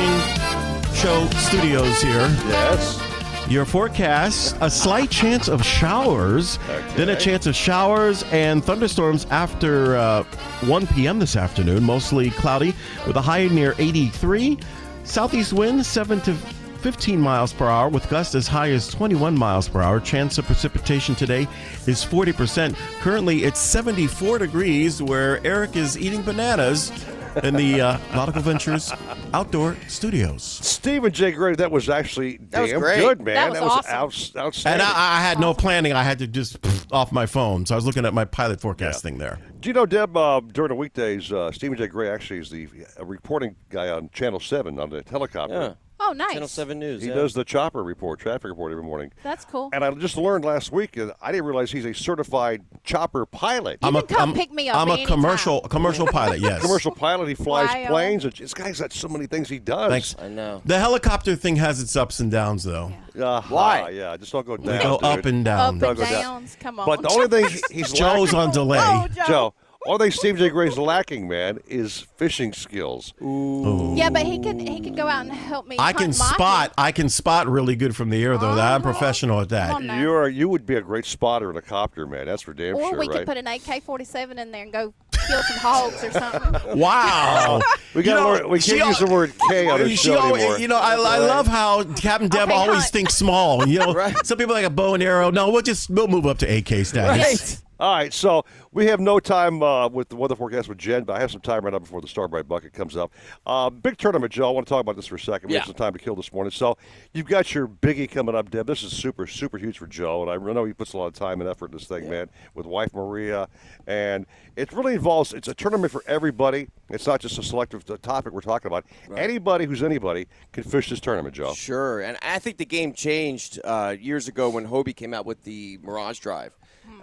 Show Studios here.
Yes.
Your forecast: a slight chance of showers, then a chance of showers and thunderstorms after uh, 1 p.m. this afternoon. Mostly cloudy, with a high near 83. Southeast wind 7 to 15 miles per hour, with gusts as high as 21 miles per hour. Chance of precipitation today is 40%. Currently, it's 74 degrees where Eric is eating bananas in the uh, Nautical Ventures Outdoor Studios.
Stephen J. Gray, that was actually
That was
damn
great.
good, man.
That was
outs-
And
outstanding.
I, I had no planning. I had to just pfft, off my phone. So I was looking at my pilot forecast thing there.
do you know, Deb, uh, during the weekdays, uh, Stephen J. Gray actually is the uh, reporting guy on Channel 7 on the helicopter.
Oh, nice.
Channel 7 News.
He
yeah.
does the chopper report, traffic report every morning.
That's cool.
And I just learned last week, uh, I didn't realize he's a certified chopper pilot.
I'm a,
come pick me up
I'm a
anytime.
commercial
*laughs*
commercial pilot. Yes.
Commercial pilot. He flies
Wild.
planes. And this guy's got so many things he does.
Thanks.
I know. Uh,
The helicopter thing has its ups and downs, though.
Why? ah, Yeah, just don't go
We
down.
go
dude.
up and down. Up and
Don't go down.
Downs, come on. Oh,
But the only thing he- he's
*laughs* Joe's
lacking,
on delay. Whoa,
Joe.
Joe.
Only thing Stephen J. Gray's lacking, man, is fishing skills. Ooh.
yeah, but he could he could go out and help me.
I can
hunt Oh, my-
spot. I can spot really good from the air, though. I'm professional at that.
You're you would be a great spotter in a copter, man. That's for damn
Or
sure,
we *laughs*
right?
could put an AK forty seven in there and go kill some hogs
*laughs*
or something.
*laughs* Wow.
we got
You know,
more, we
she
can't use the
al-
word K on the
she
show
al-
anymore.
You know, I, I love how Captain Deb
Okay,
always
fine.
thinks small.
*laughs*
You know, some people like a bow and arrow. No, we'll just we'll move up to AK status.
All right, so we have no time uh, with the weather forecast with Jen, but I have some time right now before the Starbright bucket comes up. Uh, big tournament, Joe. I want to talk about this for a second. We have
Yeah.
some time to kill this morning. So you've got your biggie coming up, Deb. This is super, super huge for Joe, and I know he puts a lot of time and effort in this thing, man, with wife Maria, and it really involves. It's a tournament for everybody. It's not just a selective t- topic we're talking about. Anybody who's anybody can fish this tournament, Joe.
Sure, and I think the game changed uh, years ago when Hobie came out with the Mirage Drive,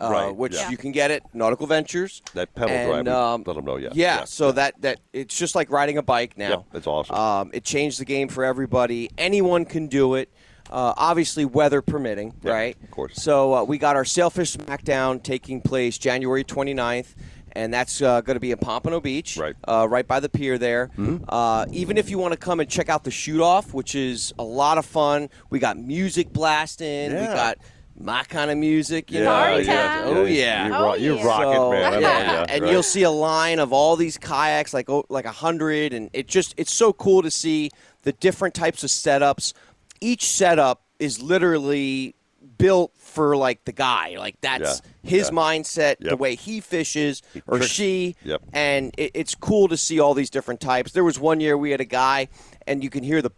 uh,
Right,
which
yeah.
you can get at Nautical Ventures.
That pedal drive,
and,
we
um,
let them know, Oh, yeah,
Yeah,
yeah,
so that that it's just like riding a bike now.
Yeah, that's awesome.
Um, it changed the game for everybody. Anyone can do it. Uh, obviously, weather permitting, right? Of course. So uh, we got our Sailfish Smackdown taking place January 29th, and that's uh, going to be in Pompano Beach, right, uh, right by the pier there.
Mm-hmm.
Uh, even if you want to come and check out the shoot off, which is a lot of fun, we got music blasting. We
Yeah.
got my kind of music, you
Yeah,
know.
Party yeah, time. yeah.
Oh yeah,
You Oh, rock- you yeah. rock it, man. I know, yeah,
*laughs* and
right.
you'll see a line of all these kayaks, like oh, like a hundred, and it just it's so cool to see the different types of setups. Each setup is literally built for like the guy, like that's
Yeah,
his
yeah.
mindset, the
Yep.
way he fishes or
tricks-
she,
Yep.
and it, it's cool to see all these different types. There was one year we had a guy, and you can hear the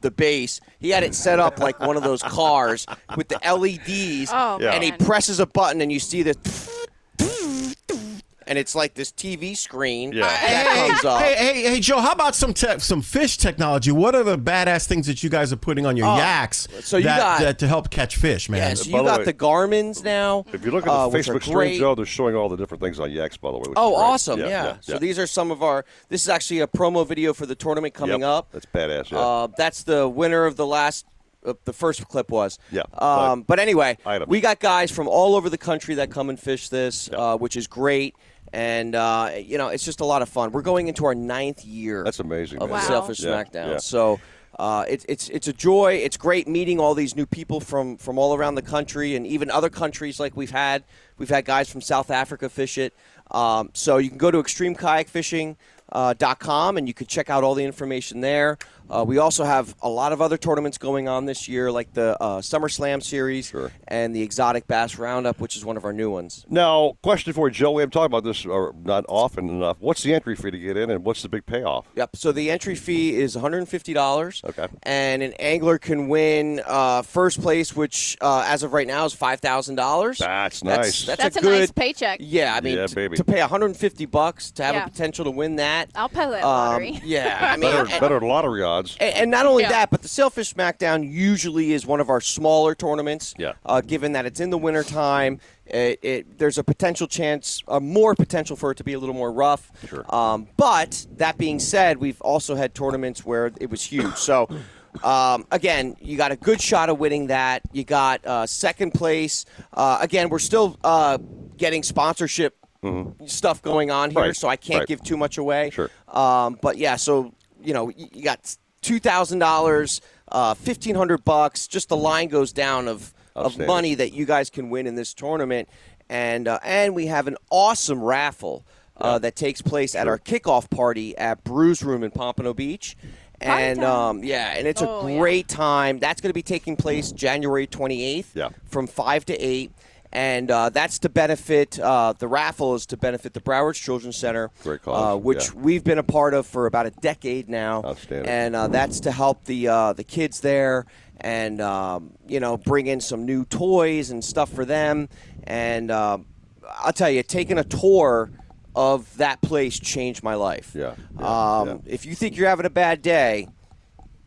the bass. He had it set up like one of those cars with the LEDs,
Oh,
and he
man.
presses a button, and you see the. And it's like this TV screen that
Hey,
comes up.
hey, hey, hey, Joe! How about some te- some fish technology? What are the badass things that you guys are putting on your
Oh,
yaks
so you
that,
got-
that to help catch fish, man?
Yeah, so you got the Garmin's now.
If you look at the
uh, which are
Facebook stream,
great.
Joe, they're showing all the different things on Yaks, by the way. which is
Oh,
great.
awesome! Yeah.
yeah.
So these are some of our. This is actually a promo video for the tournament coming
Yep,
up.
That's badass. Yeah.
Uh, that's the winner of the last. Uh, the first clip was.
Yeah.
Um, but anyway,
Item.
we got guys from all over the country that come and fish this, uh, which is great. And uh, you know, it's just a lot of fun. We're going into our ninth year. That's
amazing.
Of
man. Wow.
Selfish
Yeah,
Smackdown.
yeah.
So. Uh, it's it's it's a joy. It's great meeting all these new people from, from all around the country and even other countries. Like we've had we've had guys from South Africa fish it. Um, so you can go to extremekayakfishing.com uh, and you can check out all the information there. Uh, we also have a lot of other tournaments going on this year, like the uh, Summer Slam series and the Exotic Bass Roundup, which is one of our new ones.
Now, question for Joe. We haven't talked about this uh, not often enough. What's the entry fee to get in, and what's the big payoff?
Yep. So the entry fee is $150. Okay. And an angler can win uh, first place, which uh, as of right now is $5,000.
That's nice.
That's,
That's
a,
a nice
good-
paycheck.
Yeah, I mean,
Yeah,
t-
baby.
to pay 150 bucks to have
Yeah.
a potential to win that.
I'll pay that
Um,
lottery. *laughs*
yeah, I
*laughs*
mean,
better,
and-
better lottery odds.
And, and not only
Yeah.
that, but the Sailfish Smackdown usually is one of our smaller tournaments.
Yeah.
Uh, given that it's in the wintertime, it, it, there's a potential chance, uh, more potential for it to be a little more rough. Sure. Um, but that being said, we've also had tournaments where it was huge. So. Um, again, you got a good shot of winning that. You got uh, second place. Uh, again, we're still uh, getting sponsorship stuff going on here,
Right,
so I can't
right.
give too much away.
Sure.
Um, but yeah, so you know, y- you got two thousand dollars, uh, fifteen hundred bucks. Just the line goes down of of
Outstanding.
money that you guys can win in this tournament, and uh, and we have an awesome raffle. Uh, that takes place at our kickoff party at Brews Room in Pompano Beach, and um, yeah, and it's
Oh,
a
yeah.
great time. That's going to be taking place January twenty eighth,
Yeah.
from five to eight, and uh, that's to benefit uh, the raffle is to benefit the Broward Children's Center,
Great
uh,
cause,
which
yeah.
we've been a part of for about a decade now.
Outstanding.
And uh, that's to help the uh, the kids there, and um, you know, bring in some new toys and stuff for them. And uh, I'll tell you, taking a tour of that place changed my life. Yeah. um, If you think you're having a bad day.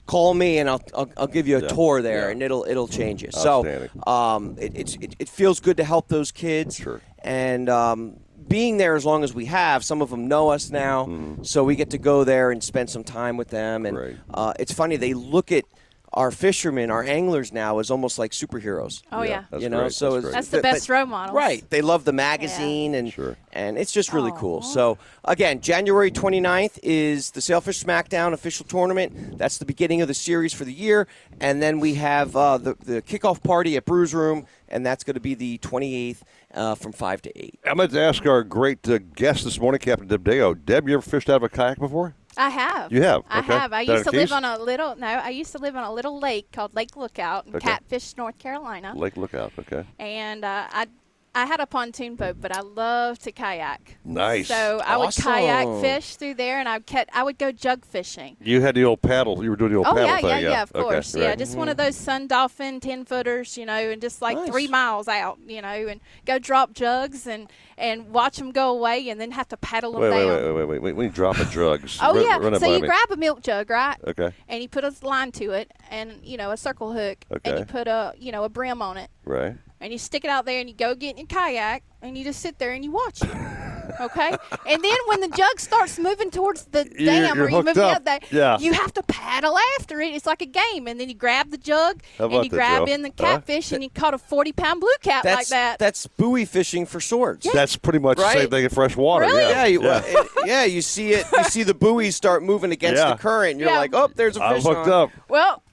Call me and I'll, I'll, I'll give you a
Yeah,
tour there
yeah.
and it'll it'll change you.
Outstanding.
So um, it, it's, it, it feels good to help those kids. And um, being there as long as we have, some of them know us now,
Mm-hmm.
so we get to go there and spend some time with them. And uh, it's funny, they look at our fishermen, our anglers now is almost like superheroes.
Oh, Yeah, yeah. that's
you know,
great,
so
that's
it's-
great. That's the best role model.
Right, they love the magazine and and it's just really cool. So again, January 29th is the Sailfish SmackDown official tournament. That's the beginning of the series for the year, and then we have uh, the the kickoff party at Brews Room, and that's going to be the 28th uh, from five to eight.
I'm going to ask our great uh, guest this morning, Captain Deb Deo. Deb, you ever fished out of a kayak before?
I have.
You have?
I
Okay.
have. I
Down
used to
in
live
Keys?
on a little. No, I used to live on a little lake called Lake Lookout in
Okay.
Catfish, North Carolina.
Lake Lookout. Okay.
And uh, I, I had a pontoon boat, but I love to kayak.
Nice.
So I would kayak
Awesome.
fish through there, and I kept. I would go jug fishing.
You had the old paddle. You were doing the old
oh
paddle
yeah,
thing.
yeah, yeah, of
Okay,
course. Yeah,
right.
just one of those sun dolphin ten footers, you know, and just like three miles out, you know, and go drop jugs and and watch them go away, and then have to paddle them
Wait,
down.
wait, wait, wait, wait, wait, wait. We need drop of drugs.
Oh
Run-
yeah.
run it
so
by
you
me. Uh,
grab a milk jug, right?
Okay.
And you put a line to it, and you know a circle hook, and
Okay.
you put a you know a brim on it,
Right.
and you stick it out there, and you go get in your kayak, and you just sit there and you watch it.
*laughs*
Okay. and then when the jug starts moving towards the
You're-
dam,
you're
or you're
hooked
moving
up.
up there,
Yeah.
you have to paddle after it. It's like a game, and then you grab the jug,
How
and
about
you
that,
grab
Joe?
in the
Huh?
catfish, and you caught a forty pound blue cat
That's
like that.
that's buoy fishing for swords.
That's pretty much the same
Right?
thing in fresh water.
Yeah,
Yeah.
you,
yeah.
uh, it- yeah, you see it. You see the buoys start moving against
Yeah.
the current. And you're
Yeah.
like, oh, there's a
I'm
fish.
hooked
on."
up.
well,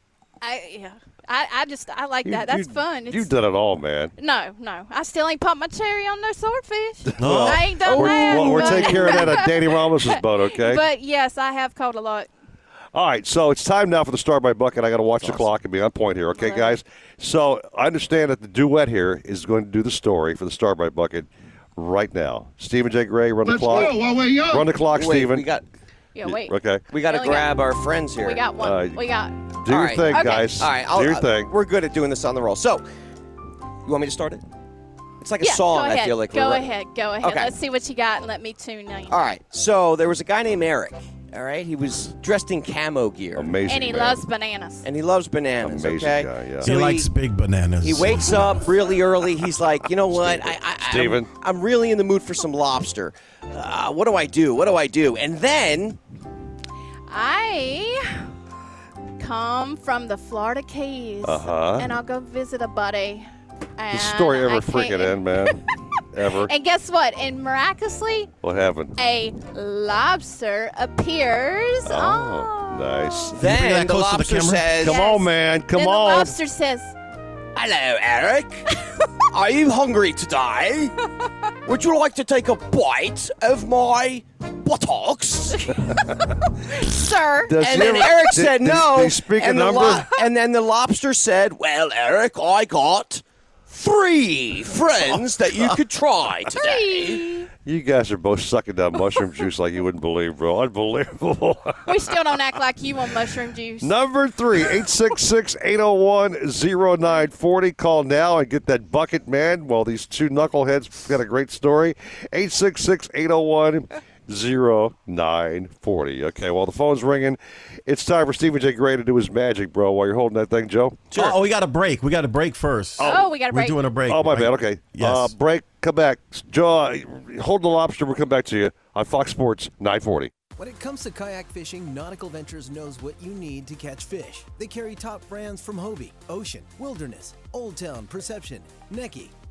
I yeah, I, I just I like
You-
that. That's
you-
fun. It's,
You've done it all, man.
No, no. I still ain't popped my cherry on no
*laughs*
swordfish.
No.
I ain't done
we're,
that.
Well, we're
but-
taking care of that
*laughs*
at Danny Ramos' boat, okay?
But yes, I have caught a lot.
All right, so it's time now for the Star by Bucket. I got to watch the clock and be on point here, okay, guys? So I understand that the duet here is going to do the story for the Star by Bucket right now. Stephen J. Gray, run
Let's
the clock.
go while we're young.
Run the clock,
Wait,
Stephen.
we got-
Yeah, wait.
Okay.
We got to
Really
grab
got-
our friends here.
We got one.
Uh,
we got.
do your
thing,
okay.
guys.
All right, I'll,
Do your
uh,
thing.
We're good at doing this on the roll. So, you want me to start it? It's like a
yeah,
song.
Go ahead.
I feel like
Go
we're
ahead. Go ahead.
Okay.
Let's see what you got and let me tune in.
All right. So there was a guy named Eric. All right, he was dressed in camo gear. Amazing.
and he loves bananas.
And he loves bananas.
Amazing
okay.
guy, yeah.
So
he likes big bananas.
He wakes up really early. He's like, you know what? I, I, I,
Steven.
I'm, I'm really in the mood for some lobster. Uh, what do I do? What do I do? And then
I come from the Florida Keys.
Uh-huh.
And I'll go visit a buddy.
The
And
story
uh, I
ever
can't-
freaking
*laughs*
end, man. ever.
And guess what? And miraculously,
What happened?
a lobster appears.
Uh-huh.
Oh, nice.
Then Can you bring that the close to the lobster camera? says-
"Come on, man, come
then
on."
The lobster says,
Hello, Eric. Are you hungry today? Would you like to take a bite of my buttocks?
Sir.
and then Eric said no. and the lo-
number?
and then the lobster said, "Well, Eric, I got three friends that you could try today."
You guys are both sucking down mushroom juice like you wouldn't believe, bro.
*laughs*
Unbelievable.
We still
*laughs*
don't act like you want mushroom juice.
Number three, 866 801 0940. oh. Call now and get that bucket, man. Well, these two knuckleheads got a great story. 866 801 0940. oh. Okay, while the phone's ringing, it's time for Stephen J. Gray to do his magic, bro. While you're holding that thing, Joe.
Oh, we got a break. We got a break first.
Oh, we got a break.
We're doing a break.
Oh, my bad. Okay.
Yes.
Uh, break, come back. Joe, hold the lobster. We'll come back to you on Fox Sports 940.
When it comes to kayak fishing, Nautical Ventures knows what you need to catch fish. They carry top brands from Hobie, Ocean, Wilderness, Old Town, Perception, Necky,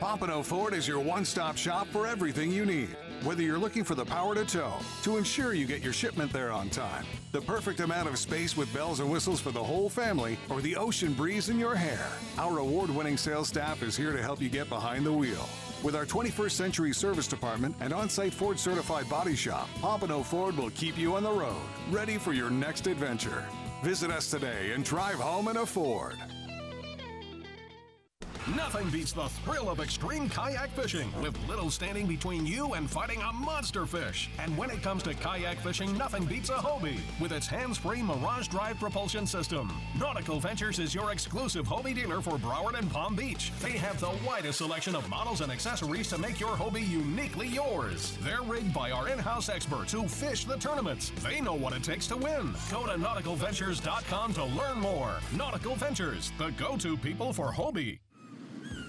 Pompano Ford is your one stop shop for everything you need. Whether you're looking for the power to tow, to ensure you get your shipment there on time, the perfect amount of space with bells and whistles for the whole family, or the ocean breeze in your hair, our award winning sales staff is here to help you get behind the wheel. With our 21st Century Service Department and on site Ford certified body shop, Pompano Ford will keep you on the road, ready for your next adventure. Visit us today and drive home in a Ford.
Nothing beats the thrill of extreme kayak fishing with little standing between you and fighting a monster fish. And when it comes to kayak fishing, nothing beats a Hobie with its hands-free Mirage Drive propulsion system. Nautical Ventures is your exclusive Hobie dealer for Broward and Palm Beach. They have the widest selection of models and accessories to make your Hobie uniquely yours. They're rigged by our in-house experts who fish the tournaments. They know what it takes to win. Go to nauticalventures.com to learn more. Nautical Ventures, the go-to people for Hobie.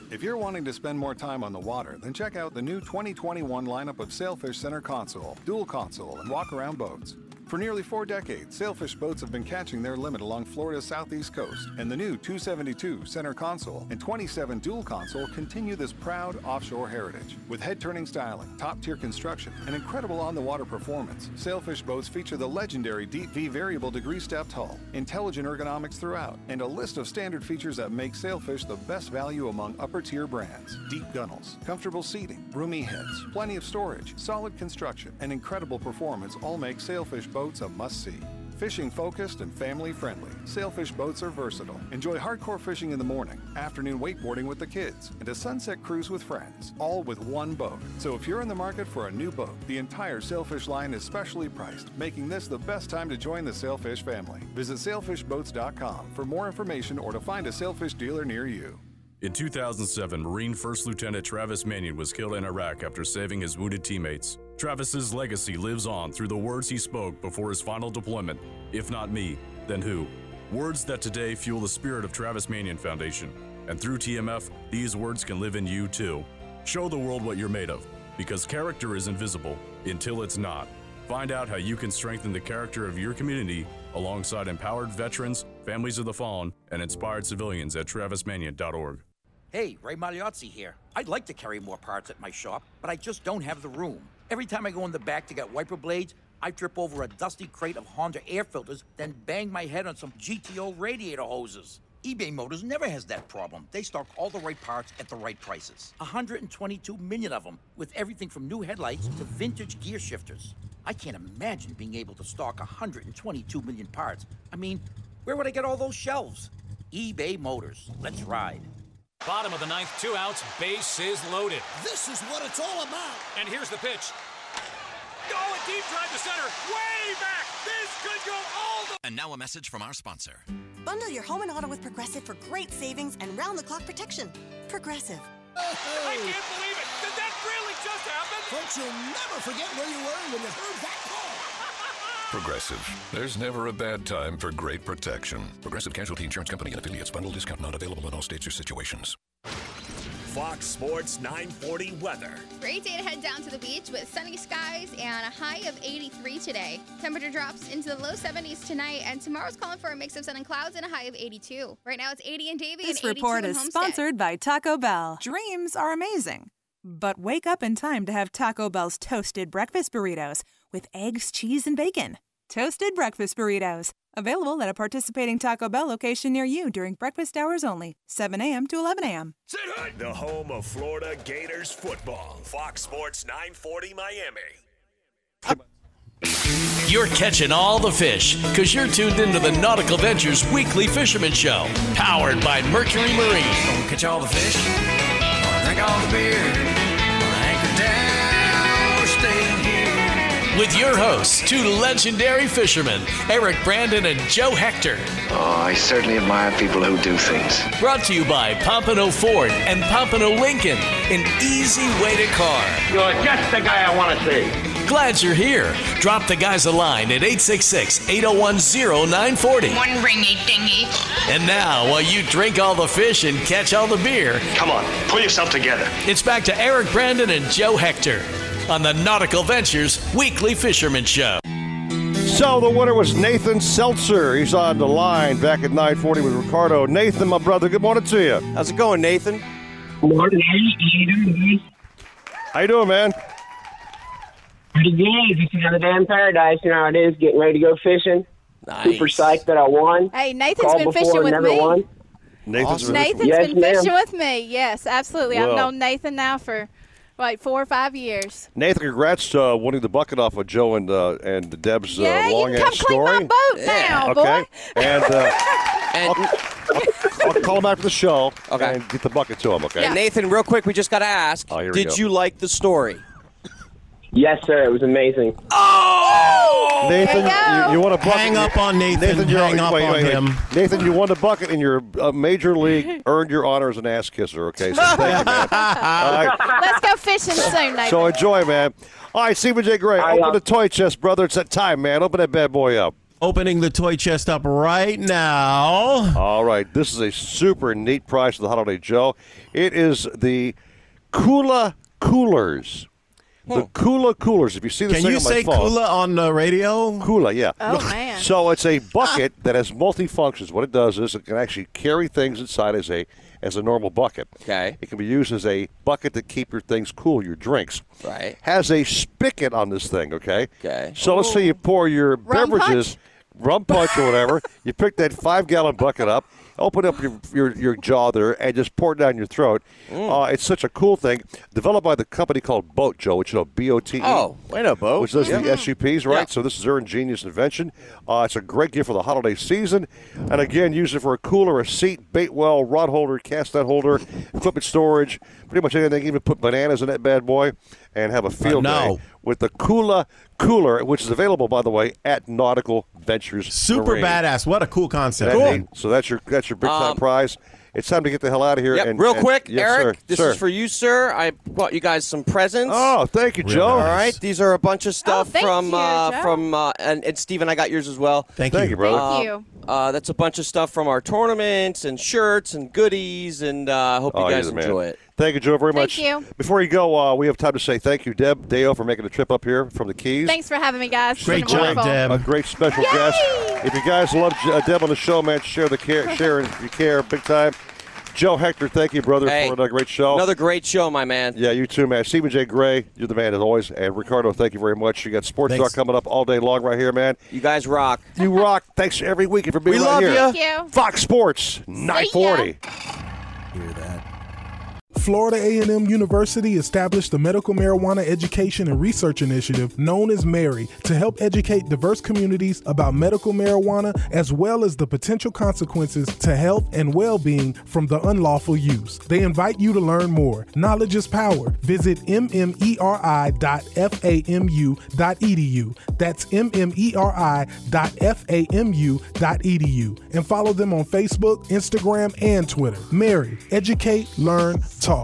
If you're wanting to spend more time on the water, then check out the new 2021 lineup of Sailfish Center console, dual console, and walk around boats. For nearly four decades, sailfish boats have been catching their limit along Florida's southeast coast, and the new 272 center console and 27 dual console continue this proud offshore heritage. With head turning styling, top tier construction, and incredible on the water performance, sailfish boats feature the legendary Deep V variable degree stepped hull, intelligent ergonomics throughout, and a list of standard features that make sailfish the best value among upper tier brands. Deep gunnels, comfortable seating, roomy heads, plenty of storage, solid construction, and incredible performance all make sailfish boats a must see. Fishing focused and family friendly, sailfish boats are versatile. Enjoy hardcore fishing in the morning, afternoon wakeboarding with the kids, and a sunset cruise with friends, all with one boat. So if you're in the market for a new boat, the entire sailfish line is specially priced, making this the best time to join the sailfish family. Visit sailfishboats.com for more information or to find a sailfish dealer near you.
In 2007, Marine First Lieutenant Travis Manion was killed in Iraq after saving his wounded teammates. Travis's legacy lives on through the words he spoke before his final deployment. If not me, then who? Words that today fuel the spirit of Travis Manion Foundation. And through TMF, these words can live in you too. Show the world what you're made of, because character is invisible until it's not. Find out how you can strengthen the character of your community alongside empowered veterans, families of the fallen, and inspired civilians at travismanion.org.
Hey, Ray Magliozzi here. I'd like to carry more parts at my shop, but I just don't have the room. Every time I go in the back to get wiper blades, I trip over a dusty crate of Honda air filters, then bang my head on some GTO radiator hoses. eBay Motors never has that problem. They stock all the right parts at the right prices. 122 million of them, with everything from new headlights to vintage gear shifters. I can't imagine being able to stock 122 million parts. I mean, where would I get all those shelves? eBay Motors. Let's ride.
Bottom of the ninth, two outs, base is loaded. This is what it's all about. And here's the pitch. Oh, a deep drive to center, way back. This could go all the.
And now a message from our sponsor.
Bundle your home and auto with Progressive for great savings and round the clock protection. Progressive.
I can't believe it. Did that really just happen? Folks, you'll never forget where you were when you heard that
Progressive. There's never a bad time for great protection. Progressive Casualty Insurance Company and affiliates. Bundle discount not available in all states or situations.
Fox Sports 940 weather.
Great day to head down to the beach with sunny skies and a high of 83 today. Temperature drops into the low 70s tonight, and tomorrow's calling for a mix of sun and clouds and a high of 82. Right now it's 80 in Davie
This
and 82
report
in
is
Homestead.
sponsored by Taco Bell. Dreams are amazing, but wake up in time to have Taco Bell's toasted breakfast burritos with eggs, cheese, and bacon. Toasted breakfast burritos. Available at a participating Taco Bell location near you during breakfast hours only, 7 a.m. to 11 a.m.
The home of Florida Gators football. Fox Sports 940 Miami.
You're catching all the fish because you're tuned into the Nautical Ventures Weekly Fisherman Show, powered by Mercury Marine. Catch all the fish, drink all the beer, With your hosts, two legendary fishermen, Eric Brandon and Joe Hector.
Oh, I certainly admire people who do things.
Brought to you by Pompano Ford and Pompano Lincoln, an easy way to car. You're just the guy I want to see. Glad you're here. Drop the guys a line at 866 801 940.
One ringy dingy.
And now, while you drink all the fish and catch all the beer, come on, pull yourself together. It's back to Eric Brandon and Joe Hector on the Nautical Ventures Weekly Fisherman Show.
So the winner was Nathan Seltzer. He's on the line back at 940 with Ricardo. Nathan, my brother, good morning to you.
How's it going, Nathan?
Morning. How you doing, man?
Pretty good. This is another day in paradise. You know how it is. Getting ready to go fishing. Super psyched that I won.
Hey, Nathan's
Called
been
before
fishing
and
with
never
me.
Won.
Nathan's
Nathan's
yes,
been
ma'am.
fishing with me. Yes, absolutely.
Well.
I've known Nathan now for like four or five years.
Nathan, congrats to uh, winning the bucket off of Joe and uh, and Deb's uh,
Yeah, you
long
can
ass
come clean
story.
my boat now,
okay.
boy.
And, uh, I'll, I'll call him after
*laughs*
the show okay. and get the bucket to him, okay?
And Nathan, real quick, we just got to ask:
Oh, here we
Did
go.
you like the story?
Yes, sir. It was amazing.
Nathan, you, you want a bucket.
Hang up on Nathan.
you're-
Hang up
wait,
on
wait, wait.
him.
Nathan, you won a bucket in your uh, major league, earned your honor as an ass kisser, okay? So thank you, man. All right.
Let's go fishing soon, Nathan.
So enjoy, man. All right, Stephen J. Gray,
I,
open
uh,
the toy chest, brother. It's that time, man. Open that bad boy up.
Opening the toy chest up right now.
All right, this is a super neat prize for the holiday, Joe. It is the Kula Coolers. The Kula Coolers. If you see this
Hmm.
thing
Can you
on my
say
phone,
Kula on the radio?
Kula, yeah. *laughs*
Oh, man.
So it's a bucket that has multi-functions. What it does is it can actually carry things inside as a as a normal bucket. Okay. It can be used as a bucket to keep your things cool, your drinks. Right. Has a spigot on this thing, okay? Okay. So let's say you pour your beverages, rum punch or
*laughs*
whatever, you pick that five gallon bucket up, open up your, your, your jaw there and just pour it down your throat.
Mm.
Uh, it's such a cool thing. Developed by the company called Boat Joe, which is a B O T E.
Oh, wait a boat.
Which does the
Yeah.
SUPs, right? So this is their ingenious invention. Uh, it's a great gift for the holiday season. And again, use it for a cooler, a seat, bait well, rod holder, cast net holder, equipment storage, pretty much anything. Even put bananas in that bad boy and have a field
no.
day with the Kula Cooler, which is available, by the way, at Nautical Ventures.
Super
Marine.
badass. What a cool concept.
That neat. So that's your that's your big time
Um,
prize. It's time to get the hell out of here.
Yep.
and,
real
and-
quick,
yes, sir.
Eric. This
Sir.
is for you, sir. I brought you guys some presents.
Oh, thank you, Joe.
All right, these are a bunch of stuff
Oh, thank
from
you,
uh,
Joe.
from uh, and, and Steven, I got yours as well.
Thank Thank you. you, brother. Thank
Um, Uh, that's a bunch of stuff from our tournaments and shirts and goodies, and uh, I hope
Oh,
you
you're
guys
the man.
enjoy it.
Thank you, Joe, very
Thank
much.
you.
Before you go, uh, we have time to say thank you, Deb Dale, for making the trip up here from the Keys.
Thanks for having me, guys. It's been wonderful.
A great special guest. If you guys love J- uh, Deb on the show, man, share
*laughs*
the care, share if you care, big time. Joe Hector, thank you, brother, for another great show.
Another great show, my man.
yeah, you too, man. Stephen J. Gray, you're the man as always. And Ricardo, thank you very much. You got Sports
Thanks.
Talk coming up all day long right here, man.
You guys rock.
You rock. Thanks every week for being
We
right
love
here.
ya.
Thank you.
Fox Sports,
ya.
940.
Florida A&M University established the Medical Marijuana Education and Research Initiative, known as MARY, to help educate diverse communities about medical marijuana as well as the potential consequences to health and well-being from the unlawful use. They invite you to learn more. Knowledge is power. Visit E mmeri.famu.edu. E That's E mmeri.famu.edu and follow them on Facebook, Instagram, and Twitter. MARY, educate, learn, talk.